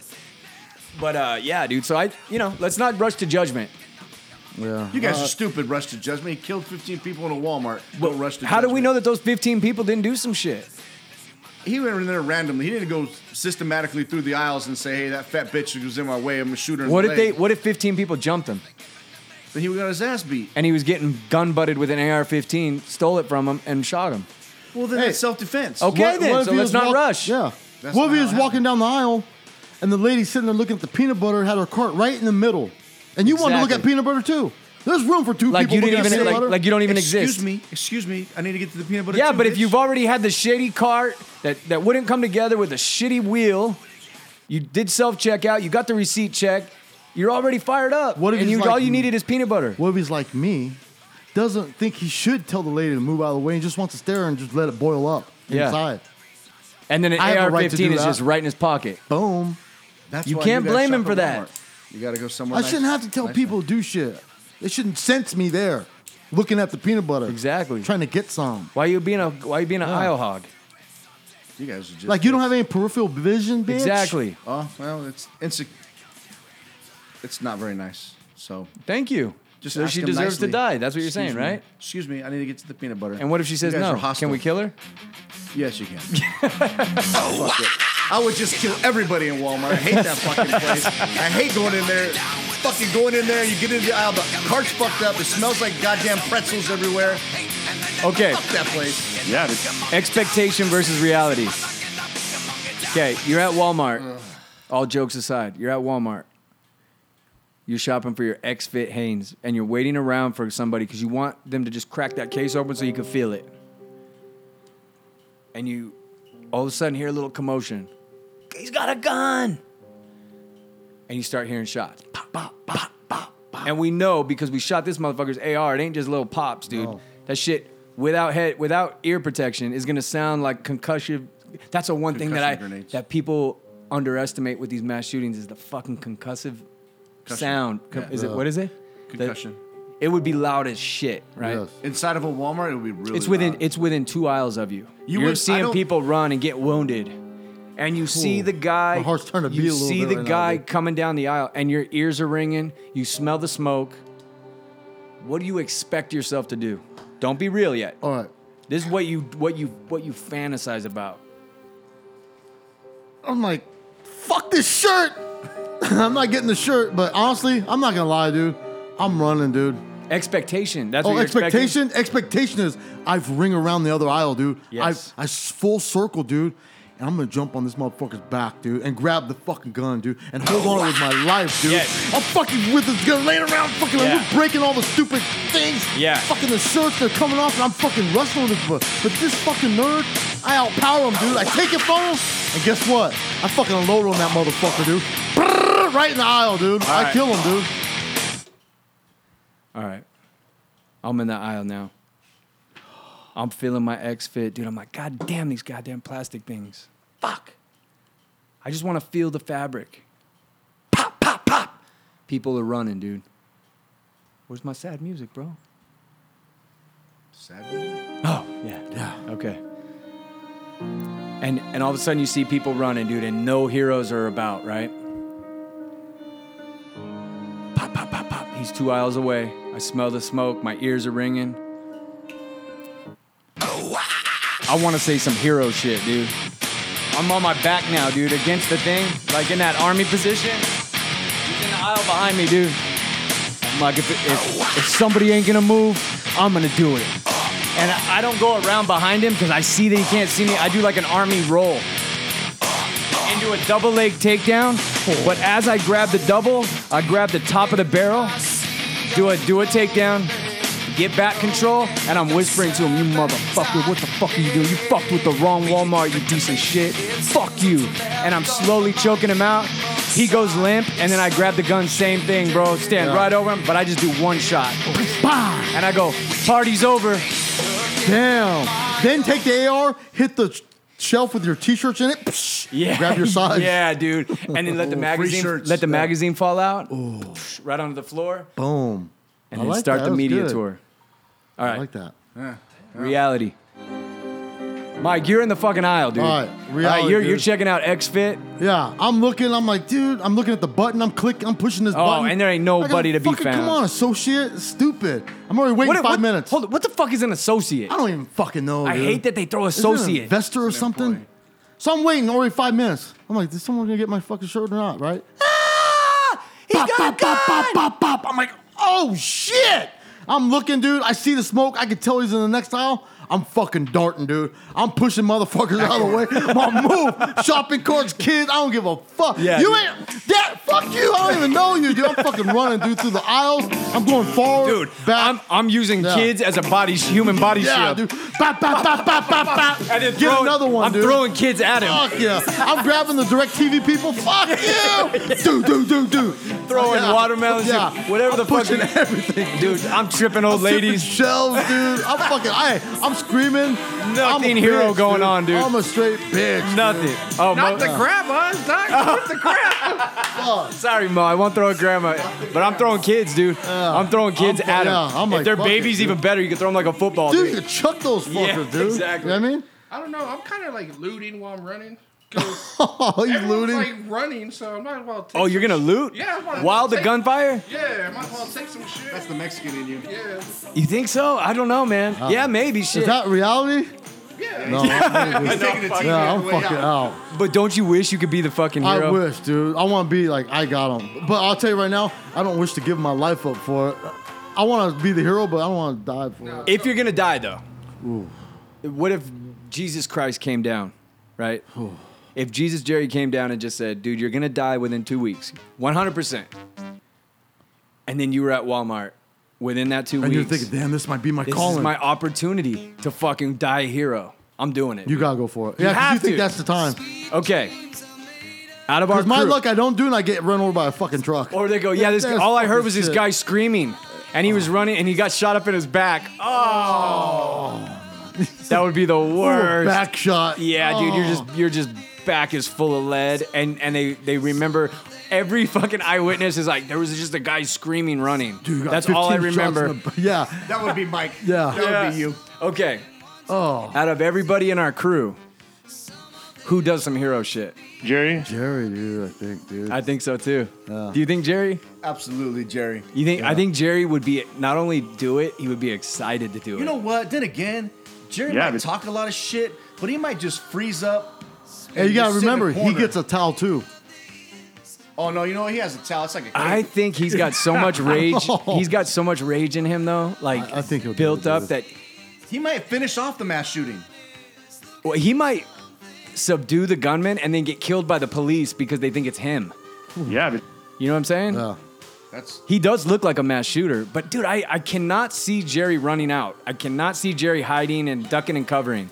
Speaker 3: But uh, yeah, dude. So I, you know, let's not rush to judgment.
Speaker 2: Yeah.
Speaker 5: You
Speaker 3: Uh,
Speaker 5: guys are stupid. Rush to judgment. He killed 15 people in a Walmart. Don't rush to
Speaker 3: How do we
Speaker 5: judgment.
Speaker 3: know that those 15 people didn't do some shit?
Speaker 5: He went in there randomly. He didn't go systematically through the aisles and say, "Hey, that fat bitch who was in my way. I'm gonna shoot her." in
Speaker 3: What
Speaker 5: the
Speaker 3: if they?
Speaker 5: leg."
Speaker 3: What if 15 people jumped him
Speaker 5: Then he got his ass beat.
Speaker 3: and he was getting gun butted with an AR-15, stole it from him, and shot him?
Speaker 5: Well, then
Speaker 2: Hey.
Speaker 5: it's self defense.
Speaker 3: Okay,
Speaker 2: What-
Speaker 3: then.
Speaker 2: what if
Speaker 3: so
Speaker 2: he
Speaker 3: let's
Speaker 2: was
Speaker 3: not
Speaker 2: walk-
Speaker 3: rush.
Speaker 2: Yeah.
Speaker 5: That's
Speaker 2: what if
Speaker 5: not
Speaker 2: he
Speaker 5: how
Speaker 2: was
Speaker 5: it
Speaker 2: walking down the aisle and the lady sitting there looking at the peanut butter had her cart right in the middle? And you wanted to look at
Speaker 3: Exactly.
Speaker 2: peanut butter too. There's room for two
Speaker 3: Like
Speaker 2: people
Speaker 3: you
Speaker 2: looking
Speaker 3: didn't
Speaker 2: at
Speaker 3: even
Speaker 2: peanut
Speaker 3: like,
Speaker 2: butter.
Speaker 3: like you don't even
Speaker 5: excuse
Speaker 3: exist.
Speaker 5: me, excuse me. I need to get to the peanut butter.
Speaker 3: Yeah,
Speaker 5: too,
Speaker 3: but
Speaker 5: bitch.
Speaker 3: if you've already had the shitty cart that, that wouldn't come together with a shitty wheel, you did self checkout, you got the receipt check, you're already fired up.
Speaker 2: What if
Speaker 3: and
Speaker 2: he's
Speaker 3: you,
Speaker 2: like-
Speaker 3: all you needed is peanut butter.
Speaker 2: what if he's like me, doesn't think he should tell the lady to move out of the way and just wants to stare and just let it boil up
Speaker 3: Yeah.
Speaker 2: inside.
Speaker 3: And then an
Speaker 2: I have a
Speaker 3: AR
Speaker 2: right to
Speaker 3: 15
Speaker 2: do
Speaker 3: is
Speaker 2: that.
Speaker 3: just right in his pocket.
Speaker 2: Boom.
Speaker 5: That's
Speaker 3: you
Speaker 5: why
Speaker 3: can't
Speaker 5: gotta
Speaker 3: blame
Speaker 5: shop
Speaker 3: him for
Speaker 5: at
Speaker 3: that.
Speaker 5: Walmart. You got to go somewhere.
Speaker 2: I
Speaker 5: nice.
Speaker 2: shouldn't have to tell
Speaker 5: Nice
Speaker 2: people to do shit. They shouldn't sense me there looking at the peanut butter.
Speaker 3: Exactly.
Speaker 2: Trying to get some.
Speaker 3: Why you being a why you being an aisle hog?
Speaker 5: You guys are just
Speaker 2: Like you don't have any peripheral vision, bitch.
Speaker 3: Exactly.
Speaker 5: Oh well, it's insec- It's not very nice. So
Speaker 3: Thank you.
Speaker 5: just
Speaker 3: so
Speaker 5: ask
Speaker 3: she
Speaker 5: him
Speaker 3: deserves
Speaker 5: nicely.
Speaker 3: to die. That's what you're
Speaker 5: Excuse
Speaker 3: saying,
Speaker 5: me.
Speaker 3: right?
Speaker 5: Excuse me, I need to get to the peanut butter.
Speaker 3: And what if she says
Speaker 5: You guys are
Speaker 3: no?
Speaker 5: hostile.
Speaker 3: Can we kill her?
Speaker 5: Yes, you can. Oh, Fuck it. I would just kill everybody in Walmart. I hate that fucking place. I hate going in there. Fucking going in there, you get into the aisle, the cart's fucked up. It smells like goddamn pretzels everywhere.
Speaker 3: Okay.
Speaker 5: Fuck that place.
Speaker 7: Yeah, bitch.
Speaker 3: Expectation versus reality. Okay, you're at Walmart. All jokes aside, you're at Walmart. You're shopping for your X Fit Hanes and you're waiting around for somebody because you want them to just crack that case open so you can feel it. And you all of a sudden hear a little commotion. He's got a gun. And you start hearing shots. Pop, pop, pop, pop, pop. And we know because we shot this motherfucker's AR. It ain't just little pops, dude. That shit without head, without ear protection is gonna sound like concussion. That's the one thing that I
Speaker 5: Concussion grenades.
Speaker 3: that people underestimate with these mass shootings is the fucking concussive sound.
Speaker 5: Yeah.
Speaker 3: Is it what is it? The-
Speaker 5: Concussion.
Speaker 3: it would be loud as shit, right?
Speaker 2: Yes.
Speaker 5: Inside of a Walmart, it would be really.
Speaker 3: It's within
Speaker 5: loud.
Speaker 3: it's within two aisles of you. You
Speaker 5: You
Speaker 3: are
Speaker 5: would- I
Speaker 3: seeing
Speaker 5: don't-
Speaker 3: people run and get wounded, and you see
Speaker 2: Ooh,
Speaker 3: the guy.
Speaker 2: my heart's starting to
Speaker 3: you
Speaker 2: beat a little
Speaker 3: see
Speaker 2: bit
Speaker 3: the
Speaker 2: right now,
Speaker 3: guy
Speaker 2: dude.
Speaker 3: coming down the aisle, and your ears are ringing. You smell the smoke. What do you expect yourself to do? Don't be real yet.
Speaker 2: All right.
Speaker 3: This is what you what you what you fantasize about.
Speaker 2: I'm like, fuck this shirt. I'm not getting the shirt, but honestly, I'm not gonna lie, dude. I'm running, dude.
Speaker 3: Expectation. That's what
Speaker 2: Oh,
Speaker 3: you're expecting?
Speaker 2: expectation. Expectation is I've ring around the other aisle, dude.
Speaker 3: Yes.
Speaker 2: I've, I s- full circle, dude. And I'm gonna jump on this motherfucker's back, dude, and grab the fucking gun, dude, and hold on with my life, dude.
Speaker 3: Yes.
Speaker 2: I'm fucking with this gun laying around, fucking like,
Speaker 3: Yeah.
Speaker 2: we're breaking all the stupid things.
Speaker 3: Yeah.
Speaker 2: Fucking the shirts, they're coming off, and I'm fucking wrestling with this, but, but this fucking nerd, I outpower him, dude. I take it from him, and guess what? I fucking unload on that motherfucker, dude. Brrr, Right in the aisle, dude. I
Speaker 3: right.
Speaker 2: kill him, dude.
Speaker 3: All right. I'm in that aisle now. I'm feeling my X fit, dude. I'm like, God damn, these goddamn plastic things. Fuck. I just want to feel the fabric. Pop, pop, pop. People are running, dude. Where's my sad music, bro?
Speaker 5: Sad.
Speaker 3: Oh, yeah. Yeah. Okay. And and all of a sudden you see people running, dude, and no heroes are about, right? Pop, pop, pop, pop. He's two aisles away. I smell the smoke. My ears are ringing. I want to say some hero shit, dude. I'm on my back now, dude, against the thing, like in that army position. He's in the aisle behind me, dude. I'm like, if, if, if somebody ain't gonna move, I'm gonna do it. And I I don't go around behind him because I see that he can't see me. I do like an army roll into a double leg takedown. But as I grab the double, I grab the top of the barrel, do a do a takedown, get back control, and I'm whispering to him, "You motherfucker, what the fuck are you doing? You fucked with the wrong Walmart, you piece of shit. Fuck you." And I'm slowly choking him out. He goes limp, and then I grab the gun, same thing, bro. Stand right over him, but I just do one shot,
Speaker 2: Bah!
Speaker 3: and I go, "Party's over."
Speaker 2: Damn. Then take the AR, hit the sh- shelf with your t-shirts in it. psh,
Speaker 3: Yeah.
Speaker 2: Grab your size.
Speaker 3: Yeah, dude. And then let the magazine
Speaker 5: shirts.
Speaker 3: let the
Speaker 5: Yeah.
Speaker 3: magazine fall out. Psh, Right onto the floor.
Speaker 2: Boom.
Speaker 3: And
Speaker 2: I
Speaker 3: then
Speaker 2: like
Speaker 3: start
Speaker 2: that.
Speaker 3: the
Speaker 2: That was
Speaker 3: media
Speaker 2: good.
Speaker 3: tour. All right.
Speaker 2: I like that.
Speaker 3: Reality. Mike, you're in the fucking aisle, dude.
Speaker 2: All right, reality,
Speaker 3: you're, you're
Speaker 2: dude.
Speaker 3: checking out XFit.
Speaker 2: Yeah, I'm looking. I'm like, dude. I'm looking at the button. I'm clicking. I'm pushing this
Speaker 3: Oh,
Speaker 2: button.
Speaker 3: and there ain't
Speaker 2: I gotta
Speaker 3: nobody to be
Speaker 2: fucking-
Speaker 3: found.
Speaker 2: Come on, associate. Stupid. I'm already waiting five minutes.
Speaker 3: Hold on. What the fuck is an associate?
Speaker 2: I don't even fucking know.
Speaker 3: I
Speaker 2: dude.
Speaker 3: hate that they throw
Speaker 2: Isn't it an
Speaker 3: associate.
Speaker 2: investor or something.
Speaker 5: employee.
Speaker 2: So I'm waiting already five minutes. I'm like, is someone gonna get my fucking shirt or not? Right?
Speaker 3: Ah! He
Speaker 2: Pop,
Speaker 3: got a
Speaker 2: pop, pop,
Speaker 3: gun!
Speaker 2: pop, pop, pop. I'm like, oh shit. I'm looking, dude. I see the smoke. I can tell he's in the next aisle. I'm fucking darting, dude. I'm pushing motherfuckers out of the way. My move, shopping carts, kids. I don't give a fuck.
Speaker 3: Yeah,
Speaker 2: you
Speaker 3: dude.
Speaker 2: ain't that. Fuck you. I don't even know you, dude. I'm fucking running, dude, through the aisles. I'm going forward,
Speaker 3: Dude,
Speaker 2: back.
Speaker 3: I'm, I'm using
Speaker 2: Yeah.
Speaker 3: kids as a body, human body
Speaker 2: yeah,
Speaker 3: shield.
Speaker 2: dude. Bop, bop, bop, bop, bop, bop.
Speaker 3: And then
Speaker 2: Get
Speaker 3: throwing-
Speaker 2: another one,
Speaker 3: I'm
Speaker 2: dude.
Speaker 3: throwing kids at him.
Speaker 2: Fuck yeah. I'm grabbing the direct TV people. Fuck you. Dude, dude, dude, dude.
Speaker 3: throwing
Speaker 2: Yeah.
Speaker 3: watermelons,
Speaker 2: Yeah.
Speaker 3: whatever the
Speaker 2: I'm pushing
Speaker 3: fuck. Everything, dude. I'm tripping old
Speaker 2: Sipping
Speaker 3: ladies.
Speaker 2: shelves, dude. I'm fucking. I, I'm screaming. I'm
Speaker 3: Nothing
Speaker 2: a
Speaker 3: hero
Speaker 2: bitch,
Speaker 3: going on, dude.
Speaker 2: I'm a straight bitch.
Speaker 3: Nothing. Oh, Mo,
Speaker 6: Not the grab us, Doc. Not the grab.
Speaker 3: sorry, Mo. I won't throw a grandma, but I'm throwing kids, dude. I'm throwing kids
Speaker 2: I'm fu-
Speaker 3: at them.
Speaker 2: yeah, I'm like,
Speaker 3: if they're
Speaker 2: fuck it,
Speaker 3: babies,
Speaker 2: dude.
Speaker 3: even better. You can throw them like a football,
Speaker 2: Dude,
Speaker 3: dude.
Speaker 2: you chuck those
Speaker 3: Yeah,
Speaker 2: fuckers, dude.
Speaker 3: exactly.
Speaker 2: You know what I mean?
Speaker 6: I don't know. I'm kind of like looting while I'm running. 'cause
Speaker 2: Oh, you
Speaker 6: everyone's,
Speaker 2: looting.
Speaker 6: Like running, so I might as well. Take
Speaker 3: Oh, you're
Speaker 6: some
Speaker 3: gonna loot?
Speaker 6: Yeah, I'm gonna
Speaker 3: While the
Speaker 6: take-
Speaker 3: gunfire?
Speaker 6: shit. Yeah, I might as well take some shit.
Speaker 5: That's the Mexican in you.
Speaker 6: yeah,
Speaker 3: You think so? I don't know, man. yeah, maybe shit.
Speaker 2: Is that reality?
Speaker 6: yeah.
Speaker 2: No, I'm,
Speaker 5: I'm taking the TV
Speaker 2: yeah, I'm
Speaker 5: away.
Speaker 2: fucking out.
Speaker 3: but don't you wish you could be the fucking hero?
Speaker 2: I wish, dude. I want to be like I got them. But I'll tell you right now, I don't wish to give my life up for it. I want to be the hero, but I don't want to die for it.
Speaker 3: If you're gonna die, though, what if Jesus Christ came down, right? If Jesus Jerry came down and just said, "Dude, you're gonna die within two weeks, 100 percent," and then you were at Walmart within that two
Speaker 2: And you're
Speaker 3: weeks,
Speaker 2: thinking, damn, this might be my
Speaker 3: this
Speaker 2: calling.
Speaker 3: is my opportunity to fucking die a hero. I'm doing it.
Speaker 2: you gotta go for it. Yeah, 'cause
Speaker 3: have
Speaker 2: you think
Speaker 3: to.
Speaker 2: that's the time.
Speaker 3: okay? Out of our
Speaker 2: Because my
Speaker 3: crew.
Speaker 2: luck, I don't do, and I get run over by a fucking truck.
Speaker 3: Or they go, yeah, this.
Speaker 2: That's
Speaker 3: All I heard
Speaker 2: fucking
Speaker 3: was this
Speaker 2: shit.
Speaker 3: guy screaming, and he was
Speaker 2: Oh.
Speaker 3: running, and he got shot up in his back. Oh, that would be the
Speaker 2: Ooh,
Speaker 3: worst.
Speaker 2: Oh. back shot.
Speaker 3: Yeah, dude, you're
Speaker 2: Oh.
Speaker 3: just your just back is full of lead, and and they they remember. Every fucking eyewitness is like, there was just a guy screaming, running.
Speaker 2: Dude, you got
Speaker 3: That's all I
Speaker 2: 15 shots in
Speaker 3: remember.
Speaker 2: the- yeah.
Speaker 5: That would be Mike.
Speaker 2: Yeah.
Speaker 5: That would be you.
Speaker 3: Okay,
Speaker 2: Oh,
Speaker 3: out of everybody in our crew, who does some hero shit?
Speaker 7: Jerry.
Speaker 2: Jerry, dude. I think, dude.
Speaker 3: I think so too. Do you think Jerry?
Speaker 5: Absolutely, Jerry.
Speaker 3: You think I think Jerry would be not only do it, he would be excited to do it.
Speaker 5: You know what? Then again, Jerry
Speaker 7: Yeah,
Speaker 5: might
Speaker 7: but-
Speaker 5: talk a lot of shit, but he might just freeze up.
Speaker 2: hey, you gotta
Speaker 5: just sit in a
Speaker 2: remember, he
Speaker 5: corner.
Speaker 2: gets a towel too.
Speaker 5: Oh no, you know what? He has a towel. It's like a cape.
Speaker 3: I think he's got so much rage. He's got so much rage in him though, like
Speaker 2: I- I think he'll do it,
Speaker 3: built
Speaker 2: dude.
Speaker 3: up that
Speaker 5: he might finish off the mass shooting.
Speaker 3: Well, he might subdue the gunman and then get killed by the police because they think it's him.
Speaker 7: Yeah, but
Speaker 3: You know what I'm saying?
Speaker 2: Yeah.
Speaker 5: That's
Speaker 3: He does look like a mass shooter, but dude, I, I cannot see Jerry running out. I cannot see Jerry hiding and ducking and covering.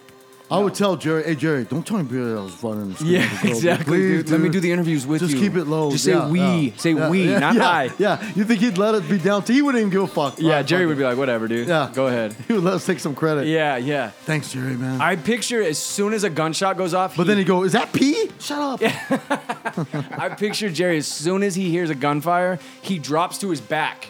Speaker 2: I would tell Jerry, hey, Jerry, don't tell anybody that I was running. and
Speaker 3: Yeah,
Speaker 2: screaming for girls,
Speaker 3: exactly,
Speaker 2: please,
Speaker 3: dude. Let me do the interviews with
Speaker 2: Just
Speaker 3: you.
Speaker 2: keep it low.
Speaker 3: Just say
Speaker 2: Yeah,
Speaker 3: we.
Speaker 2: yeah.
Speaker 3: Say
Speaker 2: Yeah,
Speaker 3: we,
Speaker 2: yeah,
Speaker 3: not
Speaker 2: yeah,
Speaker 3: I.
Speaker 2: Yeah. You think he'd let us be down? To, he wouldn't even give a fuck.
Speaker 3: Yeah,
Speaker 2: Alright,
Speaker 3: Jerry
Speaker 2: fuck
Speaker 3: would be like, whatever, dude.
Speaker 2: it. Yeah.
Speaker 3: Go ahead.
Speaker 2: He would let us take some credit.
Speaker 3: Yeah, yeah.
Speaker 2: Thanks, Jerry, man.
Speaker 3: I picture as soon as a gunshot goes off, he
Speaker 2: but then he'd go, is that pee? Shut up.
Speaker 3: I picture Jerry as soon as he hears a gunfire, he drops to his back.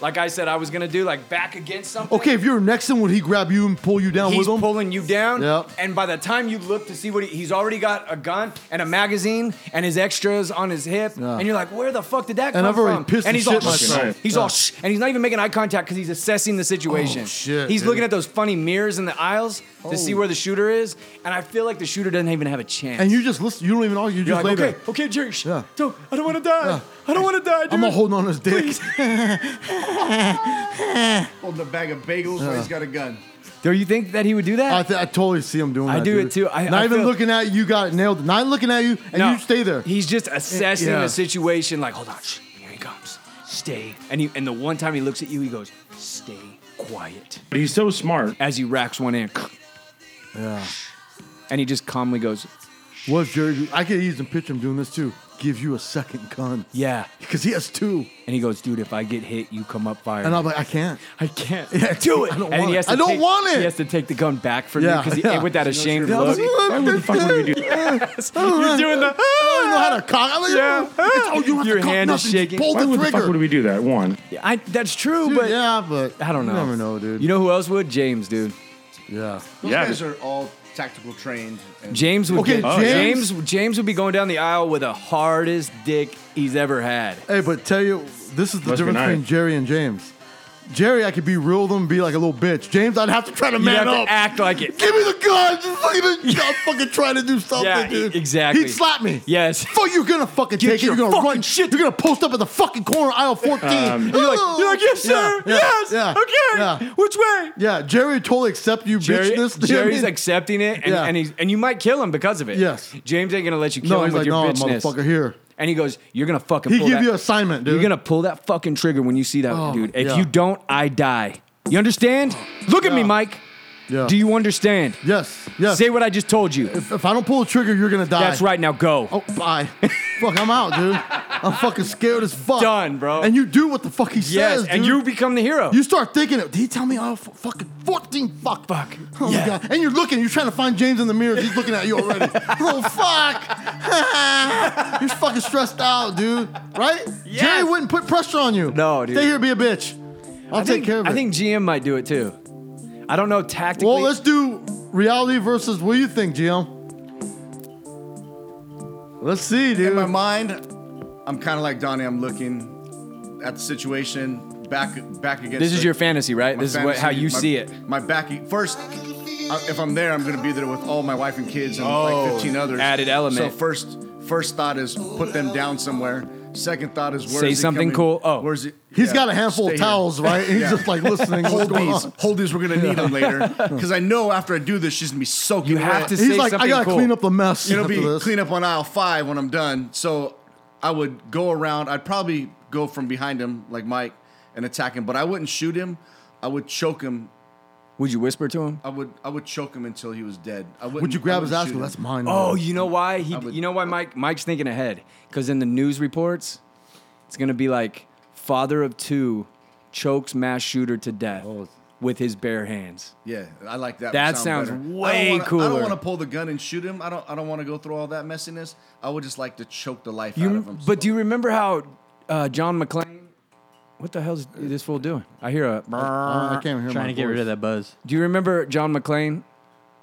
Speaker 3: Like I said, I was gonna do, like back against something.
Speaker 2: Okay, if you were next to him, would he grab you and pull you down
Speaker 3: He's
Speaker 2: with him?
Speaker 3: pulling you down,
Speaker 2: Yep.
Speaker 3: and by the time you look to see what he, he's already got a gun and a magazine and his extras on his hip,
Speaker 2: Yeah.
Speaker 3: and you're like, where the fuck did that
Speaker 2: And
Speaker 3: come
Speaker 2: I've already
Speaker 3: from?
Speaker 2: pissed
Speaker 3: and
Speaker 2: the
Speaker 3: he's
Speaker 2: shit
Speaker 3: all
Speaker 2: myself.
Speaker 3: he's
Speaker 2: Yeah.
Speaker 3: all shh, and he's not even making eye contact because he's assessing the situation.
Speaker 2: Oh, shit,
Speaker 3: he's
Speaker 2: dude. Oh.
Speaker 3: looking at those funny mirrors in the aisles to see where the shooter is, and I feel like the shooter doesn't even have a chance.
Speaker 2: and you just listen. You don't even argue. You
Speaker 3: You're
Speaker 2: just
Speaker 3: like,
Speaker 2: lay
Speaker 3: okay,
Speaker 2: there.
Speaker 3: okay, Jerry, shh,
Speaker 2: Yeah.
Speaker 3: don't, I don't want to die. I don't want to die, dude.
Speaker 2: I'm gonna hold on his dick.
Speaker 5: holding a bag of bagels while he's got a gun.
Speaker 3: Do you think that he would do that?
Speaker 2: I, th- I totally see him doing
Speaker 3: I
Speaker 2: that.
Speaker 3: do it
Speaker 2: dude.
Speaker 3: too. I-
Speaker 2: Not
Speaker 3: I
Speaker 2: even
Speaker 3: feel-
Speaker 2: looking at you. You got it nailed. Not looking at you, and you stay there.
Speaker 3: He's just assessing
Speaker 2: Yeah.
Speaker 3: the situation. Like, hold on, shh, here he comes. Stay. And he, and the one time he looks at you, he goes, "Stay quiet."
Speaker 7: but he's so smart.
Speaker 3: As he racks one in,
Speaker 2: Yeah.
Speaker 3: and he just calmly goes,
Speaker 2: What's Jerry? do? I could even picture him doing this too. Give you a second gun
Speaker 3: "Yeah."
Speaker 2: because he has two,
Speaker 3: And he goes, "Dude, if I get hit, you come up firing."
Speaker 2: and I'm like, I can't.
Speaker 3: I can't
Speaker 2: Yeah,
Speaker 3: do it.
Speaker 2: I don't
Speaker 3: and
Speaker 2: want
Speaker 3: he
Speaker 2: it.
Speaker 3: has to
Speaker 2: I don't
Speaker 3: take-
Speaker 2: want it.
Speaker 3: He has to take the gun back from
Speaker 2: Yeah,
Speaker 3: you because
Speaker 2: yeah.
Speaker 3: with that ashamed look.
Speaker 2: Why would the fuck would we do
Speaker 3: You're doing the.
Speaker 2: Oh, I don't know how to cock. I'm like,
Speaker 3: Yeah.
Speaker 2: it's- oh, you don't have
Speaker 3: Your
Speaker 2: to cock
Speaker 3: hand is
Speaker 2: nothing. Just
Speaker 3: shaking.
Speaker 2: Pull
Speaker 7: Why
Speaker 2: the
Speaker 7: would the
Speaker 2: trigger.
Speaker 7: fuck would we do that? One.
Speaker 3: I, that's true,
Speaker 2: Dude,
Speaker 3: but
Speaker 2: yeah, but
Speaker 3: I don't know.
Speaker 2: You never know, dude.
Speaker 3: You know who else would? James, dude.
Speaker 2: yeah.
Speaker 5: Those
Speaker 7: Yeah,
Speaker 5: guys
Speaker 7: but-
Speaker 5: are all tactical trained. And
Speaker 3: James would
Speaker 2: Okay,
Speaker 3: get,
Speaker 2: Oh, yeah.
Speaker 3: James James would be going down the aisle with the hardest dick he's ever had.
Speaker 2: Hey, but tell you, this is the
Speaker 7: Must be
Speaker 2: difference
Speaker 7: nice.
Speaker 2: between Jerry and James. Jerry, I could be real with him and be like a little bitch. James, I'd have to try to
Speaker 3: You
Speaker 2: man
Speaker 3: have
Speaker 2: up.
Speaker 3: to act like it.
Speaker 2: Give me the gun. Just fucking, I'm fucking trying to do something,
Speaker 3: Yeah,
Speaker 2: dude.
Speaker 3: e- exactly.
Speaker 2: He'd slap me.
Speaker 3: Yes.
Speaker 2: Fuck, you're gonna fucking
Speaker 3: Get
Speaker 2: take it. You're
Speaker 3: your
Speaker 2: gonna
Speaker 3: fucking
Speaker 2: run.
Speaker 3: shit.
Speaker 2: You're gonna post up at the fucking corner aisle 14.
Speaker 7: Um,
Speaker 2: And
Speaker 3: You're like, you're like, yes,
Speaker 2: Yeah,
Speaker 3: sir.
Speaker 2: yeah,
Speaker 3: yes.
Speaker 2: yeah,
Speaker 3: okay.
Speaker 2: yeah.
Speaker 3: Which way?
Speaker 2: Yeah, Jerry would totally accept you,
Speaker 3: Jerry,
Speaker 2: bitchness. You know what I
Speaker 3: Jerry's
Speaker 2: mean?
Speaker 3: accepting it, and,
Speaker 2: Yeah.
Speaker 3: and he's and you might kill him because of it.
Speaker 2: Yes.
Speaker 3: James ain't gonna let you kill
Speaker 2: no,
Speaker 3: him
Speaker 2: he's
Speaker 3: with
Speaker 2: like,
Speaker 3: your
Speaker 2: no,
Speaker 3: bitchness.
Speaker 2: motherfucker, here.
Speaker 3: And he goes, "You're gonna fucking
Speaker 2: He
Speaker 3: pull
Speaker 2: give
Speaker 3: that-
Speaker 2: you assignment, dude.
Speaker 3: You're gonna pull that fucking trigger when you see that
Speaker 2: Oh,
Speaker 3: dude. If
Speaker 2: yeah.
Speaker 3: you don't, I die. You understand? Look at me,
Speaker 2: Yeah.
Speaker 3: Mike.
Speaker 2: Yeah.
Speaker 3: Do you understand?
Speaker 2: Yes, yes.
Speaker 3: Say what I just told you.
Speaker 2: if I don't pull the trigger, you're gonna die.
Speaker 3: That's right. Now go.
Speaker 2: Oh, bye. fuck, I'm out, dude. I'm fucking scared as fuck.
Speaker 3: Done, bro.
Speaker 2: And you do what the fuck he
Speaker 3: yes,
Speaker 2: says,
Speaker 3: and
Speaker 2: dude.
Speaker 3: you become the hero.
Speaker 2: You start thinking it. Did he tell me all f- fucking 14? Fuck.
Speaker 3: Fuck.
Speaker 2: Oh
Speaker 3: Yeah.
Speaker 2: my god. And you're looking, you're trying to find James in the mirror. He's looking at you already. oh fuck. you're fucking stressed out, dude. Right? Jerry wouldn't put pressure on you.
Speaker 3: No, dude.
Speaker 2: Stay here, be a bitch. I'll
Speaker 3: I
Speaker 2: take
Speaker 3: think,
Speaker 2: care of it.
Speaker 3: I think GM might do it too. I don't know tactically.
Speaker 2: well, let's do reality versus what do you think, Gio? Let's see,
Speaker 5: In my
Speaker 2: dude.
Speaker 5: mind, I'm kind of like Donnie. I'm looking at the situation back back against.
Speaker 3: This is
Speaker 5: the-
Speaker 3: your fantasy, right?
Speaker 5: my
Speaker 3: This is what, how
Speaker 5: fantasy,
Speaker 3: you
Speaker 5: my-
Speaker 3: see it.
Speaker 5: My back e-, first. I- If I'm there, I'm gonna be there with all my wife and kids and
Speaker 3: Oh,
Speaker 5: like 15 others.
Speaker 3: added
Speaker 5: So
Speaker 3: element.
Speaker 5: first, first thought is put them down somewhere. Second thought is where
Speaker 3: Say
Speaker 5: is he
Speaker 3: something
Speaker 5: coming-
Speaker 3: cool. Oh.
Speaker 5: where's it?
Speaker 2: He's
Speaker 5: He's
Speaker 2: got a handful of towels, right? He's
Speaker 5: Yeah.
Speaker 2: just like listening. What's
Speaker 5: Hold
Speaker 2: going
Speaker 5: these,
Speaker 2: on?
Speaker 5: hold these. We're gonna need them later because I know after I do this, she's gonna be soaking.
Speaker 3: You have
Speaker 5: wet.
Speaker 3: to
Speaker 2: He's
Speaker 3: say
Speaker 2: like, I
Speaker 3: something
Speaker 2: gotta
Speaker 3: cool.
Speaker 2: clean up the mess.
Speaker 5: It'll
Speaker 2: after
Speaker 5: be
Speaker 2: this.
Speaker 5: clean up on aisle five when I'm done. So I would go around. I'd probably go from behind him, like Mike, and attack him. But I wouldn't shoot him. I would choke him.
Speaker 3: Would you whisper to him?
Speaker 5: I would. I would choke him until he was dead. I
Speaker 2: Would you grab his ass?
Speaker 5: Well,
Speaker 2: Well, that's mine.
Speaker 3: Oh,
Speaker 2: man.
Speaker 3: you know why he?
Speaker 5: would-
Speaker 3: you know why Mike? Mike's thinking ahead because in the news reports, it's gonna be like father of two chokes mass shooter to death with his bare hands.
Speaker 5: Yeah, I like that.
Speaker 3: That sounds
Speaker 5: better. I don't
Speaker 3: way
Speaker 5: wanna- I
Speaker 3: cooler.
Speaker 5: don't want to pull the gun and shoot him. I don't. I don't want to go through all that messiness. I would just like to choke the life out
Speaker 3: You,
Speaker 5: of him.
Speaker 3: but do you remember how uh, John McClane? What the hell's this fool doing? I hear a.
Speaker 2: Oh, I can't hear
Speaker 4: Trying
Speaker 2: my
Speaker 4: to get rid
Speaker 2: voice.
Speaker 4: of that buzz.
Speaker 3: Do you remember John McClane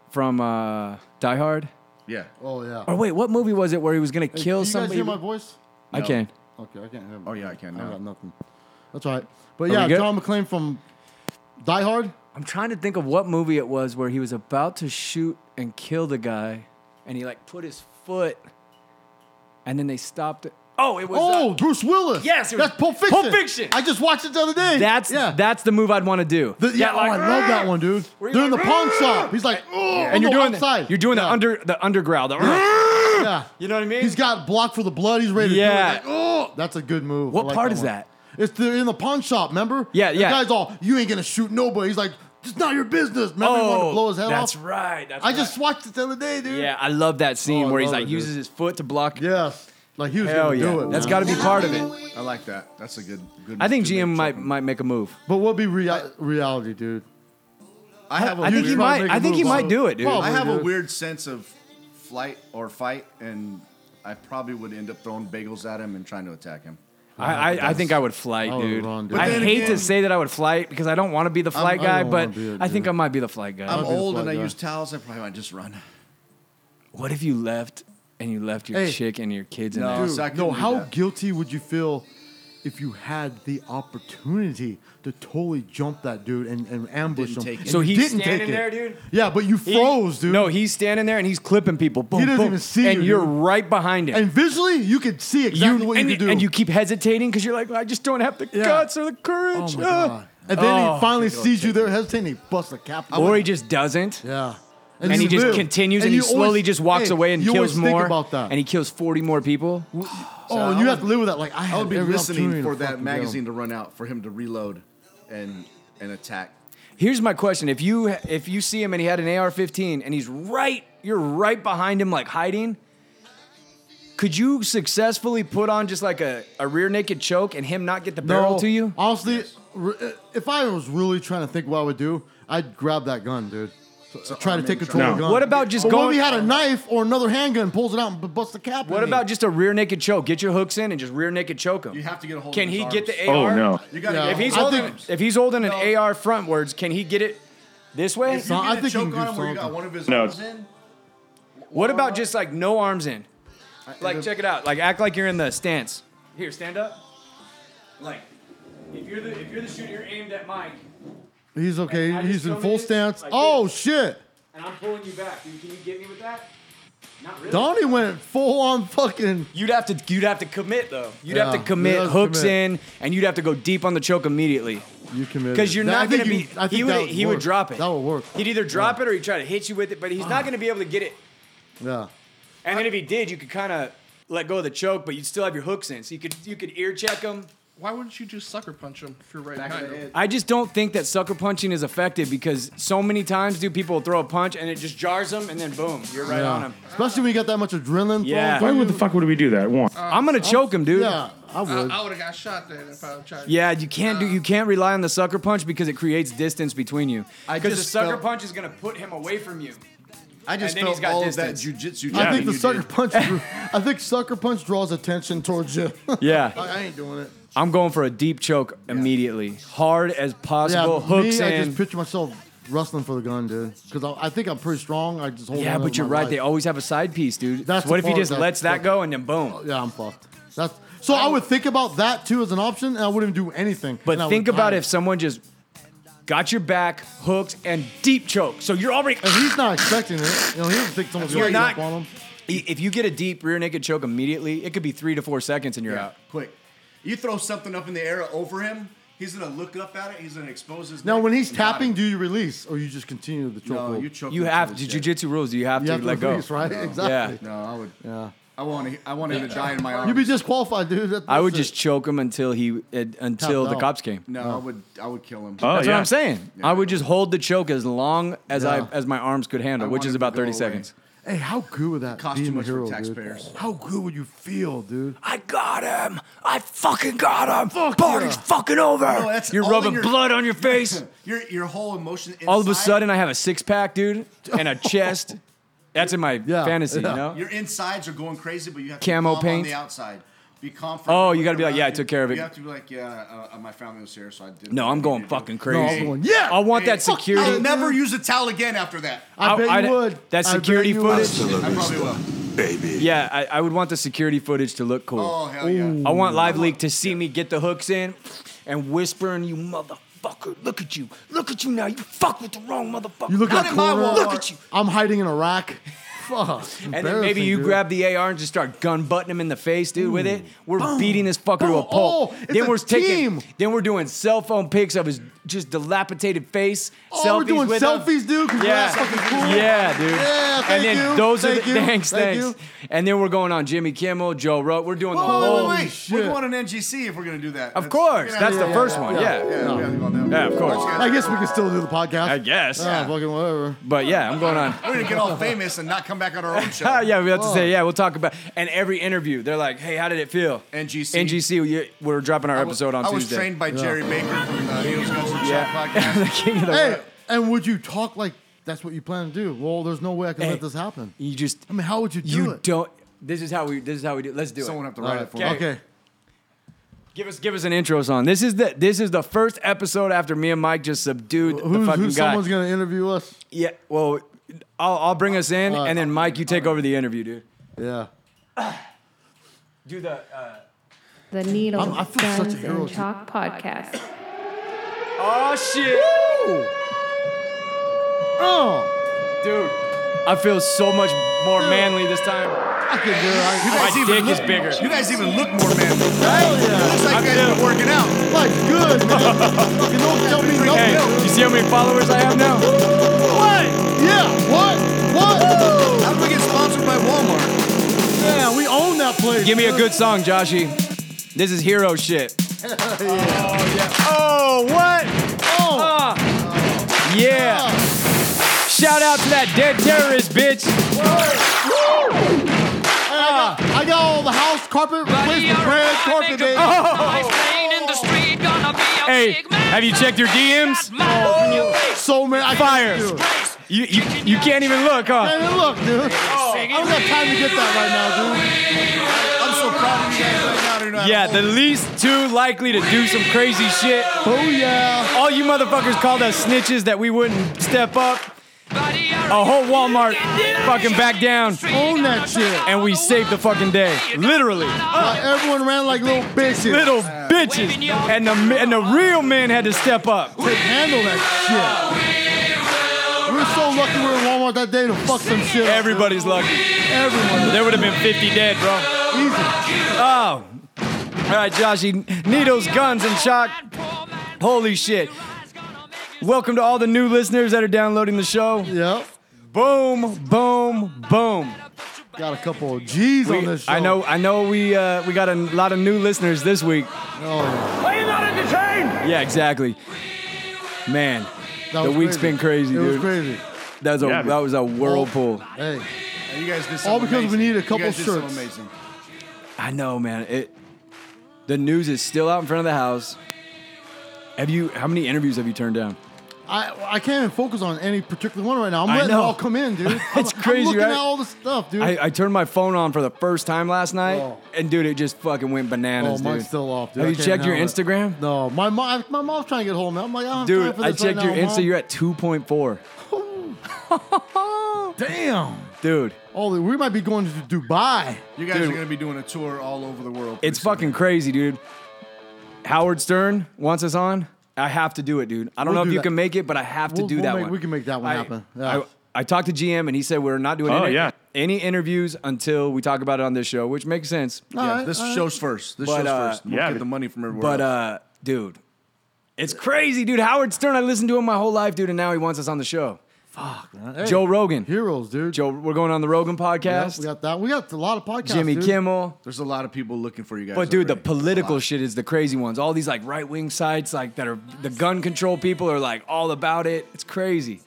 Speaker 3: from uh, Die Hard?
Speaker 5: yeah.
Speaker 2: Oh yeah.
Speaker 3: Or wait, what movie was it where he was gonna kill
Speaker 2: you
Speaker 3: somebody?
Speaker 2: Guys hear my voice?
Speaker 3: I can.
Speaker 2: Okay, I can't hear.
Speaker 5: Oh yeah, I can
Speaker 2: I
Speaker 5: now.
Speaker 2: got nothing. That's all right. But
Speaker 3: we
Speaker 2: yeah,
Speaker 3: good?
Speaker 2: John McClane from Die Hard.
Speaker 3: I'm trying to think of what movie it was where he was about to shoot and kill the guy, and he like put his foot, and then they stopped it. Oh, it was.
Speaker 2: oh,
Speaker 3: uh,
Speaker 2: Bruce Willis.
Speaker 3: Yes, it was
Speaker 2: that's Pulp Fiction.
Speaker 3: Pulp Fiction.
Speaker 2: I just watched it the other day.
Speaker 3: that's
Speaker 2: yeah.
Speaker 3: that's the move I'd want to do.
Speaker 2: The- yeah,
Speaker 3: That, like,
Speaker 2: oh, I love that one, dude.
Speaker 3: Where
Speaker 2: They're
Speaker 3: you
Speaker 2: in the
Speaker 3: like,
Speaker 2: pawn shop. He's like, oh,
Speaker 3: and you're doing
Speaker 2: outside.
Speaker 3: the, you're doing the
Speaker 2: Yeah,
Speaker 3: under the underground. The,
Speaker 2: Yeah.
Speaker 3: You know what I mean?
Speaker 2: He's got block for the blood. He's ready to
Speaker 3: Yeah.
Speaker 2: do it. Like, oh, that's a good move.
Speaker 3: What
Speaker 2: I like
Speaker 3: part
Speaker 2: that
Speaker 3: is
Speaker 2: one.
Speaker 3: that?
Speaker 2: It's they're in the pawn shop. Remember?
Speaker 3: Yeah,
Speaker 2: The
Speaker 3: yeah.
Speaker 2: guy's all, you ain't gonna shoot nobody. He's like, it's not your business. Remember, he wanted
Speaker 3: oh,
Speaker 2: to blow his head
Speaker 3: that's
Speaker 2: off.
Speaker 3: right. That's
Speaker 2: I
Speaker 3: right.
Speaker 2: just watched it the other day, dude.
Speaker 3: yeah, I love that scene
Speaker 2: Oh, I
Speaker 3: where he's
Speaker 2: love
Speaker 3: like
Speaker 2: it, dude.
Speaker 3: uses his foot to block.
Speaker 2: Yes. Like he was
Speaker 3: Hell
Speaker 2: gonna
Speaker 3: yeah,
Speaker 2: do it.
Speaker 3: that's
Speaker 2: man.
Speaker 3: got to be part of it.
Speaker 5: I like that. That's a good. Good.
Speaker 3: I think
Speaker 5: good way to
Speaker 3: GM
Speaker 5: choke
Speaker 3: might
Speaker 5: him.
Speaker 3: might make a move.
Speaker 2: But what would be rea- reality, dude?
Speaker 5: I have. a
Speaker 3: I think
Speaker 5: weird-
Speaker 3: he might. I think he might do it, dude.
Speaker 2: Probably.
Speaker 5: I have a
Speaker 2: dude.
Speaker 5: weird sense of flight or fight, and I probably would end up throwing bagels at him and trying to attack him.
Speaker 3: I, I, I think I would flight,
Speaker 2: I would
Speaker 3: dude.
Speaker 2: run, dude.
Speaker 3: I
Speaker 2: But
Speaker 3: hate
Speaker 5: then
Speaker 3: to
Speaker 5: again-
Speaker 3: say that I would flight because I don't want to be the flight
Speaker 2: I
Speaker 3: guy,
Speaker 2: don't
Speaker 3: but
Speaker 2: wanna be it,
Speaker 3: I think
Speaker 2: dude.
Speaker 3: I might be the flight guy.
Speaker 5: I'm
Speaker 2: be the
Speaker 5: old and
Speaker 2: fly
Speaker 5: I
Speaker 2: guy.
Speaker 5: use towels. I probably might just run.
Speaker 3: what if you left and you left your
Speaker 2: Hey.
Speaker 3: chick and your kids in
Speaker 5: No.
Speaker 3: there?
Speaker 2: Dude,
Speaker 5: so I couldn't
Speaker 2: no,
Speaker 5: do
Speaker 2: how
Speaker 5: that.
Speaker 2: guilty would you feel if you had the opportunity to totally jump that dude and, and ambush
Speaker 5: Didn't
Speaker 2: him?
Speaker 5: take it.
Speaker 2: and
Speaker 3: So
Speaker 2: you
Speaker 3: he's
Speaker 2: didn't
Speaker 3: standing
Speaker 2: take it.
Speaker 3: there, dude?
Speaker 2: Yeah, but you froze, dude.
Speaker 3: No, he's standing there and he's clipping people. Boom,
Speaker 2: doesn't
Speaker 3: boom,
Speaker 2: even see
Speaker 3: and
Speaker 2: you,
Speaker 3: are
Speaker 2: dude.
Speaker 3: right behind him.
Speaker 2: and visually you could see exactly what you
Speaker 3: and,
Speaker 2: could do.
Speaker 3: and you keep hesitating because you're like, I just don't have the
Speaker 2: Yeah.
Speaker 3: guts or the
Speaker 2: oh
Speaker 3: courage.
Speaker 2: my
Speaker 3: ah."
Speaker 2: god! And then
Speaker 3: Oh.
Speaker 2: he finally sees you there, hesitating, he busts a cap.
Speaker 3: Or he just doesn't.
Speaker 2: yeah.
Speaker 3: And he
Speaker 2: you
Speaker 3: just
Speaker 2: live.
Speaker 3: continues and, he
Speaker 2: you
Speaker 3: slowly
Speaker 2: always-
Speaker 3: just walks
Speaker 2: hey,
Speaker 3: away and
Speaker 2: you
Speaker 3: kills
Speaker 2: always think
Speaker 3: more.
Speaker 2: about that.
Speaker 3: And he kills 40 more people.
Speaker 2: oh, and you have to live with that. Like I,
Speaker 5: I would
Speaker 2: had
Speaker 5: be
Speaker 2: every
Speaker 5: listening
Speaker 2: opportunity
Speaker 5: for
Speaker 2: to
Speaker 5: that
Speaker 2: fucking
Speaker 5: magazine
Speaker 2: go.
Speaker 5: to run out for him to reload and and attack.
Speaker 3: Here's my question: If you if you see him and he had an AR-15 and he's right, you're right behind him, like hiding. Could you successfully put on just like a, a rear naked choke and him not get the barrel to you?
Speaker 2: Honestly, re- if I was really trying to think what I would do, I'd grab that gun, dude. So, try to
Speaker 5: arm
Speaker 2: take
Speaker 5: and
Speaker 2: control of the
Speaker 7: try- No.
Speaker 2: gun.
Speaker 3: What about just
Speaker 2: or What if
Speaker 3: going-
Speaker 2: he had a knife or another handgun, pulls it out and b- busts the cap?
Speaker 3: What about just a rear naked choke? Get your hooks in and just rear naked choke him.
Speaker 5: You have to get a hold.
Speaker 3: Can
Speaker 5: of
Speaker 3: he
Speaker 5: his
Speaker 3: get
Speaker 5: arms.
Speaker 3: the
Speaker 7: Oh,
Speaker 3: AR?
Speaker 7: no.
Speaker 5: You gotta
Speaker 2: Yeah.
Speaker 5: get
Speaker 3: If he's
Speaker 2: I
Speaker 3: holding
Speaker 2: think-
Speaker 3: if he's holding an AR frontwards, can he get it this way?
Speaker 5: you
Speaker 2: No, I
Speaker 5: get a
Speaker 2: think you
Speaker 5: choke
Speaker 2: can
Speaker 5: on
Speaker 2: do
Speaker 5: him, where you got
Speaker 2: something.
Speaker 5: one of his
Speaker 7: No.
Speaker 5: arms in.
Speaker 3: What about just like no arms in? Like check it out. Like act like you're in the stance. Here, stand up. Like If you're the if you're the shooter, you're aimed at Mike,
Speaker 2: He's okay.
Speaker 3: I just
Speaker 2: He's in
Speaker 3: don't
Speaker 2: full
Speaker 3: need-
Speaker 2: stance.
Speaker 3: like
Speaker 2: Oh
Speaker 3: this.
Speaker 2: shit!
Speaker 3: and I'm pulling you back. Dude, can you get me with that? Not really.
Speaker 2: Donnie went full on fucking.
Speaker 3: You'd have to you'd have to commit though. You'd have to
Speaker 2: Yeah,
Speaker 3: commit
Speaker 2: you'd have to
Speaker 3: hooks
Speaker 2: commit.
Speaker 3: in, and you'd have to go deep on the choke immediately.
Speaker 2: You committed.
Speaker 3: Because you're
Speaker 2: That- I
Speaker 3: not going
Speaker 2: think
Speaker 3: to
Speaker 2: you-
Speaker 3: be.
Speaker 2: I think
Speaker 3: he
Speaker 2: that
Speaker 3: would, he would
Speaker 2: work.
Speaker 3: drop it.
Speaker 2: That would work. Ah.
Speaker 3: He'd either drop it or he'd try to hit you with it, but he's not going to be able to get it.
Speaker 2: Yeah.
Speaker 3: And then if he did, you could kind of let go of the choke, but you'd still have your hooks in, so you could you could ear check him.
Speaker 6: Why wouldn't you just sucker punch him if you're right behind him?
Speaker 3: I just don't think that sucker punching is effective because so many times, dude, people will throw a punch and it just jars them, and then boom, you're right
Speaker 2: yeah.
Speaker 3: on him.
Speaker 2: Especially when you got that much adrenaline.
Speaker 3: Yeah.
Speaker 7: Why
Speaker 2: Thrown
Speaker 7: would
Speaker 2: through
Speaker 7: the fuck would we do that? One.
Speaker 3: I'm gonna choke him,
Speaker 2: you.
Speaker 3: dude.
Speaker 2: Yeah, I
Speaker 6: I,
Speaker 2: would.
Speaker 6: I would have got shot then if I tried.
Speaker 3: Yeah, you can't do. You can't rely on the sucker punch because it creates distance between you.
Speaker 5: I
Speaker 3: Because the
Speaker 5: just
Speaker 3: sucker
Speaker 5: felt-
Speaker 3: punch is gonna put him away from you.
Speaker 5: I just
Speaker 3: And then he's
Speaker 5: felt
Speaker 3: got
Speaker 5: all
Speaker 3: distance.
Speaker 5: of that jujitsu.
Speaker 2: I
Speaker 7: Yeah,
Speaker 2: think the
Speaker 5: you
Speaker 2: sucker
Speaker 5: did.
Speaker 2: punch. drew- I think sucker punch draws attention towards you.
Speaker 3: Yeah,
Speaker 2: I ain't doing it.
Speaker 3: I'm going for a deep choke immediately, hard as
Speaker 2: Yeah,
Speaker 3: possible, hooks
Speaker 2: me, I
Speaker 3: in.
Speaker 2: just picture myself wrestling for the gun, dude. Because I, I think I'm pretty strong. I just hold.
Speaker 3: yeah,
Speaker 2: on
Speaker 3: but
Speaker 2: with
Speaker 3: you're
Speaker 2: my
Speaker 3: right.
Speaker 2: life.
Speaker 3: They always have a side piece, dude.
Speaker 2: That's
Speaker 3: what
Speaker 2: the
Speaker 3: if he
Speaker 2: part
Speaker 3: just
Speaker 2: that-
Speaker 3: lets that
Speaker 2: that-
Speaker 3: go and then boom?
Speaker 2: Yeah, I'm fucked. That's so. I, would think about that too as an option, and I wouldn't do anything. And I
Speaker 3: But
Speaker 2: would
Speaker 3: think about
Speaker 2: hide.
Speaker 3: if someone just got your back, hooked, and deep choke. So you're already.
Speaker 2: If he's not expecting it, you know, he doesn't think someone's
Speaker 3: You're
Speaker 2: going to
Speaker 3: not-
Speaker 2: jump on him.
Speaker 3: If you get a deep rear naked choke immediately, it could be three to four seconds and you're out.
Speaker 5: Quick, you throw something up in the air over him. He's gonna look up at it. He's gonna expose his.
Speaker 2: Now,
Speaker 5: neck
Speaker 2: when he's
Speaker 5: and got
Speaker 2: tapping,
Speaker 5: him.
Speaker 2: do you release or you just continue the choke?
Speaker 5: no,
Speaker 2: hold?
Speaker 5: you choke.
Speaker 3: You
Speaker 5: him
Speaker 3: have
Speaker 5: till
Speaker 3: to
Speaker 5: he's dead.
Speaker 3: jujitsu rules. You have
Speaker 2: You
Speaker 3: to
Speaker 2: have to
Speaker 3: let
Speaker 2: release,
Speaker 3: go.
Speaker 2: right? Exactly.
Speaker 5: No, I would. Yeah. I want. I want him to die in my arms.
Speaker 2: You'd be disqualified, dude. That-
Speaker 3: I would
Speaker 2: that's
Speaker 3: just choke him until he uh, until
Speaker 2: Tapped
Speaker 3: the
Speaker 2: out.
Speaker 3: cops came.
Speaker 5: No, Oh, I would. I would kill him.
Speaker 7: Oh,
Speaker 3: That's
Speaker 7: yeah.
Speaker 3: what I'm saying. I would just hold the choke as long as
Speaker 2: Yeah.
Speaker 3: I as my arms could handle,
Speaker 5: I
Speaker 3: which
Speaker 5: want
Speaker 3: is
Speaker 5: him to
Speaker 3: about
Speaker 5: go
Speaker 3: 30
Speaker 5: away.
Speaker 3: seconds.
Speaker 2: Hey, how good would that
Speaker 5: Cost
Speaker 2: be
Speaker 5: too
Speaker 2: in the
Speaker 5: much for
Speaker 2: hero,
Speaker 5: taxpayers.
Speaker 2: Dude? How good would you feel, dude?
Speaker 3: I got him. I fucking got him. Party's fucking over.
Speaker 5: that's
Speaker 3: You're
Speaker 5: all in
Speaker 3: rubbing
Speaker 5: your-
Speaker 3: blood on your face.
Speaker 5: Your your whole emotion. Inside,
Speaker 3: all of a sudden I have a six pack, dude, and a chest. That's in my
Speaker 2: Yeah,
Speaker 3: fantasy,
Speaker 2: yeah.
Speaker 3: you know?
Speaker 5: your insides are going crazy, but you have to
Speaker 3: Camo
Speaker 5: be calm
Speaker 3: paint?
Speaker 5: on the outside. Be calm. for
Speaker 3: Oh,
Speaker 5: everyone
Speaker 3: you gotta be like,
Speaker 5: around
Speaker 3: yeah, I
Speaker 5: you.
Speaker 3: took care of it.
Speaker 5: You have to be like, yeah, uh, uh, my family was here, so I did.
Speaker 3: No,
Speaker 5: what I
Speaker 3: I'm going
Speaker 5: needed to do."
Speaker 3: fucking
Speaker 2: No,
Speaker 3: crazy.
Speaker 2: I'm going, yeah.
Speaker 3: I want that
Speaker 5: Hey, fuck, I'll
Speaker 3: security.
Speaker 5: never use a towel again after that.
Speaker 2: I,
Speaker 3: I-
Speaker 2: bet
Speaker 3: I'd-
Speaker 2: you would.
Speaker 3: that
Speaker 2: I bet
Speaker 3: security
Speaker 2: you would.
Speaker 3: footage?
Speaker 5: I probably will.
Speaker 3: Yeah, I, I would want the security footage to look cool.
Speaker 5: Oh hell yeah.
Speaker 3: I want Live Leak to see me get the hooks in and whispering, you motherfucker, look at you. Look at you now. You fuck with the wrong motherfucker.
Speaker 2: You look
Speaker 5: Not
Speaker 2: at
Speaker 5: in my
Speaker 2: corner.
Speaker 5: Walmart.
Speaker 3: Look at you.
Speaker 2: I'm hiding in a rack. Fuck.
Speaker 3: And then maybe you grab the AR and just start gun butting him in the face, dude. With it, we're beating this fucker to a
Speaker 2: Boom.
Speaker 3: pulp.
Speaker 2: Oh, it's
Speaker 3: then
Speaker 2: a
Speaker 3: we're
Speaker 2: team.
Speaker 3: taking, then we're doing cell phone pics of his just dilapidated face.
Speaker 2: Oh, we're
Speaker 3: selfies
Speaker 2: doing
Speaker 3: with him.
Speaker 2: selfies, dude. 'cause
Speaker 3: Yeah,
Speaker 2: that's fucking cool.
Speaker 3: yeah, dude.
Speaker 2: Yeah,
Speaker 3: and
Speaker 2: thank
Speaker 3: then
Speaker 2: you.
Speaker 3: those are
Speaker 2: Thank
Speaker 3: the
Speaker 2: you.
Speaker 3: thanks,
Speaker 2: Thank
Speaker 3: thanks.
Speaker 2: you.
Speaker 3: And then we're going on Jimmy Kimmel, Joe Rogan. We're doing the
Speaker 5: Whoa, wait,
Speaker 3: whole.
Speaker 5: wait, wait.
Speaker 2: shit.
Speaker 5: We're going to NGC if we're going to do that.
Speaker 3: Of
Speaker 5: That's-
Speaker 3: course.
Speaker 5: we're gonna
Speaker 3: That's
Speaker 5: have to-
Speaker 3: the first one, yeah.
Speaker 5: Yeah, yeah, we gotta go down.
Speaker 3: Yeah, of course.
Speaker 5: Okay.
Speaker 2: I guess we can still do the podcast.
Speaker 3: I guess.
Speaker 2: Yeah, fucking whatever.
Speaker 3: But yeah, I'm going on.
Speaker 5: We're going to get all famous and not come back on our own show.
Speaker 3: Ah, yeah, we have to say, yeah, we'll talk about. And every interview, they're like, hey, how did it feel?
Speaker 5: NGC.
Speaker 3: NGC, we- we're dropping our
Speaker 5: I was-
Speaker 3: episode on
Speaker 5: I was
Speaker 3: Tuesday.
Speaker 5: trained by Jerry Baker from the Heels Guns and
Speaker 3: Yeah.
Speaker 5: Shop podcast.
Speaker 3: the king of the
Speaker 2: Hey,
Speaker 3: world.
Speaker 2: and would you talk like that's what you plan to do? Well, there's no way I can
Speaker 3: Hey.
Speaker 2: let this happen.
Speaker 3: You just,
Speaker 2: I mean, how would you do
Speaker 3: you
Speaker 2: it?
Speaker 3: don't. This is how we. This is how we do. Let's do
Speaker 5: Someone
Speaker 3: it.
Speaker 5: have to write it for me.
Speaker 2: okay. okay.
Speaker 3: Give us, give us an intro song. This is the, this is the first episode after me and Mike just subdued the
Speaker 2: Who's,
Speaker 3: fucking
Speaker 2: who's
Speaker 3: guy.
Speaker 2: someone's gonna interview us?
Speaker 3: yeah. Well, I'll, I'll bring us in,
Speaker 2: All right.
Speaker 3: and then Mike, you take over the interview, dude.
Speaker 2: Yeah.
Speaker 3: Do the. uh,
Speaker 1: The Needle,
Speaker 2: I'm- I feel such a
Speaker 1: Guns,
Speaker 2: hero
Speaker 1: and
Speaker 2: to-
Speaker 1: Chalk Podcast.
Speaker 3: oh shit,
Speaker 2: Oh,
Speaker 3: dude! I feel so much more manly this time.
Speaker 2: I can do it. I,
Speaker 3: My
Speaker 5: guys even
Speaker 3: dick is
Speaker 5: look-
Speaker 3: bigger.
Speaker 5: You guys even look more manly.
Speaker 2: hell yeah.
Speaker 5: Looks like you guys been working out.
Speaker 2: It's like good. man. Fucking don't tell me no.
Speaker 3: Hey,
Speaker 2: no.
Speaker 3: you see how many followers I have now?
Speaker 2: What? Yeah. What? What?
Speaker 5: How do we get sponsored by Walmart?
Speaker 2: Yeah, we own that place.
Speaker 3: Give me a
Speaker 2: dude.
Speaker 3: good song, Joshy. This is hero shit. Oh what?
Speaker 2: Oh.
Speaker 3: Ah. Yeah. Shout out to that dead terrorist, bitch.
Speaker 2: Hey, I, got, I got all the house carpet replaced with red carpet, baby.
Speaker 3: Hey, have you checked your DMs?
Speaker 2: So man, I
Speaker 3: Fire.
Speaker 2: Can't do it.
Speaker 3: You, you, you can't even look, huh?
Speaker 2: Hey, man, look, dude. I don't got time to get that right now, dude.
Speaker 5: I'm so proud of you guys right now. I don't know how to
Speaker 3: Yeah,
Speaker 5: hold
Speaker 3: the least too likely to do some crazy shit.
Speaker 2: Oh yeah.
Speaker 3: All you motherfuckers called us snitches that we wouldn't step up. A whole Walmart fucking back down,
Speaker 2: Own that shit.
Speaker 3: and we saved the fucking day. Literally.
Speaker 2: Uh, everyone ran like little bitches.
Speaker 3: Little bitches, and the mi- and the real men had to step up.
Speaker 2: Couldn't handle that shit. We were so lucky we were in Walmart that day to fuck some shit. up, dude.
Speaker 3: Everybody's lucky.
Speaker 2: Everyone.
Speaker 3: There would have been 50 dead, bro.
Speaker 2: Easy.
Speaker 3: Oh. All right, Joshy. Needles, guns, and shock. Holy shit. Welcome to all the new listeners that are downloading the show.
Speaker 2: Yep.
Speaker 3: Boom, boom, boom.
Speaker 2: Got a couple of G's on
Speaker 3: We,
Speaker 2: this show.
Speaker 3: I know I know we uh, we got a lot of new listeners this week.
Speaker 2: Oh,
Speaker 3: Yeah, exactly. Man,
Speaker 2: that
Speaker 3: The
Speaker 2: was
Speaker 3: week's
Speaker 2: crazy.
Speaker 3: been crazy,
Speaker 2: It was
Speaker 3: dude.
Speaker 2: crazy.
Speaker 3: that was a
Speaker 7: Yeah.
Speaker 3: that was a whirlpool.
Speaker 2: Hey,
Speaker 5: You guys did
Speaker 2: All
Speaker 5: something
Speaker 2: because we
Speaker 5: amazing.
Speaker 2: needed a
Speaker 5: You
Speaker 2: couple
Speaker 5: guys did something
Speaker 2: shirts.
Speaker 5: amazing.
Speaker 3: I know, man. It the news is still out in front of the house. Have you how many interviews have you turned down?
Speaker 2: I I can't even focus on any particular one right now. I'm
Speaker 3: I
Speaker 2: letting it
Speaker 3: know.
Speaker 2: all come in, dude. I'm-
Speaker 3: It's crazy,
Speaker 2: I'm looking
Speaker 3: right?
Speaker 2: at all this stuff, dude.
Speaker 3: I, I turned my phone on for the first time last night,
Speaker 2: Oh.
Speaker 3: and dude, it just fucking went
Speaker 2: oh,
Speaker 3: bananas.
Speaker 2: mine's
Speaker 3: dude.
Speaker 2: still off, dude.
Speaker 3: Have
Speaker 2: I
Speaker 3: you
Speaker 2: can't
Speaker 3: checked your
Speaker 2: handle it.
Speaker 3: Instagram?
Speaker 2: No, my mom, my mom's trying to get hold of me. I'm like, I don't have time
Speaker 3: Dude,
Speaker 2: for
Speaker 3: I
Speaker 2: this right
Speaker 3: checked your
Speaker 2: now,
Speaker 3: Insta.
Speaker 2: Mom.
Speaker 3: You're at 2.4.
Speaker 2: Damn.
Speaker 3: Dude,
Speaker 2: Oh, we might be going to Dubai.
Speaker 5: You guys
Speaker 3: Dude.
Speaker 5: are gonna be doing a tour all over the world.
Speaker 3: it's
Speaker 5: pretty soon.
Speaker 3: fucking crazy, dude. Howard Stern wants us on. I have to do it, dude. I don't
Speaker 2: We'll
Speaker 3: know
Speaker 2: do
Speaker 3: if you
Speaker 2: that.
Speaker 3: can make it, but I have to
Speaker 2: We'll-
Speaker 3: do
Speaker 2: we'll
Speaker 3: that
Speaker 2: make-
Speaker 3: one.
Speaker 2: we can make that one
Speaker 3: I-
Speaker 2: happen.
Speaker 3: I,
Speaker 2: Yeah.
Speaker 3: I talked to GM, and he said we're not doing
Speaker 7: Oh,
Speaker 3: any,
Speaker 7: yeah.
Speaker 3: any interviews until we talk about it on this show, which makes sense.
Speaker 5: Yeah,
Speaker 2: Alright,
Speaker 5: this
Speaker 2: alright.
Speaker 5: show's first. This
Speaker 3: But,
Speaker 5: show's
Speaker 3: uh,
Speaker 5: first. We'll
Speaker 7: yeah,
Speaker 5: get
Speaker 7: but-
Speaker 5: the money from everywhere.
Speaker 3: But
Speaker 5: else.
Speaker 3: uh, dude, it's crazy, dude. Howard Stern, I listened to him my whole life, dude, and now he wants us on the show. Fuck, Joe Rogan.
Speaker 2: Heroes, dude.
Speaker 3: Joe, we're going on the Rogan
Speaker 2: Yeah,
Speaker 3: podcast.
Speaker 2: we got that. We got a lot of podcasts.
Speaker 3: Jimmy
Speaker 2: dude.
Speaker 3: Kimmel.
Speaker 5: there's a lot of people looking for you guys.
Speaker 3: But dude, the
Speaker 5: already.
Speaker 3: political
Speaker 5: A
Speaker 3: shit is the crazy ones. All these like right wing sites, like that are the gun control people are like all about it. It's crazy.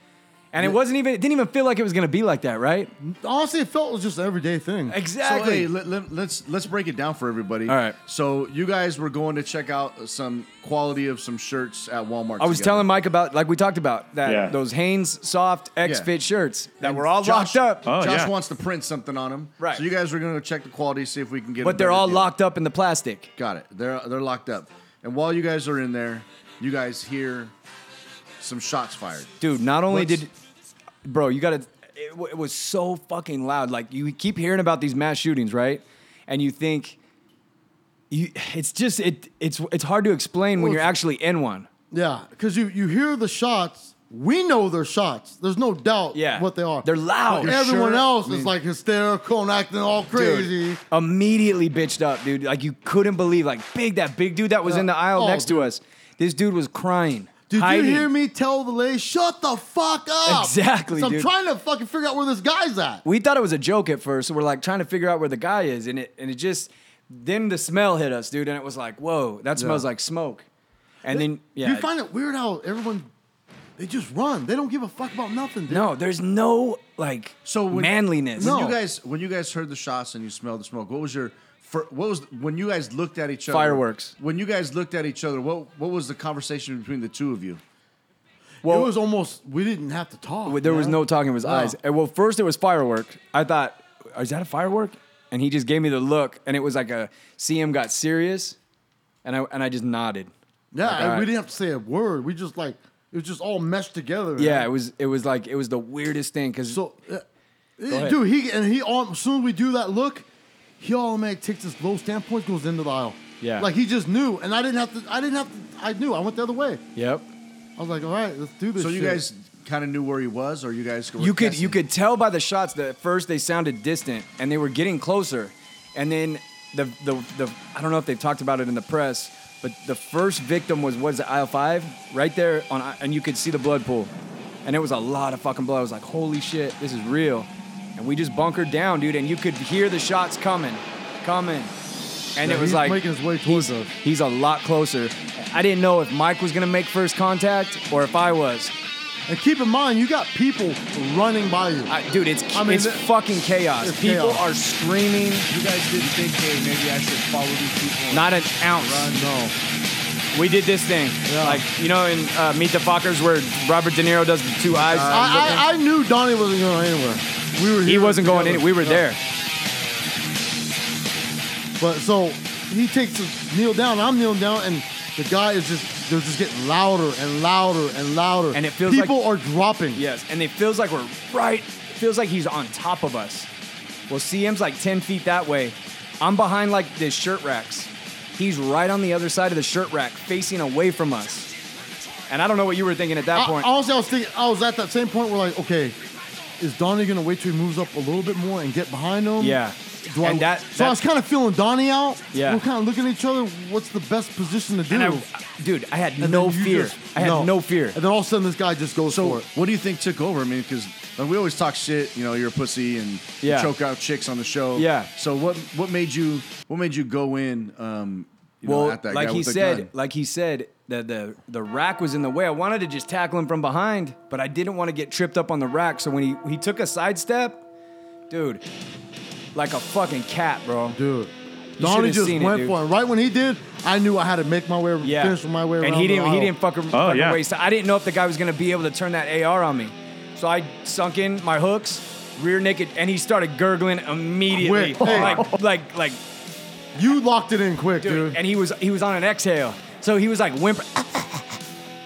Speaker 3: And it wasn't even. It didn't even feel like it was gonna be like that, right?
Speaker 2: Honestly, it felt it was just an everyday thing.
Speaker 5: lot. So,
Speaker 3: Exactly.
Speaker 5: hey, let, let, let's let's break it down for everybody.
Speaker 3: All right.
Speaker 5: So you guys were going to check out some quality of some shirts at Walmart.
Speaker 3: I was
Speaker 5: together.
Speaker 3: telling Mike about like we talked about that
Speaker 7: Yeah.
Speaker 3: those Hanes soft X
Speaker 5: Yeah.
Speaker 3: fit shirts that
Speaker 5: And
Speaker 3: were all
Speaker 5: Josh-
Speaker 3: locked up,
Speaker 7: Oh,
Speaker 5: Josh
Speaker 7: yeah.
Speaker 5: wants to print something on them.
Speaker 3: Right.
Speaker 5: So you guys were going to check the quality, see if we can get. a
Speaker 3: but they're
Speaker 5: better
Speaker 3: all
Speaker 5: deal.
Speaker 3: locked up in the plastic.
Speaker 5: Got it. They're they're locked up. And while you guys are in there, you guys hear some shots fired.
Speaker 3: dude. Not only
Speaker 5: Let's-
Speaker 3: did, bro, you got to. It, w- it was so fucking loud. Like you keep hearing about these mass shootings, right? And you think, you, it's just it, it's it's hard to explain when
Speaker 2: Well,
Speaker 3: you're
Speaker 2: it's-
Speaker 3: actually in one.
Speaker 2: Yeah, because you you hear the shots. We know they're shots. There's no doubt
Speaker 3: Yeah.
Speaker 2: what they are.
Speaker 3: They're loud.
Speaker 2: But
Speaker 3: You're
Speaker 2: everyone
Speaker 3: sure?
Speaker 2: else
Speaker 3: I mean-
Speaker 2: is like hysterical and acting all crazy.
Speaker 3: Dude, immediately bitched up, dude. Like you couldn't believe, like big that big dude that was
Speaker 2: Yeah.
Speaker 3: in the aisle
Speaker 2: Oh,
Speaker 3: next to
Speaker 2: dude.
Speaker 3: us. This dude was crying.
Speaker 2: Did
Speaker 3: hiding.
Speaker 2: you hear me tell the lady, shut the fuck up?
Speaker 3: Exactly,
Speaker 2: So I'm
Speaker 3: dude.
Speaker 2: trying to fucking figure out where this guy's at.
Speaker 3: we thought it was a joke at first, so we're like trying to figure out where the guy is, and it and it just then the smell hit us, dude, and it was like, whoa, that smells like smoke. And then yeah,
Speaker 2: You find it weird how everyone they just run. They don't give a fuck about nothing, dude.
Speaker 3: no, there's no like
Speaker 5: So when,
Speaker 3: manliness.
Speaker 5: When
Speaker 2: No.
Speaker 5: you guys when you guys heard the shots and you smelled the smoke, what was your fir- what was when you guys looked at each other?
Speaker 3: Fireworks.
Speaker 5: When you guys looked at each other, what what was the conversation between the two of you?
Speaker 2: it was almost we didn't have to talk.
Speaker 3: There was
Speaker 2: man.
Speaker 3: no talking. It was eyes. And well, first it was firework. I thought, is that a firework? And he just gave me the look, and it was like a CM got serious, and I and I just nodded.
Speaker 2: Yeah,
Speaker 3: Like,
Speaker 2: and
Speaker 3: all
Speaker 2: we
Speaker 3: right.
Speaker 2: didn't have to say a word. We just like it was just all meshed together.
Speaker 3: Yeah,
Speaker 2: man.
Speaker 3: it was it was like it was the weirdest thing because
Speaker 2: So, uh,
Speaker 3: ahead.
Speaker 2: dude, he and he. All, as soon as we do that look, he automatic takes this low standpoint, goes into the aisle.
Speaker 3: Yeah.
Speaker 2: like he just knew, and I didn't have to. I didn't have to. I knew. I went the other way.
Speaker 3: yep.
Speaker 2: I was like, all right, let's do this.
Speaker 5: So you
Speaker 2: shit."
Speaker 5: guys kind of knew where he was, or you guys were
Speaker 3: You could you
Speaker 5: guessing?
Speaker 3: could tell by the shots that at first they sounded distant and they were getting closer, and then the the the I don't know if they've talked about it in the press, but the first victim was was it aisle five right there on I- and you could see the blood pool, and it was a lot of fucking blood. I was like, holy shit, this is real, and we just bunkered down, dude, and you could hear the shots coming, coming, and
Speaker 2: Yeah,
Speaker 3: it was
Speaker 2: he's
Speaker 3: like
Speaker 2: making his way towards
Speaker 3: he's-
Speaker 2: us.
Speaker 3: He's a lot closer. I didn't know if Mike was gonna make first contact or if I was.
Speaker 2: and keep in mind, you got people running by you.
Speaker 3: I, dude, it's
Speaker 2: I mean,
Speaker 3: it's
Speaker 2: th-
Speaker 3: fucking chaos.
Speaker 2: it's
Speaker 3: People
Speaker 2: chaos.
Speaker 3: are screaming.
Speaker 5: You guys didn't think, hey, maybe I should follow these people.
Speaker 3: Not an ounce.
Speaker 2: no,
Speaker 3: We did this thing.
Speaker 2: Yeah.
Speaker 3: Like you know in uh, Meet the Fockers where Robert De Niro does the two eyes.
Speaker 2: Uh,
Speaker 3: Ah,
Speaker 2: I, I, I knew Donnie wasn't going anywhere. We were.
Speaker 3: he
Speaker 2: here
Speaker 3: wasn't going
Speaker 2: together.
Speaker 3: any. We were
Speaker 2: Yeah.
Speaker 3: there.
Speaker 2: But so he takes a kneel down. I'm kneeling down, and the guy is just they're just getting louder and louder and louder.
Speaker 3: And it feels like-
Speaker 2: people are dropping.
Speaker 3: Yes, and it feels like we're right. Feels like he's on top of us. Well, CM's like ten feet that way. I'm behind like the shirt racks. He's right on the other side of the shirt rack, facing away from us. And I don't know what you were thinking at that
Speaker 2: I,
Speaker 3: point.
Speaker 2: honestly, I was thinking, I was at that same point where like, okay, is Donnie gonna wait till he moves up a little bit more and get behind him?
Speaker 3: yeah.
Speaker 2: Do I-
Speaker 3: and that,
Speaker 2: so I was kind of feeling Donnie out.
Speaker 3: Yeah.
Speaker 2: We're kind of looking at each other. What's the best position to do?
Speaker 3: and I, dude, I had
Speaker 2: And
Speaker 3: no
Speaker 2: then you
Speaker 3: fear.
Speaker 2: just-
Speaker 3: I had no, fear.
Speaker 2: And then all of a sudden, this guy just goes
Speaker 5: So,
Speaker 2: for it.
Speaker 5: what do you think took over? I mean, because we always talk shit. You know, you're a pussy and you
Speaker 3: Yeah.
Speaker 5: choke out chicks on the show.
Speaker 3: Yeah.
Speaker 5: So what what made you what made you go in? Um, you know,
Speaker 3: well,
Speaker 5: at that
Speaker 3: like
Speaker 5: guy
Speaker 3: he
Speaker 5: with the
Speaker 3: said,
Speaker 5: gun?
Speaker 3: like he said, the, the the rack was in the way. I wanted to just tackle him from behind, but I didn't want to get tripped up on the rack. So when he he took a sidestep, dude, like a fucking cat, bro.
Speaker 2: Dude.
Speaker 3: You
Speaker 2: Donnie
Speaker 3: should've
Speaker 2: just
Speaker 3: seen it,
Speaker 2: went
Speaker 3: dude.
Speaker 2: for it. Right when he did, I knew I had to make my way,
Speaker 3: Yeah,
Speaker 2: finish my way
Speaker 3: and
Speaker 2: around
Speaker 3: he
Speaker 2: the
Speaker 3: didn't he
Speaker 2: aisle.
Speaker 3: didn't fucking,
Speaker 5: Oh,
Speaker 3: fucking
Speaker 7: yeah.
Speaker 3: waste. I didn't know if the guy was gonna be able to turn that AR on me, so I sunk in my hooks, rear naked, and he started gurgling immediately,
Speaker 2: Quick. Hey.
Speaker 3: like like like
Speaker 2: You locked it in quick,
Speaker 3: dude,
Speaker 2: dude.
Speaker 3: and he was he was on an exhale, so he was like whimper.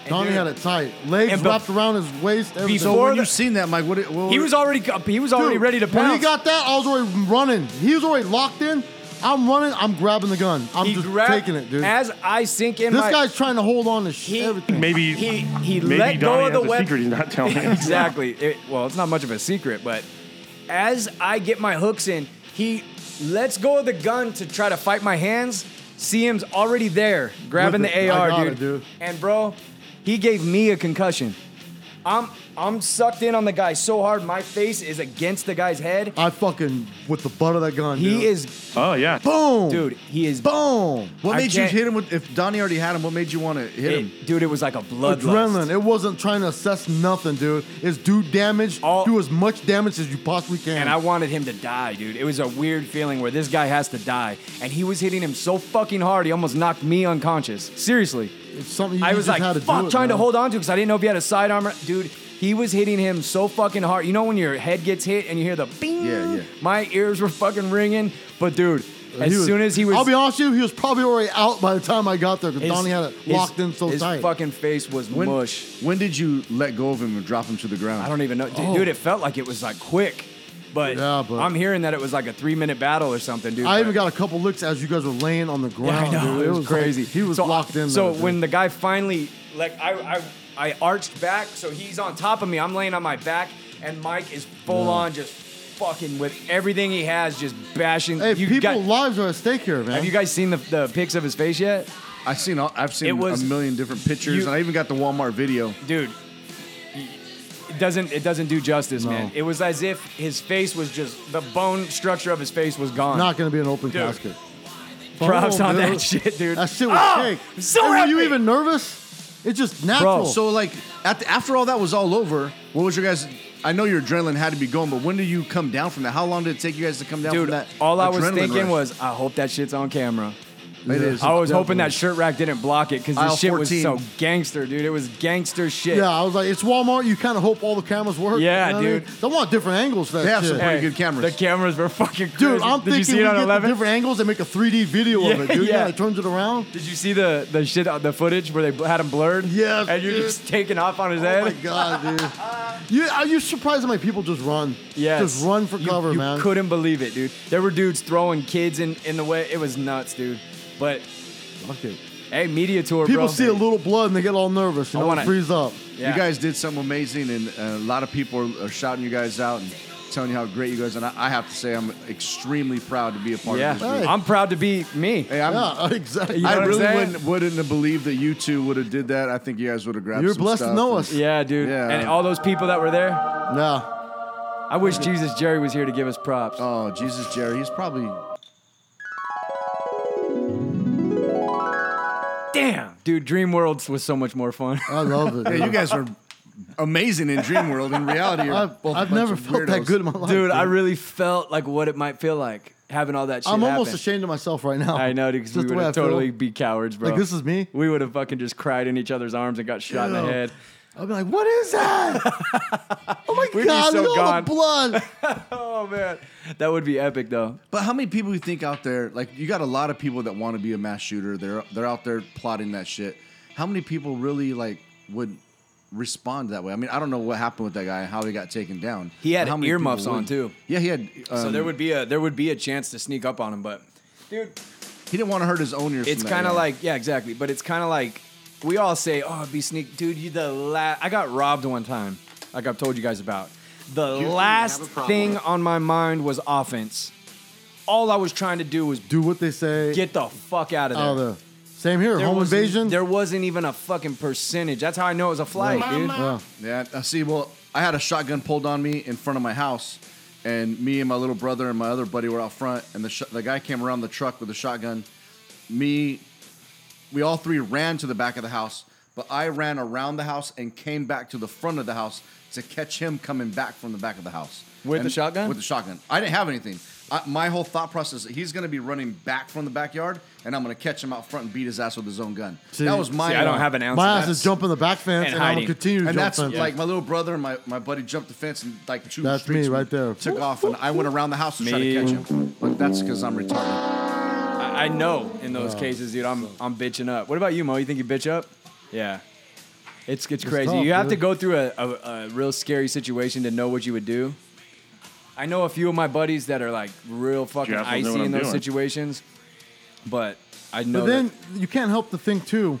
Speaker 2: Donnie
Speaker 3: dude-
Speaker 2: had it tight. Legs
Speaker 3: and bef-
Speaker 2: wrapped around his waist. Everything.
Speaker 5: so
Speaker 3: before
Speaker 5: when
Speaker 3: the-
Speaker 5: you seen that, Mike, what, it- what
Speaker 3: He was already he was already
Speaker 2: Dude,
Speaker 3: ready to
Speaker 2: When
Speaker 3: pounce.
Speaker 2: he got that, I was already running. He was already locked in. I'm running. I'm grabbing the gun. I'm
Speaker 3: He
Speaker 2: just
Speaker 3: grabbed-
Speaker 2: taking it, dude.
Speaker 3: As I sink in
Speaker 2: this
Speaker 3: my
Speaker 2: guy's trying to hold on to sh-
Speaker 3: He-
Speaker 2: everything.
Speaker 7: Maybe
Speaker 3: he he
Speaker 7: maybe
Speaker 3: let
Speaker 7: Donnie
Speaker 3: go
Speaker 7: has
Speaker 3: of the
Speaker 7: a
Speaker 3: web.
Speaker 7: secret he's not telling.
Speaker 3: exactly. It- well, it's not much of a secret, but as I get my hooks in, he lets go of the gun to try to fight my hands. CM's already there, grabbing
Speaker 2: With
Speaker 3: the
Speaker 2: it. I
Speaker 3: AR,
Speaker 2: got
Speaker 3: dude.
Speaker 2: it, dude.
Speaker 3: And bro, he gave me a concussion. I'm I'm sucked in on the guy so hard, my face is against the guy's head.
Speaker 2: I fucking with the butt of that gun.
Speaker 3: He
Speaker 2: dude.
Speaker 3: is,
Speaker 7: Oh yeah.
Speaker 2: boom,
Speaker 3: dude. He is.
Speaker 2: boom.
Speaker 5: What
Speaker 3: I
Speaker 5: made you
Speaker 3: can't-
Speaker 5: hit him with? If Donnie already had him, what made you want to hit him?
Speaker 3: It, dude, it was like a blood
Speaker 2: Adrenaline. It wasn't trying to assess nothing, dude. It's do damage.
Speaker 3: All-
Speaker 2: do as much damage as you possibly can.
Speaker 3: And I wanted him to die, dude. It was a weird feeling where this guy has to die. And he was hitting him so fucking hard, he almost knocked me unconscious. Seriously.
Speaker 2: it's something you
Speaker 3: I
Speaker 2: you
Speaker 3: was
Speaker 2: just
Speaker 3: like,
Speaker 2: had to do
Speaker 3: fuck,
Speaker 2: it,
Speaker 3: trying to
Speaker 2: man.
Speaker 3: hold on to because I didn't know if he had a side armor. Dude, he was hitting him so fucking hard. You know when your head gets hit and you hear the bing?
Speaker 5: Yeah, yeah.
Speaker 3: My ears were fucking ringing. But, dude, as
Speaker 2: He was-
Speaker 3: soon as he was.
Speaker 2: I'll be honest with you, he was probably already out by the time I got there because
Speaker 3: his-
Speaker 2: Donnie had it
Speaker 3: his-
Speaker 2: locked in so
Speaker 3: his
Speaker 2: tight.
Speaker 3: fucking face was
Speaker 5: When,
Speaker 3: mush.
Speaker 5: when did you let go of him and drop him to the ground?
Speaker 3: I don't even know. Dude, dude, it felt like it was like quick. But,
Speaker 2: Oh. Yeah, but-
Speaker 3: I'm hearing that it was like a three minute battle or something, dude.
Speaker 2: I
Speaker 3: but-
Speaker 2: even got a couple licks as you guys were laying on the
Speaker 3: Yeah,
Speaker 2: ground.
Speaker 3: I know.
Speaker 2: dude.
Speaker 3: It was,
Speaker 2: like-
Speaker 3: crazy.
Speaker 2: he was
Speaker 3: So- uh,
Speaker 2: locked in.
Speaker 3: So
Speaker 2: there, dude.
Speaker 3: when the guy finally, like, I, I, I arched back, so he's on top of me. I'm laying on my back, and Mike is full on just fucking with everything he has, just bashing.
Speaker 2: hey,
Speaker 3: you
Speaker 2: people,
Speaker 3: got-
Speaker 2: lives are at stake here, man.
Speaker 3: have you guys seen the, the pics of his face yet,
Speaker 5: I've seen all, I've
Speaker 3: It
Speaker 5: seen
Speaker 3: was-
Speaker 5: a million different pictures,
Speaker 3: you-
Speaker 5: and I even got the Walmart video.
Speaker 3: dude? It doesn't it doesn't do justice, man. It was as if his face was just the bone structure of his face was gone.
Speaker 2: Not going to be an open
Speaker 3: Dude.
Speaker 2: casket.
Speaker 3: Props
Speaker 2: Boom,
Speaker 3: on
Speaker 2: dude.
Speaker 3: that shit, dude.
Speaker 2: That shit was
Speaker 3: Ah,
Speaker 2: sick.
Speaker 3: I'm so
Speaker 2: And Were you
Speaker 3: happy.
Speaker 2: even nervous? It's just
Speaker 3: Oh.
Speaker 2: natural.
Speaker 5: So like at the, after all that was all over, what was your guys? I know your adrenaline had to be going, but when did you come down from that? How long did it take you guys to come down
Speaker 3: Dude,
Speaker 5: from that?
Speaker 3: all I was
Speaker 5: adrenaline
Speaker 3: thinking
Speaker 5: rush?
Speaker 3: was, I hope that shit's on camera.
Speaker 5: It is.
Speaker 3: I was hoping
Speaker 2: definitely.
Speaker 3: that shirt rack didn't block it because
Speaker 5: Aisle
Speaker 3: this shit was
Speaker 5: 14.
Speaker 3: so gangster, dude. It was gangster shit.
Speaker 2: yeah, I was like, it's Walmart. You kind of hope all the cameras work.
Speaker 3: Yeah,
Speaker 2: you know what I mean?
Speaker 3: dude.
Speaker 2: They want different angles. For that
Speaker 5: They have
Speaker 2: shit.
Speaker 5: some pretty good cameras.
Speaker 3: The cameras were fucking crazy.
Speaker 2: Dude, I'm
Speaker 3: Did you
Speaker 2: thinking
Speaker 3: see
Speaker 2: we
Speaker 3: it on
Speaker 2: get the
Speaker 3: 11?
Speaker 2: different angles and make a 3D video
Speaker 3: Yeah,
Speaker 2: of it, dude.
Speaker 3: yeah.
Speaker 2: Yeah, it turns it around.
Speaker 3: Did you see the the shit the footage where they had him blurred?
Speaker 2: Yes,
Speaker 3: And you're
Speaker 2: dude.
Speaker 3: just taking off on his
Speaker 2: Oh
Speaker 3: head.
Speaker 2: my god, dude! You are you surprised how many people just run?
Speaker 3: Yes.
Speaker 2: just run for
Speaker 3: You-
Speaker 2: cover,
Speaker 3: you
Speaker 2: man.
Speaker 3: couldn't believe it, dude. There were dudes throwing kids in, in the way. It was nuts, dude. But
Speaker 2: Fuck it.
Speaker 3: hey, media tour,
Speaker 2: People
Speaker 3: bro.
Speaker 2: see a little blood and they get all nervous. You
Speaker 3: I
Speaker 2: know,
Speaker 3: wanna-
Speaker 2: and freeze up.
Speaker 3: Yeah.
Speaker 5: You guys did something amazing, and uh, a lot of people are, are shouting you guys out and telling you how great you guys. And I, I have to say, I'm extremely proud to be a part
Speaker 3: Yeah.
Speaker 5: of this. group.
Speaker 2: Hey.
Speaker 3: I'm proud to be me.
Speaker 5: Hey, I'm,
Speaker 2: yeah, exactly.
Speaker 3: know
Speaker 5: I
Speaker 3: what I'm
Speaker 5: really
Speaker 3: saying?
Speaker 5: wouldn't, wouldn't have believed that you two would have did that. I think you guys would have grabbed.
Speaker 2: You're
Speaker 5: some
Speaker 2: blessed to
Speaker 5: stuff
Speaker 2: know
Speaker 5: and-
Speaker 2: us.
Speaker 3: Yeah, dude.
Speaker 5: Yeah.
Speaker 3: And all those people that were there.
Speaker 2: Nah,
Speaker 3: I wish Jesus Jerry was here to give us props.
Speaker 5: Oh Jesus, Jerry, he's probably
Speaker 3: Damn, dude, Dream Worlds was so much more fun.
Speaker 2: I love it.
Speaker 5: Yeah, you
Speaker 2: dude.
Speaker 5: guys are amazing in Dream World. In reality, you're
Speaker 2: I've,
Speaker 5: both a
Speaker 2: I've
Speaker 5: bunch
Speaker 2: never
Speaker 5: of
Speaker 2: felt
Speaker 5: weirdos.
Speaker 2: that good in my life,
Speaker 3: dude, I really felt like what it might feel like having all that shit.
Speaker 2: I'm almost
Speaker 3: happen.
Speaker 2: ashamed of myself right now.
Speaker 3: I know, dude, because
Speaker 2: Just
Speaker 3: we
Speaker 2: the
Speaker 3: would
Speaker 2: way
Speaker 3: have
Speaker 2: I feel.
Speaker 3: totally be cowards, bro.
Speaker 2: Like, this is me?
Speaker 3: We would have fucking just cried in each other's arms and got shot in the
Speaker 2: Yeah.
Speaker 3: head.
Speaker 2: I'd be like, what is that? oh my
Speaker 3: We'd be
Speaker 2: god,
Speaker 3: so
Speaker 2: look at all
Speaker 3: gone.
Speaker 2: the blood.
Speaker 3: Oh man, that would be epic though.
Speaker 5: But how many people you think out there? Like, you got a lot of people that want to be a mass shooter. They're they're out there plotting that shit. How many people really like would respond that way? I mean, I don't know what happened with that guy and how he got taken down.
Speaker 3: He had
Speaker 5: But how many
Speaker 3: earmuffs
Speaker 5: people
Speaker 3: on,
Speaker 5: would-
Speaker 3: too.
Speaker 5: Yeah, he had. Um,
Speaker 3: so there would be a there would be a chance to sneak up on him, but dude,
Speaker 5: He didn't want to hurt his own ears.
Speaker 3: It's
Speaker 5: from that,
Speaker 3: kind of
Speaker 5: yeah.
Speaker 3: like yeah, exactly. But it's kind of like we all say, "Oh, be sneak, dude." You the la- I got robbed one time, like I've told you guys about. The last thing on my mind was offense. All I was trying to do was
Speaker 2: Do what they say.
Speaker 3: get the fuck out of there.
Speaker 2: out of Oh, the. Same here.
Speaker 3: there
Speaker 2: home
Speaker 3: wasn't-
Speaker 2: invasion.
Speaker 3: There wasn't even a fucking percentage. That's how I know it was a flight, dude.
Speaker 2: Yeah.
Speaker 5: Yeah, I see. Well, I had a shotgun pulled on me in front of my house, and me and my little brother and my other buddy were out front, and the sh- the guy came around the truck with a shotgun. Me, we all three ran to the back of the house, but I ran around the house and came back to the front of the house to catch him coming back from the back of the house
Speaker 3: With
Speaker 5: And-
Speaker 3: the shotgun?
Speaker 5: With the shotgun, I didn't have anything. I, my whole thought process: he's going to be running back from the backyard, and I'm going to catch him out front and beat his ass with his own gun.
Speaker 2: See,
Speaker 5: that was my.
Speaker 3: See, I don't
Speaker 5: uh,
Speaker 3: have an ounce.
Speaker 2: My
Speaker 3: of
Speaker 2: ass
Speaker 3: that.
Speaker 2: is jumping the back fence,
Speaker 3: And
Speaker 2: and, I'm
Speaker 3: hiding.
Speaker 2: gonna continue to
Speaker 5: and
Speaker 2: jump
Speaker 5: that's
Speaker 2: fence.
Speaker 5: like my little brother and my, my buddy jumped the fence and like two
Speaker 2: That's
Speaker 5: streets
Speaker 2: me right there.
Speaker 5: took off and I went around the house to try to
Speaker 3: Me.
Speaker 5: catch him but that's because I'm retarded
Speaker 3: I, I know in those
Speaker 2: Oh.
Speaker 3: cases, dude. I'm I'm bitching up. What about you, Mo? You think you bitch up? Yeah. It's it's, crazy.
Speaker 2: tough,
Speaker 3: you have to
Speaker 2: dude.
Speaker 3: go through a, a, a real scary situation to know what you would do. I know a few of my buddies that are like real fucking
Speaker 7: Jeff will do what
Speaker 3: icy in
Speaker 7: I'm
Speaker 3: those
Speaker 7: doing.
Speaker 3: situations, but I know
Speaker 2: but then you can't help the thing too.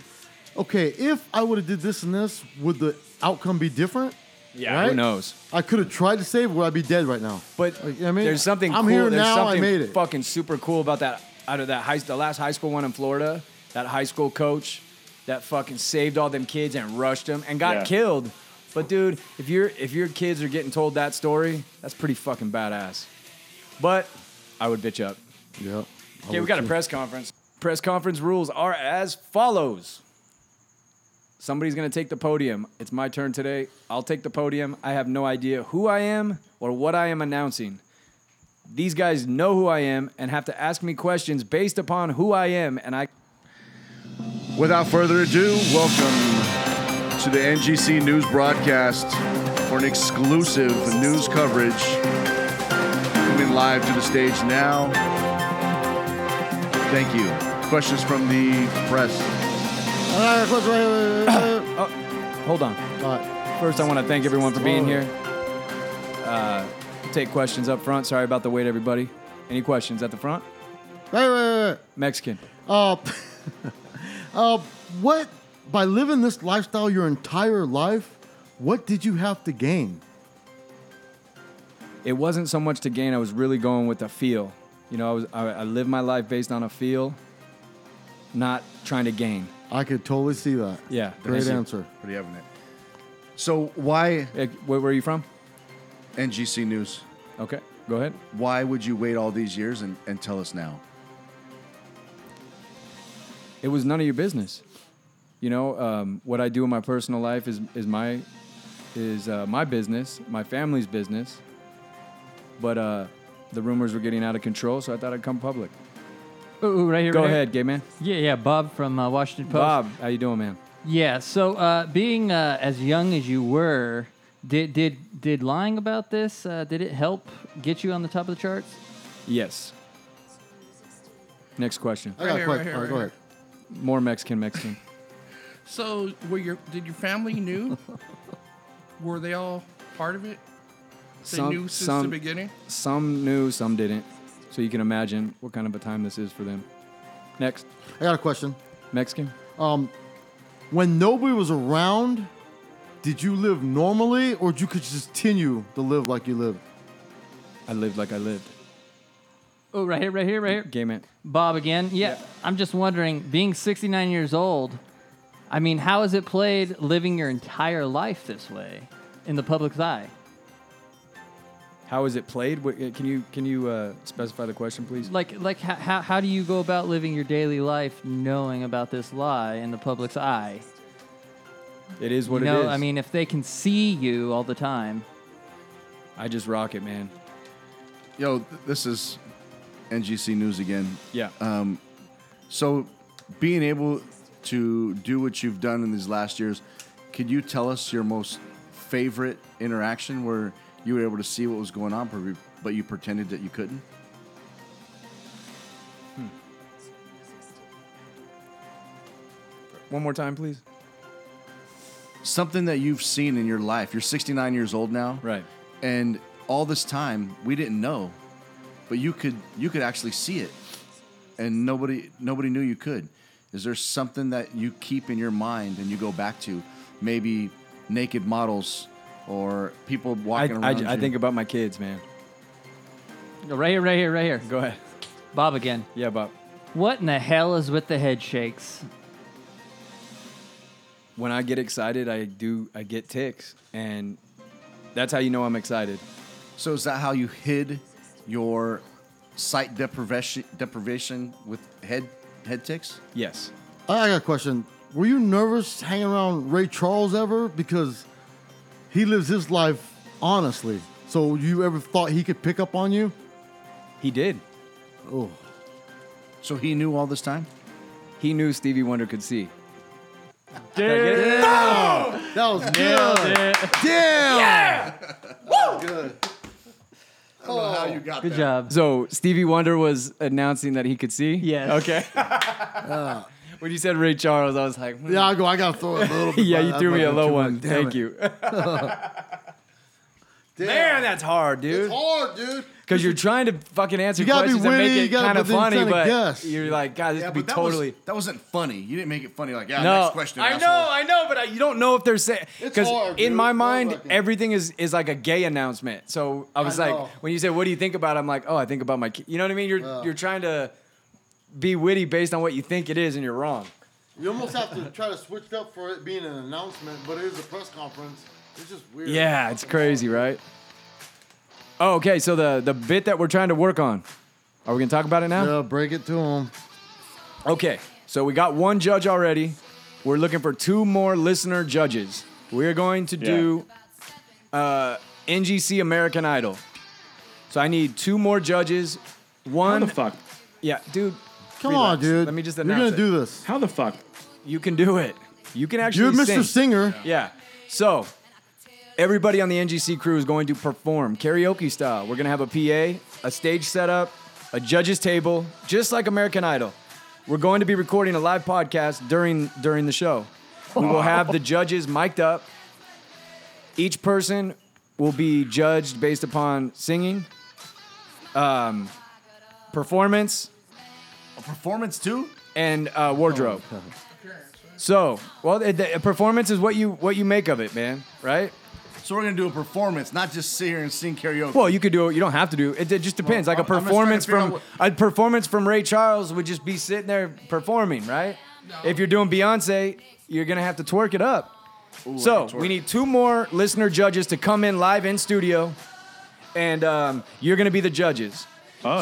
Speaker 2: Okay, if I would have did this and this, would the outcome be different?
Speaker 3: that, yeah,
Speaker 2: right?
Speaker 3: who knows?
Speaker 2: I could have tried to save, would I be dead right now?
Speaker 3: But
Speaker 2: Like, I mean,
Speaker 3: there's something.
Speaker 2: I'm
Speaker 3: cool.
Speaker 2: here
Speaker 3: there's
Speaker 2: now, I
Speaker 3: Something
Speaker 2: made it.
Speaker 3: Fucking super cool about that. Out of that high, the last high school one in Florida, that high school coach that fucking saved all them kids and rushed them and got
Speaker 7: Yeah.
Speaker 3: killed. But dude, if your if your kids are getting told that story, that's pretty fucking badass. But I would bitch up.
Speaker 2: Yeah. I
Speaker 3: Okay, we
Speaker 2: would
Speaker 3: got a
Speaker 2: too.
Speaker 3: press conference. Press conference rules are as follows. Somebody's going to take the podium. It's my turn today. I'll take the podium. I have no idea who I am or what I am announcing. These guys know who I am and have to ask me questions based upon who I am. And I
Speaker 5: without further ado welcome to the NGC news broadcast for an exclusive news coverage coming live to the stage now thank you questions from the press
Speaker 2: All right, close, wait, wait, wait, wait, wait.
Speaker 3: hold on.
Speaker 2: All right.
Speaker 3: First, I want to thank everyone for being here. Uh, take questions up front. Sorry about the wait, everybody. Any questions at the front?
Speaker 2: Wait, wait, wait, wait.
Speaker 3: Mexican.
Speaker 2: Uh, uh, what by living this lifestyle your entire life, what did you have to gain?
Speaker 3: it wasn't so much to gain. I was really going with the feel. You know, I was I, I lived my life based on a feel, not trying to gain.
Speaker 2: I could totally see that.
Speaker 3: Yeah,
Speaker 2: Great
Speaker 3: thank you.
Speaker 2: answer.
Speaker 5: pretty evident so why
Speaker 3: Eh, Where were you from?
Speaker 5: NGC news
Speaker 3: Okay, go ahead.
Speaker 5: why would you wait all these years and, and tell us now
Speaker 3: It was none of your business. You know, um, what I do in my personal life is is my is uh, my business, my family's business. But uh, the rumors were getting out of control, so I thought I'd come public.
Speaker 4: Ooh, ooh, right here.
Speaker 3: Go
Speaker 4: right here.
Speaker 3: ahead, gay man.
Speaker 4: Yeah, yeah. Bob from uh, Washington Post.
Speaker 3: Bob, how you doing, man?
Speaker 4: Yeah. So, uh, being uh, as young as you were, did did did lying about this? Uh, did it help get you on the top of the charts?
Speaker 3: Yes. Next question.
Speaker 2: I got
Speaker 6: here,
Speaker 2: a quick.
Speaker 6: right here,
Speaker 2: all right,
Speaker 6: right
Speaker 2: go
Speaker 6: here.
Speaker 2: ahead.
Speaker 3: More Mexican, Mexican.
Speaker 6: So, were your did your family knew? were they all part of it? They knew since the beginning.
Speaker 3: Some knew, some didn't. So you can imagine what kind of a time this is for them. Next,
Speaker 2: I got a question.
Speaker 3: Mexican.
Speaker 2: When nobody was around, did you live normally, or did you could just continue to live like you lived?
Speaker 3: I lived like I lived.
Speaker 4: Oh, right here, right here, right here.
Speaker 3: Gay man.
Speaker 4: Bob again. Yeah,
Speaker 3: Yeah.
Speaker 4: I'm just wondering, being 69 years old, I mean, how has it played living your entire life this way in the public's eye?
Speaker 3: How is it played? What, can you can you uh, specify the question, please?
Speaker 4: Like, like how, how, how do you go about living your daily life knowing about this lie in the public's eye?
Speaker 3: It is what
Speaker 4: you know,
Speaker 3: it is.
Speaker 4: I mean, if they can see you all the time,
Speaker 3: I just rock it, man.
Speaker 5: Yo, th- this is NGC News again.
Speaker 3: Yeah.
Speaker 5: Uh, So, being able to do what you've done in these last years, could you tell us your most favorite interaction where you were able to see what was going on, but you- but you pretended that you couldn't?
Speaker 3: One more time, please.
Speaker 5: Something that you've seen in your life. You're 69 years old now,
Speaker 3: Right.
Speaker 5: And all this time, we didn't know, but you could you could actually see it. and nobody nobody knew you could. Is there something that you keep in your mind and you go back to? Maybe naked models or people
Speaker 3: I,
Speaker 5: walking
Speaker 3: I,
Speaker 5: around.
Speaker 3: I
Speaker 5: you.
Speaker 3: think about my kids, man.
Speaker 4: Right here, right here, right here.
Speaker 3: Go ahead.
Speaker 4: Bob again.
Speaker 3: Yeah, Bob.
Speaker 4: What in the hell is with the head shakes?
Speaker 3: When I get excited, I do. I get ticks, and that's how you know I'm excited.
Speaker 5: so. Is that how you hid your sight deprivation deprivation with head head ticks?
Speaker 3: Yes.
Speaker 2: I got a question. Were you nervous hanging around Ray Charles ever? Because he lives his life honestly. So you ever thought he could pick up on you?
Speaker 3: He did.
Speaker 2: Oh,
Speaker 5: So he knew all this time.
Speaker 3: He knew Stevie Wonder could see.
Speaker 2: that was good. Damn.
Speaker 5: How you got
Speaker 4: Good job.
Speaker 3: So Stevie Wonder was announcing that he could see.
Speaker 4: Yes.
Speaker 3: Okay. when you said Ray Charles, I was like, hmm.
Speaker 2: Yeah, I go. I gotta throw it a little. bit.
Speaker 3: yeah, you
Speaker 2: I- I
Speaker 3: threw me
Speaker 2: might
Speaker 3: a
Speaker 2: go
Speaker 3: low
Speaker 2: too
Speaker 3: one.
Speaker 2: much. Damn
Speaker 3: Thank
Speaker 2: it.
Speaker 3: you. Man, that's hard, dude.
Speaker 2: It's hard, dude.
Speaker 3: Because you're trying to fucking answer
Speaker 2: You gotta be
Speaker 3: questions and
Speaker 2: witty,
Speaker 3: make it
Speaker 2: you gotta-
Speaker 3: kind of
Speaker 2: but then you're
Speaker 3: funny,
Speaker 2: trying
Speaker 3: but
Speaker 2: to guess.
Speaker 3: you're like, God, this would be
Speaker 5: but that
Speaker 3: totally.
Speaker 5: was, that wasn't funny. You didn't make it funny. Like, yeah,
Speaker 3: no,
Speaker 5: next question.
Speaker 3: I
Speaker 5: asshole.
Speaker 3: know, I know, but I, you don't know if they're saying because
Speaker 2: hard,
Speaker 3: in
Speaker 2: dude.
Speaker 3: my
Speaker 2: It's
Speaker 3: mind
Speaker 2: nerve-wracking.
Speaker 3: everything is is like a gay announcement. So I was
Speaker 2: I know.
Speaker 3: like, when you said, "What do you think about?" it?" I'm like, "Oh, I think about my," ki-. you know what I mean? You're you're trying to be witty based on what you think it is, and you're wrong.
Speaker 2: You almost have to try to switch it up for it being an announcement, but it is a press conference. It's just weird.
Speaker 3: Yeah, it's crazy, right? Oh, okay. So the the bit that we're trying to work on, are we gonna talk about it now?
Speaker 2: Yeah, break it to him.
Speaker 3: Okay, so we got one judge already. We're looking for two more listener judges. We're going to do uh, NGC American Idol. So I need two more judges.
Speaker 7: How
Speaker 3: One,
Speaker 7: the fuck?
Speaker 3: yeah, dude.
Speaker 2: Come on,
Speaker 3: relax.
Speaker 2: dude.
Speaker 3: Let me just
Speaker 2: You're
Speaker 3: announce
Speaker 2: gonna
Speaker 3: it.
Speaker 2: do this.
Speaker 7: How the fuck?
Speaker 3: You can do it. You can actually.
Speaker 2: You're Mr.
Speaker 3: sing.
Speaker 2: Singer.
Speaker 3: Yeah. So everybody on the NGC crew is going to perform karaoke style. We're gonna have a PA, a stage setup, a judges table, just like American Idol. We're going to be recording a live podcast during during the show. We will have the judges mic'd up. Each person will be judged based upon singing, um, performance,
Speaker 5: A performance too.
Speaker 3: and uh, wardrobe. So, well, the, the performance is what you what you make of it, man. Right?
Speaker 5: So we're gonna do a performance, not just sit here and sing karaoke.
Speaker 3: Well, you could do it. You don't have to do it. It just depends.
Speaker 5: Well,
Speaker 3: like a
Speaker 5: I'm- I'm just trying to
Speaker 3: performance
Speaker 5: figure
Speaker 3: from
Speaker 5: out
Speaker 3: a performance from Ray Charles would just be sitting there performing, right? If you're doing Beyonce, you're gonna have to twerk it up. so we need two more listener judges to come in live in studio, and um, you're gonna be the judges.
Speaker 7: Oh,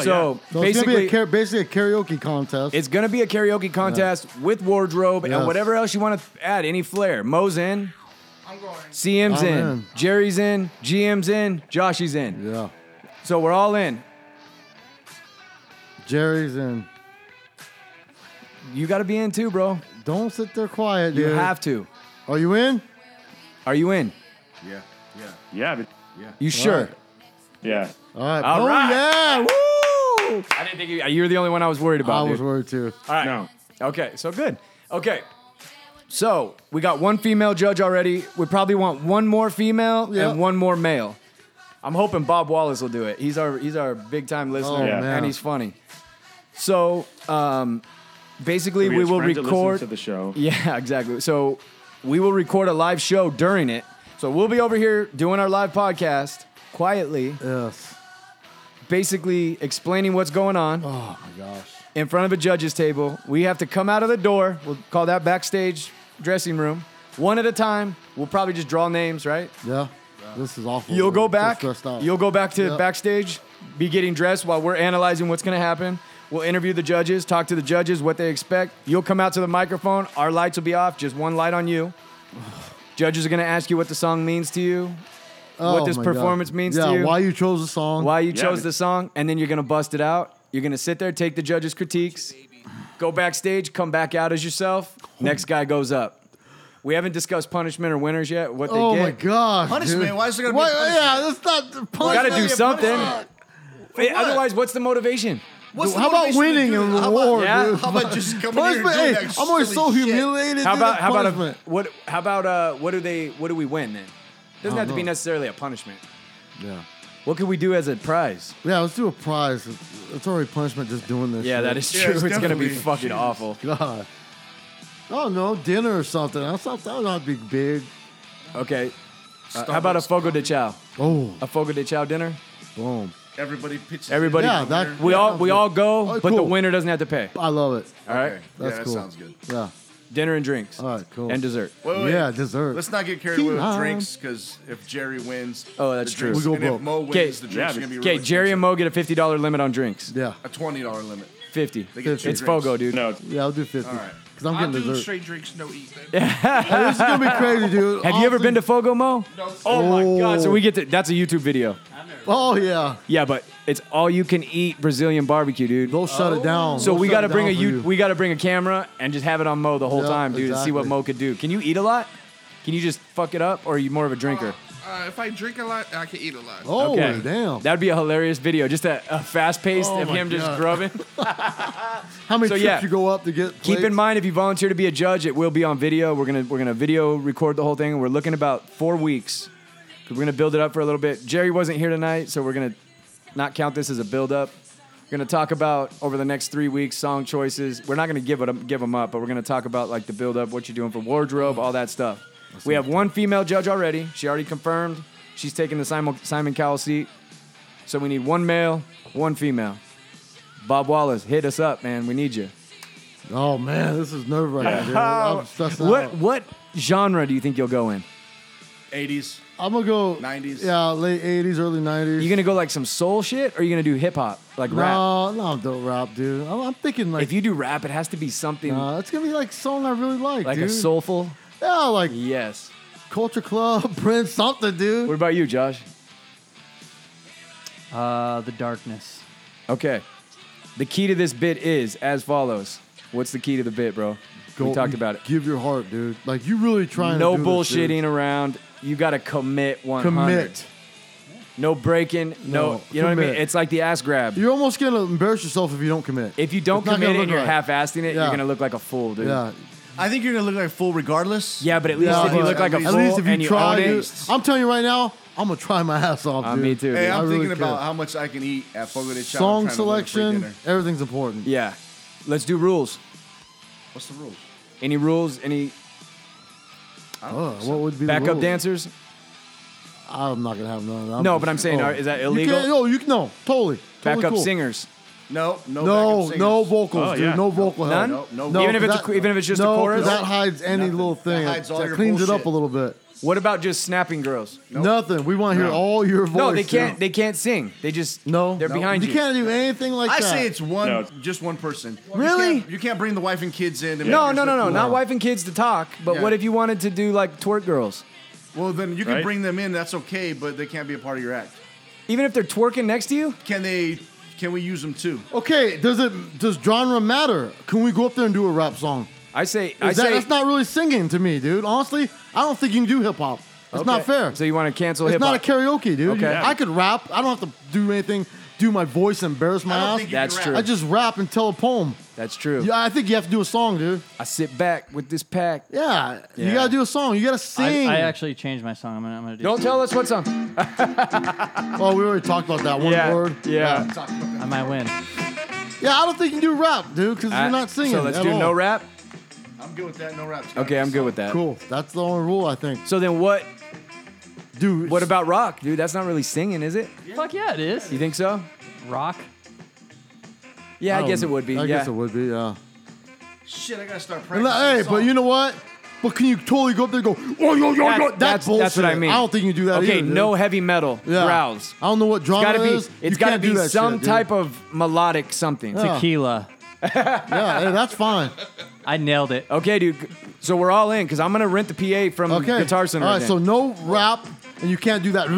Speaker 3: so
Speaker 7: yeah.
Speaker 2: So it's
Speaker 3: basically,
Speaker 2: gonna be a, kara- basically a karaoke contest.
Speaker 3: It's gonna be a karaoke contest with wardrobe
Speaker 2: Yes.
Speaker 3: and whatever else you want to add. Any flair. Mo's in,
Speaker 6: I'm going.
Speaker 3: CM's
Speaker 2: I'm
Speaker 3: in,
Speaker 2: in.
Speaker 3: Jerry's in, GM's in, Joshy's in.
Speaker 2: yeah.
Speaker 3: So we're all in.
Speaker 2: Jerry's in.
Speaker 3: You gotta be in too, bro.
Speaker 2: Don't sit there quiet,
Speaker 3: You
Speaker 2: dude.
Speaker 3: have to.
Speaker 2: Are you in?
Speaker 3: Are you in?
Speaker 5: yeah, yeah.
Speaker 7: Yeah, but-
Speaker 3: You sure?
Speaker 2: right.
Speaker 7: yeah.
Speaker 2: All right.
Speaker 3: All
Speaker 2: oh
Speaker 3: right.
Speaker 2: yeah. Woo!
Speaker 3: Woo! I didn't think you, uh, you're the only one I was worried
Speaker 2: I
Speaker 3: about.
Speaker 2: was
Speaker 3: dude.
Speaker 2: worried too.
Speaker 3: All right.
Speaker 7: No.
Speaker 3: Okay, so good. Okay. So we got one female judge already. We probably want one more female
Speaker 2: Yeah.
Speaker 3: and one more male. I'm hoping Bob Wallace will do it. He's our he's our big time listener
Speaker 2: Yeah. man.
Speaker 3: and he's funny. So um, basically,
Speaker 7: Maybe
Speaker 3: we
Speaker 7: it's
Speaker 3: will
Speaker 7: friends that listen
Speaker 3: record.
Speaker 7: to the show.
Speaker 3: Yeah, exactly. So we will record a live show during it. So we'll be over here doing our live podcast quietly,
Speaker 2: Yes.
Speaker 3: basically explaining what's going on. Oh my gosh. In front of a judge's table. We have to come out of the door. We'll call that backstage dressing room. One at a time. We'll probably just draw names, right?
Speaker 2: Yeah. This is awful.
Speaker 3: You'll
Speaker 2: dude.
Speaker 3: go
Speaker 2: I'm so
Speaker 3: back.
Speaker 2: stressed out.
Speaker 3: You'll go back to
Speaker 2: Yeah.
Speaker 3: backstage, be getting dressed while we're analyzing what's going to happen. We'll interview the judges, talk to the judges, what they expect. You'll come out to the microphone. Our lights will be off, just one light on you. judges are going to ask you what the song means to you,
Speaker 2: Oh,
Speaker 3: what this
Speaker 2: my God.
Speaker 3: performance means
Speaker 2: yeah,
Speaker 3: to you,
Speaker 2: Why you chose the song?
Speaker 3: why you
Speaker 7: Yeah,
Speaker 3: chose
Speaker 7: but-
Speaker 3: the song, and then you're going to bust it out. You're going to sit there, take the judges' critiques, go backstage, come back out as yourself. Next guy goes up. We haven't discussed punishment or winners yet, what they
Speaker 2: Oh
Speaker 3: get.
Speaker 2: my gosh.
Speaker 5: Punishment?
Speaker 2: Dude.
Speaker 5: Why is there gonna be
Speaker 2: Why,
Speaker 5: punishment?
Speaker 2: Yeah, that's not
Speaker 3: We
Speaker 2: punishment.
Speaker 3: gotta do something. Hey,
Speaker 5: what?
Speaker 3: otherwise, what's the motivation?
Speaker 5: What's the
Speaker 2: How about
Speaker 5: motivation to
Speaker 2: winning
Speaker 5: do
Speaker 2: in
Speaker 5: this?
Speaker 2: the
Speaker 5: How about-
Speaker 2: war,
Speaker 3: Yeah.
Speaker 2: dude?
Speaker 5: How about just coming here and
Speaker 2: Punishment.
Speaker 5: doing
Speaker 2: Hey,
Speaker 5: that
Speaker 2: I'm always so
Speaker 5: silly shit?
Speaker 2: humiliated.
Speaker 3: How
Speaker 2: dude,
Speaker 3: about
Speaker 2: that's
Speaker 3: how about a,
Speaker 2: punishment.
Speaker 3: what? How about uh, what do they? What do we win then? Doesn't have to be
Speaker 2: know.
Speaker 3: necessarily a punishment.
Speaker 2: Yeah.
Speaker 3: What could we do as a prize?
Speaker 2: Yeah, let's do a prize. It's already punishment just doing this.
Speaker 3: Yeah,
Speaker 2: shit.
Speaker 3: that is
Speaker 5: Yeah,
Speaker 3: true.
Speaker 5: it's
Speaker 3: it's gonna be
Speaker 5: definitely-
Speaker 3: fucking awful.
Speaker 2: God. Oh no, dinner or something. That's not, that would not be big.
Speaker 3: Okay. Uh, how about a
Speaker 5: Starbucks
Speaker 3: fogo de chao?
Speaker 2: Oh,
Speaker 3: A fogo de chao dinner?
Speaker 2: boom.
Speaker 5: Everybody pitches.
Speaker 3: Everybody,
Speaker 2: Yeah, that-
Speaker 3: we
Speaker 2: yeah,
Speaker 3: all
Speaker 2: sounds
Speaker 3: we
Speaker 2: good.
Speaker 3: all go,
Speaker 2: Oh,
Speaker 3: but the
Speaker 2: cool.
Speaker 3: winner doesn't have to pay.
Speaker 2: I love it.
Speaker 3: All right,
Speaker 5: Yeah,
Speaker 2: That's
Speaker 5: that
Speaker 2: cool.
Speaker 5: sounds good.
Speaker 2: Yeah.
Speaker 3: dinner and drinks.
Speaker 2: All right, cool.
Speaker 3: and dessert.
Speaker 5: Wait, wait,
Speaker 2: Yeah,
Speaker 5: wait.
Speaker 2: dessert.
Speaker 5: Let's not get carried away with
Speaker 2: Key
Speaker 5: drinks because if Jerry wins,
Speaker 3: Oh, that's
Speaker 5: the
Speaker 3: true.
Speaker 5: drinks-
Speaker 2: We go
Speaker 5: and if
Speaker 2: broke.
Speaker 5: Mo
Speaker 3: Okay,
Speaker 5: wins, the
Speaker 7: yeah,
Speaker 5: drinks are gonna be
Speaker 3: Okay,
Speaker 5: really
Speaker 3: Jerry and Mo get a fifty dollar limit on drinks.
Speaker 2: Yeah.
Speaker 5: expensive. a twenty dollar limit.
Speaker 3: Fifty.
Speaker 5: They get two
Speaker 3: It's
Speaker 5: drinks.
Speaker 3: fogo, dude.
Speaker 7: No,
Speaker 2: Yeah, I'll do 50.
Speaker 5: All right.
Speaker 2: Because I'm
Speaker 6: I'll do
Speaker 2: getting dessert.
Speaker 6: straight drinks, no eat. then.
Speaker 2: Hey, this is going to be crazy, dude.
Speaker 3: Have you ever been to Fogo Mo?
Speaker 6: No,
Speaker 3: Oh my god! So
Speaker 2: Oh.
Speaker 3: we get to that's a YouTube video.
Speaker 2: Oh, yeah.
Speaker 3: Yeah, but it's all you can eat Brazilian barbecue, dude.
Speaker 2: They'll shut
Speaker 5: Oh.
Speaker 2: it down.
Speaker 3: So
Speaker 2: They'll
Speaker 3: we
Speaker 2: shut
Speaker 3: gotta
Speaker 2: it
Speaker 3: bring a
Speaker 2: down for
Speaker 3: you, we gotta bring a camera and just have it on Mo the whole
Speaker 2: Yeah,
Speaker 3: time, dude, and see what
Speaker 2: exactly.
Speaker 3: Mo could do. Can you eat a lot? Can you just fuck it up, or are you more of a drinker?
Speaker 6: Uh, if I drink a lot, I can eat a lot.
Speaker 2: oh, damn.
Speaker 3: That'd be a hilarious video. Just a, a fast pace
Speaker 2: Oh
Speaker 3: of
Speaker 2: my
Speaker 3: him just
Speaker 2: God.
Speaker 3: grubbing.
Speaker 2: How many
Speaker 3: so,
Speaker 2: trips
Speaker 3: yeah.
Speaker 2: you go up to get
Speaker 3: Keep in
Speaker 2: plates?
Speaker 3: mind, if you volunteer to be a judge, it will be on video. We're gonna we're gonna video record the whole thing. We're looking about four weeks. 'Cause We're gonna build it up for a little bit. Jerry wasn't here tonight, so we're gonna not count this as a build up. We're gonna talk about over the next three weeks song choices. We're not gonna give it give them up, but we're gonna talk about like the build up, what you're doing for wardrobe, all that stuff. We have one female judge already. She already confirmed she's taking the Simon Simon Cowell seat. So we need one male, one female. Bob Wallace, hit us up, man. We need you.
Speaker 2: Oh, man. This is nerve wracking, dude. I'm stressing
Speaker 3: What
Speaker 2: out.
Speaker 3: what genre do you think you'll go in?
Speaker 5: Eighties.
Speaker 2: I'm going to go
Speaker 5: 90s.
Speaker 2: Yeah, late 80s, early 90s.
Speaker 3: You gonna go like some soul shit, or you gonna do hip hop like rap?
Speaker 2: No, no, I don't rap, dude. I'm, I'm thinking like,
Speaker 3: If you do rap, it has to be something
Speaker 2: uh, it's gonna be like song I really like,
Speaker 3: like
Speaker 2: dude.
Speaker 3: a soulful.
Speaker 2: Yeah, like
Speaker 3: Yes.
Speaker 2: Culture Club, Prince, something, dude.
Speaker 3: What about you, Josh?
Speaker 4: Uh, the darkness.
Speaker 3: Okay. The key to this bit is as follows. What's the key to the bit, bro?
Speaker 2: Go-
Speaker 3: we talked about it.
Speaker 2: Give your heart, dude. Like you really trying.
Speaker 3: No
Speaker 2: to do this, dude.
Speaker 3: bullshitting around. You gotta commit one hundred.
Speaker 2: Commit.
Speaker 3: No breaking. No,
Speaker 2: No,
Speaker 3: you know what I
Speaker 2: commit.
Speaker 3: mean. It's like the ass grab.
Speaker 2: You're almost gonna embarrass yourself if you don't commit.
Speaker 3: if you don't
Speaker 2: It's not gonna
Speaker 3: commit
Speaker 2: look
Speaker 3: and you're
Speaker 2: right.
Speaker 3: half-assing it,
Speaker 2: Yeah.
Speaker 3: you're gonna look like a fool, dude.
Speaker 2: yeah,
Speaker 5: I think you're gonna look like a fool regardless.
Speaker 3: Yeah, but at least
Speaker 2: Yeah,
Speaker 3: if you
Speaker 2: but
Speaker 3: look like a
Speaker 5: at
Speaker 3: fool
Speaker 2: least if you
Speaker 3: and you
Speaker 2: try,
Speaker 3: own
Speaker 2: dude,
Speaker 3: it,
Speaker 2: I'm telling you right now, I'm gonna try my ass off,
Speaker 3: Uh,
Speaker 2: dude.
Speaker 3: me too.
Speaker 5: Hey,
Speaker 3: dude.
Speaker 5: I'm
Speaker 2: I really
Speaker 5: thinking about
Speaker 2: could.
Speaker 5: how much I can eat at Fogo de Chao.
Speaker 2: Song
Speaker 5: trying to win a free
Speaker 2: selection,
Speaker 5: dinner.
Speaker 2: everything's important.
Speaker 3: Yeah. Let's do rules.
Speaker 5: What's the rules?
Speaker 3: Any rules? Any
Speaker 2: Oh, what would be the
Speaker 3: backup
Speaker 2: rules?
Speaker 3: dancers?
Speaker 2: I'm not gonna have none. of that.
Speaker 3: No, but I'm saying, are- is that
Speaker 2: You
Speaker 3: illegal?
Speaker 2: can't, no, you can no, totally. totally
Speaker 3: Backup
Speaker 2: cool.
Speaker 3: singers.
Speaker 5: No,
Speaker 2: No,
Speaker 5: no, backup singers.
Speaker 2: no vocals,
Speaker 7: Oh,
Speaker 2: dude.
Speaker 7: yeah.
Speaker 2: No vocal
Speaker 3: None?
Speaker 2: help.
Speaker 5: No, no
Speaker 2: no,
Speaker 5: vocal.
Speaker 3: even if it's
Speaker 2: that-
Speaker 3: even if it's just
Speaker 2: no,
Speaker 3: a
Speaker 2: 'cause
Speaker 3: chorus.
Speaker 2: that hides any
Speaker 5: Nothing.
Speaker 2: little thing.
Speaker 5: That hides all your
Speaker 2: cleans it up
Speaker 5: bullshit.
Speaker 2: a little bit.
Speaker 3: What about just snapping girls?
Speaker 2: Nothing. We want to hear all your voice.
Speaker 3: No, they can't.
Speaker 2: dude.
Speaker 3: They can't sing. They just
Speaker 2: No,
Speaker 3: They're
Speaker 2: No.
Speaker 3: behind you.
Speaker 2: You can't do anything like
Speaker 5: I
Speaker 2: that.
Speaker 5: say it's one,
Speaker 7: No.
Speaker 5: just one person.
Speaker 3: Really?
Speaker 5: You can't, you can't bring the wife and kids in. And
Speaker 3: No,
Speaker 5: make
Speaker 3: no, no, no.
Speaker 5: yourself
Speaker 3: Not wife and kids to talk. But
Speaker 5: Yeah.
Speaker 3: what if you wanted to do like twerk girls?
Speaker 5: cool. Well, then you can
Speaker 7: Right?
Speaker 5: bring them in. That's okay, but they can't be a part of your act.
Speaker 3: Even if they're twerking next to you,
Speaker 5: Can they? Can we use them too?
Speaker 2: okay. Does it? Does genre matter? Can we go up there and do a rap song?
Speaker 3: I say. I
Speaker 2: Is that,
Speaker 3: say.
Speaker 2: that's not really singing to me, dude. Honestly, I don't think you can do hip hop. It's
Speaker 3: Okay.
Speaker 2: not fair.
Speaker 3: So you want to cancel
Speaker 2: it's
Speaker 3: hip
Speaker 2: not
Speaker 3: hop?
Speaker 2: a karaoke, dude.
Speaker 3: Okay.
Speaker 2: I could rap. I don't have to do anything. Do my voice, and embarrass my
Speaker 5: I don't
Speaker 2: ass.
Speaker 5: think you
Speaker 3: That's
Speaker 5: can
Speaker 3: true.
Speaker 5: rap.
Speaker 2: I just rap and tell a poem.
Speaker 3: That's true.
Speaker 2: Yeah, I think you have to do a song, dude.
Speaker 3: I sit back with this pack.
Speaker 2: Yeah,
Speaker 3: Yeah.
Speaker 2: you gotta do a song. You gotta
Speaker 4: I,
Speaker 2: sing.
Speaker 4: I actually changed my song. I'm gonna, I'm gonna do.
Speaker 3: Don't tell us what's on.
Speaker 2: oh, we already talked about that one word.
Speaker 3: Yeah.
Speaker 4: I might win.
Speaker 2: Yeah, I don't think you can do rap, dude, because
Speaker 3: Uh,
Speaker 2: you're not singing.
Speaker 3: So let's
Speaker 2: at
Speaker 3: do
Speaker 2: all.
Speaker 3: no rap.
Speaker 5: I'm good with that. No raps.
Speaker 3: Okay, I'm good with that.
Speaker 2: Cool. That's the only rule I think.
Speaker 3: So then what?
Speaker 2: Dude,
Speaker 3: What about rock, dude? That's not really singing, is it?
Speaker 4: Fuck yeah, it is.
Speaker 3: You think so?
Speaker 4: Rock.
Speaker 3: Yeah, I,
Speaker 2: don't-
Speaker 3: guess it would be.
Speaker 2: I
Speaker 3: yeah.
Speaker 2: guess it would be. Yeah.
Speaker 5: Shit, I gotta start
Speaker 2: And
Speaker 5: practicing.
Speaker 2: like, hey,
Speaker 5: the
Speaker 2: but
Speaker 5: song.
Speaker 2: you know what? But can you totally go up there and go, oh, yo, yo,
Speaker 3: That's-
Speaker 2: yo?
Speaker 3: that's-
Speaker 2: That's bullshit.
Speaker 3: that's what I mean.
Speaker 2: I don't think you can do that
Speaker 3: Okay,
Speaker 2: either, dude.
Speaker 3: no heavy metal
Speaker 2: Yeah.
Speaker 3: growls.
Speaker 2: I don't know what
Speaker 3: It's
Speaker 2: drama
Speaker 3: gotta
Speaker 2: it
Speaker 3: be.
Speaker 2: is. You
Speaker 3: It's gotta
Speaker 2: can't do
Speaker 3: be
Speaker 2: that
Speaker 3: some
Speaker 2: shit, dude.
Speaker 3: type of melodic something.
Speaker 2: Yeah.
Speaker 4: Tequila.
Speaker 2: Yeah, hey, that's fine.
Speaker 3: Mm,
Speaker 4: I nailed it.
Speaker 3: Okay, dude. So we're all in because I'm gonna rent the PA from
Speaker 2: Okay.
Speaker 3: Guitar Center.
Speaker 2: All right,
Speaker 3: then.
Speaker 2: so no rap, and you can't do that.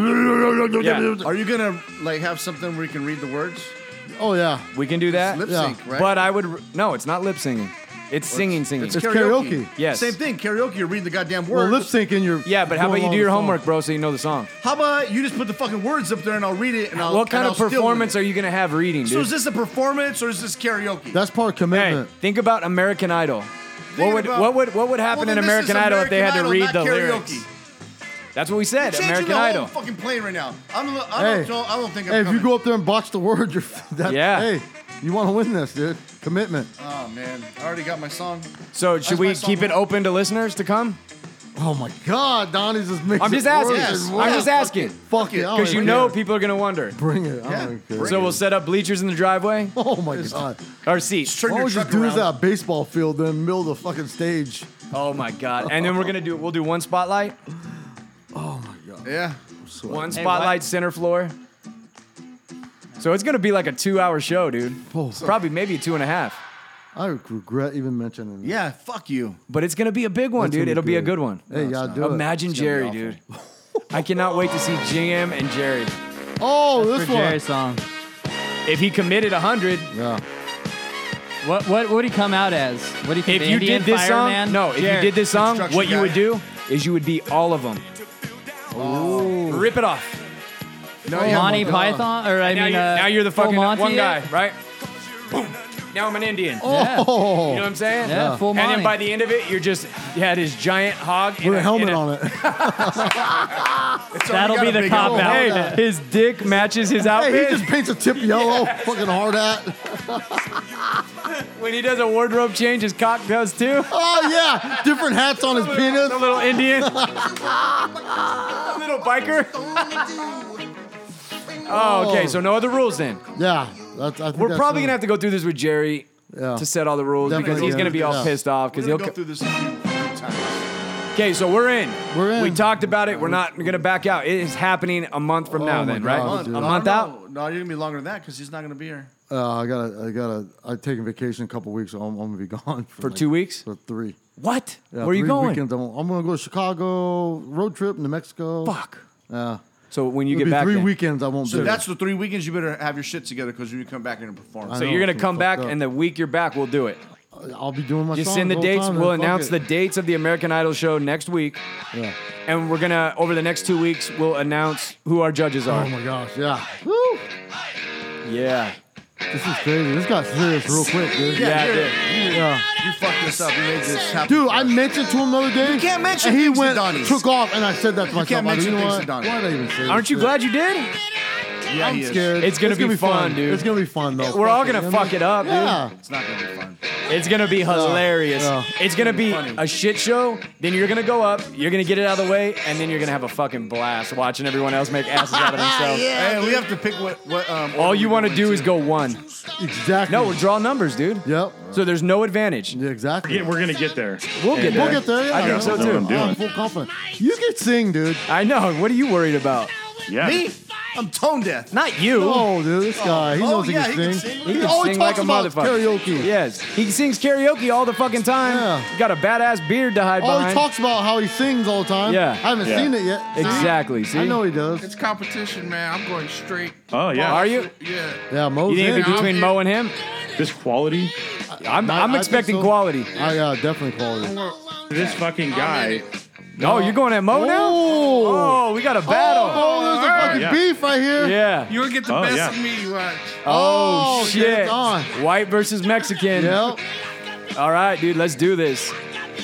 Speaker 5: are you gonna like have something where you can read the words?
Speaker 2: Oh, yeah.
Speaker 3: we can do that.
Speaker 5: Lip
Speaker 2: Yeah.
Speaker 5: sync, right?
Speaker 3: But I would no, it's not lip singing. It's singing, singing.
Speaker 2: It's karaoke.
Speaker 3: Yes.
Speaker 5: Same thing. Karaoke. You're reading the goddamn
Speaker 2: Well,
Speaker 5: words.
Speaker 2: lip syncing, you're.
Speaker 3: yeah, but how about you
Speaker 2: going along
Speaker 3: do your
Speaker 2: the song.
Speaker 3: homework, bro, so you know the song?
Speaker 5: How about you just put the fucking words up there and I'll read it and I'll.
Speaker 3: what kind
Speaker 5: and
Speaker 3: of
Speaker 5: I'll steal
Speaker 3: performance
Speaker 5: it.
Speaker 3: are you gonna have reading, dude?
Speaker 5: So is this a performance or is this karaoke?
Speaker 2: That's part of
Speaker 3: hey,
Speaker 2: commitment.
Speaker 3: think about American Idol.
Speaker 5: Thinking
Speaker 3: What would
Speaker 5: about-
Speaker 3: what would what would happen
Speaker 5: Well,
Speaker 3: in
Speaker 5: then this is
Speaker 3: American Idol if they had
Speaker 5: American
Speaker 3: to read
Speaker 5: Idol,
Speaker 3: the
Speaker 5: not
Speaker 3: lyrics?
Speaker 5: karaoke.
Speaker 3: That's what we said.
Speaker 5: Changing
Speaker 3: American
Speaker 5: the whole
Speaker 3: Idol.
Speaker 5: fucking plane right now. I'm, a- I,
Speaker 2: Hey,
Speaker 5: don't, know- I don't think I'm
Speaker 2: hey if you
Speaker 5: coming.
Speaker 2: go up there and botch the word, you're that,
Speaker 3: Yeah.
Speaker 2: Hey, you want to win this, dude? Commitment.
Speaker 5: Oh man, I already got my song.
Speaker 3: So should
Speaker 5: my
Speaker 3: we
Speaker 5: song
Speaker 3: keep it
Speaker 5: wrong.
Speaker 3: open to listeners to come?
Speaker 2: Oh my God, Donnie's just mixing.
Speaker 3: I'm just
Speaker 2: words
Speaker 3: asking.
Speaker 5: Yes.
Speaker 2: and
Speaker 3: I'm
Speaker 2: words.
Speaker 3: just asking.
Speaker 2: Fuck it, I don't
Speaker 3: Because you
Speaker 2: even
Speaker 3: know
Speaker 2: care.
Speaker 3: people are gonna wonder.
Speaker 2: bring it. I don't
Speaker 5: Yeah,
Speaker 2: care.
Speaker 5: bring
Speaker 3: So we'll set up bleachers in the driveway
Speaker 2: Oh my God.
Speaker 3: or seats.
Speaker 5: Turn
Speaker 2: Why
Speaker 5: your
Speaker 2: would you
Speaker 5: truck
Speaker 2: do
Speaker 5: around.
Speaker 2: that baseball field then in the middle of the fucking stage?
Speaker 3: Oh my god! And then we're gonna do. We'll do one spotlight,
Speaker 5: Yeah.
Speaker 3: one
Speaker 4: Hey,
Speaker 3: spotlight center floor. So it's gonna be like a two-hour show, dude.
Speaker 2: Oh.
Speaker 3: Probably maybe two and a half.
Speaker 2: I regret even mentioning it.
Speaker 5: Yeah. Fuck you.
Speaker 3: But it's gonna be a big one,
Speaker 2: That's
Speaker 3: dude.
Speaker 2: gonna be
Speaker 3: It'll be a
Speaker 2: good.
Speaker 3: good one.
Speaker 2: Hey, y'all do it.
Speaker 3: Imagine
Speaker 5: gonna
Speaker 3: Jerry,
Speaker 5: be
Speaker 3: dude. I cannot wait to see JM and Jerry.
Speaker 2: Oh,
Speaker 4: For
Speaker 2: this one.
Speaker 4: Jerry's song.
Speaker 3: If he committed hundred,
Speaker 2: Yeah.
Speaker 4: What what would he come out as? What do you think?
Speaker 3: if you
Speaker 4: Indian
Speaker 3: did this
Speaker 4: fireman?
Speaker 3: song, no, if you
Speaker 4: Jerry.
Speaker 3: did this song,
Speaker 5: Construction
Speaker 3: what you
Speaker 5: guy.
Speaker 3: would do is you would be all of them.
Speaker 2: Oh.
Speaker 3: Rip it off.
Speaker 5: No,
Speaker 4: Oh,
Speaker 5: yeah,
Speaker 4: Monty
Speaker 5: well,
Speaker 4: Python, or I
Speaker 3: now,
Speaker 4: mean,
Speaker 3: you're,
Speaker 4: uh,
Speaker 3: now you're the
Speaker 4: Full
Speaker 3: fucking
Speaker 4: Monty
Speaker 3: one
Speaker 4: it?
Speaker 3: guy, right? Boom. Now I'm an Indian.
Speaker 4: Yeah.
Speaker 2: Oh,
Speaker 3: You know what I'm saying?
Speaker 4: Yeah, full
Speaker 3: And
Speaker 4: Monty.
Speaker 3: then by the end of it, you're just you had this giant hog in
Speaker 2: with a
Speaker 3: in
Speaker 2: helmet on it.
Speaker 5: it's already
Speaker 4: That'll
Speaker 5: got
Speaker 4: be
Speaker 5: a
Speaker 4: the
Speaker 5: big
Speaker 4: cop
Speaker 5: hole.
Speaker 4: out.
Speaker 3: Hey, his dick matches his outfit.
Speaker 2: Oh, Hey, he just paints a tip yellow, fucking hard hat.
Speaker 3: when he does a wardrobe change, his cock does too.
Speaker 2: Oh yeah, different hats on his penis.
Speaker 3: The little Indian. little biker. oh, okay. So no other rules then.
Speaker 2: Yeah, that's. I think
Speaker 3: We're
Speaker 2: that's
Speaker 3: probably
Speaker 2: it.
Speaker 3: gonna have to go through this with Jerry
Speaker 2: Yeah.
Speaker 3: to set all the rules because
Speaker 2: Definitely
Speaker 3: he's
Speaker 2: gonna
Speaker 3: gonna
Speaker 2: have to
Speaker 3: be all
Speaker 2: do that.
Speaker 3: pissed off
Speaker 5: We're
Speaker 3: because
Speaker 5: gonna
Speaker 3: he'll.
Speaker 5: go through this a few few times.
Speaker 3: Okay, so we're in.
Speaker 2: We're in.
Speaker 3: We talked about it. We're not gonna back out. It is happening a month from now.
Speaker 2: my
Speaker 3: Then
Speaker 2: God,
Speaker 3: right?
Speaker 2: dude.
Speaker 3: A
Speaker 2: Oh,
Speaker 3: month
Speaker 5: no,
Speaker 3: out.
Speaker 5: No, you're gonna be longer than that because he's not gonna be here.
Speaker 2: Uh, I gotta, I gotta, I'm taking vacation in a couple weeks, so I'm, I'm gonna be gone for,
Speaker 3: For
Speaker 2: like-
Speaker 3: two weeks?
Speaker 2: For three.
Speaker 3: What?
Speaker 2: Yeah,
Speaker 3: Where are you
Speaker 2: three
Speaker 3: going?
Speaker 2: Weekends. I'm, I'm gonna go to Chicago road trip, New Mexico.
Speaker 3: Fuck.
Speaker 2: Yeah.
Speaker 3: So when you
Speaker 2: It'll
Speaker 3: get
Speaker 2: be
Speaker 3: back,
Speaker 2: three
Speaker 3: then.
Speaker 2: weekends. I won't
Speaker 5: So
Speaker 2: be.
Speaker 5: that's the three weekends you better have your shit together because when you come back and perform.
Speaker 2: I
Speaker 3: so
Speaker 2: know,
Speaker 3: you're gonna
Speaker 2: it's
Speaker 3: come back,
Speaker 2: fucked up.
Speaker 3: and the week you're back, we'll do it.
Speaker 2: there. I'll be doing my.
Speaker 3: Just
Speaker 2: songs
Speaker 3: send the
Speaker 2: whole
Speaker 3: dates.
Speaker 2: time, man.
Speaker 3: we'll
Speaker 2: Fuck
Speaker 3: announce
Speaker 2: it.
Speaker 3: the dates of the American Idol show next week,
Speaker 2: Yeah.
Speaker 3: and we're gonna over the next two weeks we'll announce who our judges are.
Speaker 2: Oh my gosh. Yeah. Woo.
Speaker 3: yeah.
Speaker 2: This is crazy. This got serious real quick, dude.
Speaker 3: Yeah. I
Speaker 5: here.
Speaker 3: did.
Speaker 2: Yeah.
Speaker 5: You fucked this up. You made this happen.
Speaker 2: Dude, I mentioned to him the other day. You
Speaker 5: can't mention
Speaker 2: and he
Speaker 5: things to
Speaker 2: went,
Speaker 5: Donnie's.
Speaker 2: took off, and I said that to myself.
Speaker 5: can't
Speaker 2: I go,
Speaker 5: mention
Speaker 2: you know
Speaker 5: things
Speaker 2: what?
Speaker 5: to Donnie.
Speaker 2: Why did I even say
Speaker 3: Aren't
Speaker 2: this
Speaker 3: you
Speaker 2: shit?
Speaker 3: glad you did?
Speaker 5: yeah,
Speaker 2: I'm
Speaker 5: he is.
Speaker 2: scared.
Speaker 3: It's gonna be fun, dude.
Speaker 2: It's gonna be fun though.
Speaker 3: We're all
Speaker 2: Fuck
Speaker 3: gonna
Speaker 2: you know
Speaker 3: fuck
Speaker 2: what I
Speaker 3: it up, dude.
Speaker 2: mean? Yeah.
Speaker 5: It's not gonna be fun.
Speaker 3: It's gonna be hilarious.
Speaker 2: yeah.
Speaker 3: It's gonna be a shit show. Then you're gonna go up. You're gonna get it out of the way, and then you're gonna have a fucking blast watching everyone else make asses out of themselves.
Speaker 5: Hey, we have to pick what what. Um,
Speaker 3: All
Speaker 5: order
Speaker 3: you
Speaker 5: we're
Speaker 3: want to
Speaker 5: going
Speaker 3: do is go one.
Speaker 2: Exactly.
Speaker 3: No, we're draw numbers, dude.
Speaker 2: Yep.
Speaker 3: So there's no advantage.
Speaker 2: Yeah, exactly.
Speaker 7: Yeah, we're gonna get there.
Speaker 3: We'll get
Speaker 7: And,
Speaker 3: there.
Speaker 2: We'll get there. Yeah,
Speaker 3: I think so,
Speaker 2: yeah.
Speaker 3: too.
Speaker 7: I'm doing.
Speaker 2: I'm full confidence. You can sing, dude.
Speaker 3: I know. What are you worried about?
Speaker 7: Yeah.
Speaker 5: Me? I'm tone deaf.
Speaker 3: Not you.
Speaker 2: Oh, dude, this guy. He
Speaker 5: oh,
Speaker 2: knows he
Speaker 5: yeah,
Speaker 2: can
Speaker 5: he can
Speaker 2: sing.
Speaker 5: sing.
Speaker 3: He can
Speaker 2: always
Speaker 3: sing like
Speaker 2: talks
Speaker 3: a
Speaker 2: about
Speaker 3: motherfucker.
Speaker 2: karaoke.
Speaker 3: Yes, he sings karaoke all the fucking time.
Speaker 2: Yeah.
Speaker 3: Got a badass beard to hide
Speaker 2: Oh, he
Speaker 3: behind.
Speaker 2: talks about how he sings all the time.
Speaker 3: Yeah.
Speaker 2: I haven't
Speaker 7: Yeah.
Speaker 2: seen it yet. See?
Speaker 3: Exactly. See,
Speaker 2: I know he does.
Speaker 6: It's competition, man. I'm going straight.
Speaker 7: Oh yeah.
Speaker 3: Are you?
Speaker 6: Yeah.
Speaker 2: Yeah, Mo's
Speaker 3: You think
Speaker 2: in.
Speaker 6: Yeah,
Speaker 3: between
Speaker 6: I'm-
Speaker 3: Mo and him?
Speaker 7: This quality,
Speaker 3: I'm,
Speaker 2: I- I
Speaker 3: I'm
Speaker 2: think
Speaker 3: expecting
Speaker 2: so.
Speaker 3: quality.
Speaker 2: Oh, yeah, definitely quality.
Speaker 7: this fucking guy.
Speaker 3: No, Oh, you're going at Mo now.
Speaker 2: Oh.
Speaker 3: Oh, we got a battle.
Speaker 2: Oh, there's a fucking
Speaker 7: Yeah.
Speaker 2: beef right here.
Speaker 3: yeah.
Speaker 6: You'll get the
Speaker 7: Oh,
Speaker 6: best
Speaker 7: yeah.
Speaker 6: of me. You watch.
Speaker 3: Oh,
Speaker 2: Oh, shit,
Speaker 3: shit.
Speaker 2: it's on.
Speaker 3: White versus Mexican.
Speaker 2: Yep.
Speaker 3: All right, dude. Let's do this.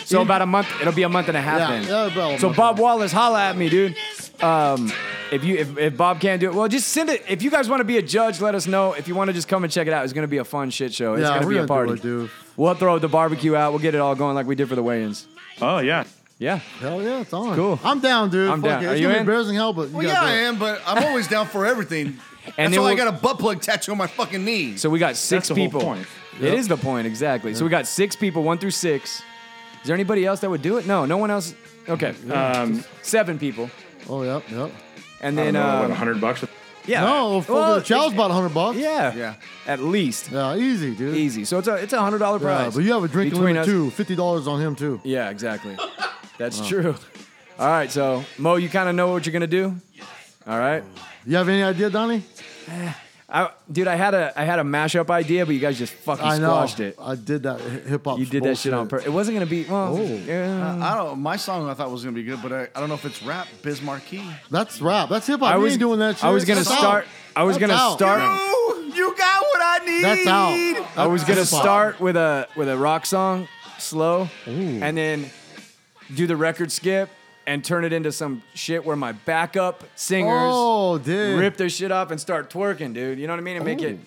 Speaker 3: So about a month. It'll be a month and a half
Speaker 2: Yeah,
Speaker 3: then.
Speaker 2: yeah, about a
Speaker 3: so
Speaker 2: month.
Speaker 3: Bob Wallace, holla at me, dude. Um, if you if, if Bob can't do it, well, just send it. If you guys want to be a judge, let us know. If you want to just come and check it out, it's gonna be a fun shit show. It's
Speaker 2: Yeah,
Speaker 3: gonna
Speaker 2: we're
Speaker 3: be a
Speaker 2: gonna
Speaker 3: party.
Speaker 2: do it, dude.
Speaker 3: We'll throw the barbecue out. We'll get it all going like we did for the weigh-ins.
Speaker 7: Oh yeah.
Speaker 3: Yeah.
Speaker 2: Hell yeah, it's on.
Speaker 3: Cool.
Speaker 2: I'm down, dude.
Speaker 3: I'm
Speaker 2: Fuck
Speaker 3: down.
Speaker 2: It.
Speaker 3: Are
Speaker 2: It's
Speaker 3: you
Speaker 2: gonna
Speaker 3: in?
Speaker 2: be embarrassing hell, but you
Speaker 5: Well, yeah,
Speaker 2: gotta
Speaker 5: I
Speaker 2: do it.
Speaker 5: am, but I'm always down for everything.
Speaker 3: And
Speaker 5: That's
Speaker 3: then
Speaker 5: why I
Speaker 3: we'll-
Speaker 5: got a butt plug tattoo on my fucking knee.
Speaker 3: So we got six
Speaker 7: That's the whole
Speaker 3: people.
Speaker 7: point.
Speaker 3: It is the point exactly. So we got six people, one through six. Is there anybody else that would do it? No, no one else. Okay,
Speaker 7: Um,
Speaker 3: seven people,
Speaker 2: Oh, yep, yep.
Speaker 3: and
Speaker 7: I
Speaker 3: then
Speaker 7: don't know, Oh, what,
Speaker 3: uh,
Speaker 7: 100 bucks.
Speaker 3: yeah,
Speaker 2: No, fuck
Speaker 3: Well,
Speaker 2: the child's about 100 bucks.
Speaker 3: Yeah.
Speaker 5: Yeah.
Speaker 3: At least.
Speaker 2: Yeah, easy, dude.
Speaker 3: Easy. So it's a it's a hundred dollar
Speaker 2: Yeah,
Speaker 3: prize.
Speaker 2: but you have a drink
Speaker 3: Between
Speaker 2: limit
Speaker 3: us-
Speaker 2: too. Oh. Fifty dollars on him too.
Speaker 3: Yeah, exactly. That's true. All right, so Mo, you kind of know what you're gonna do. All right,
Speaker 2: You have any idea, Donnie?
Speaker 3: I, dude, I had a I had a mashup idea, but you guys just fucking
Speaker 2: I know.
Speaker 3: squashed it.
Speaker 2: I did that hip hop.
Speaker 3: You did that shit on purpose. It wasn't gonna be. Well,
Speaker 2: Oh.
Speaker 3: yeah.
Speaker 5: I don't. My song I thought was gonna be good, but I, I don't know if it's rap. Biz Marquee.
Speaker 2: That's rap. That's hip hop.
Speaker 3: I
Speaker 2: You
Speaker 3: was
Speaker 2: ain't doing that shit.
Speaker 3: I was gonna
Speaker 2: That's out.
Speaker 3: start. I was
Speaker 2: That's
Speaker 3: gonna
Speaker 2: out.
Speaker 3: start.
Speaker 5: Ooh, you got what I need.
Speaker 2: That's out.
Speaker 3: I was gonna
Speaker 2: That's hip-hop.
Speaker 3: start with a with a rock song, slow, and then do the record skip, and turn it into some shit where my backup singers
Speaker 2: Oh, dude.
Speaker 3: rip their shit up and start twerking, dude. You know what I mean? And make it.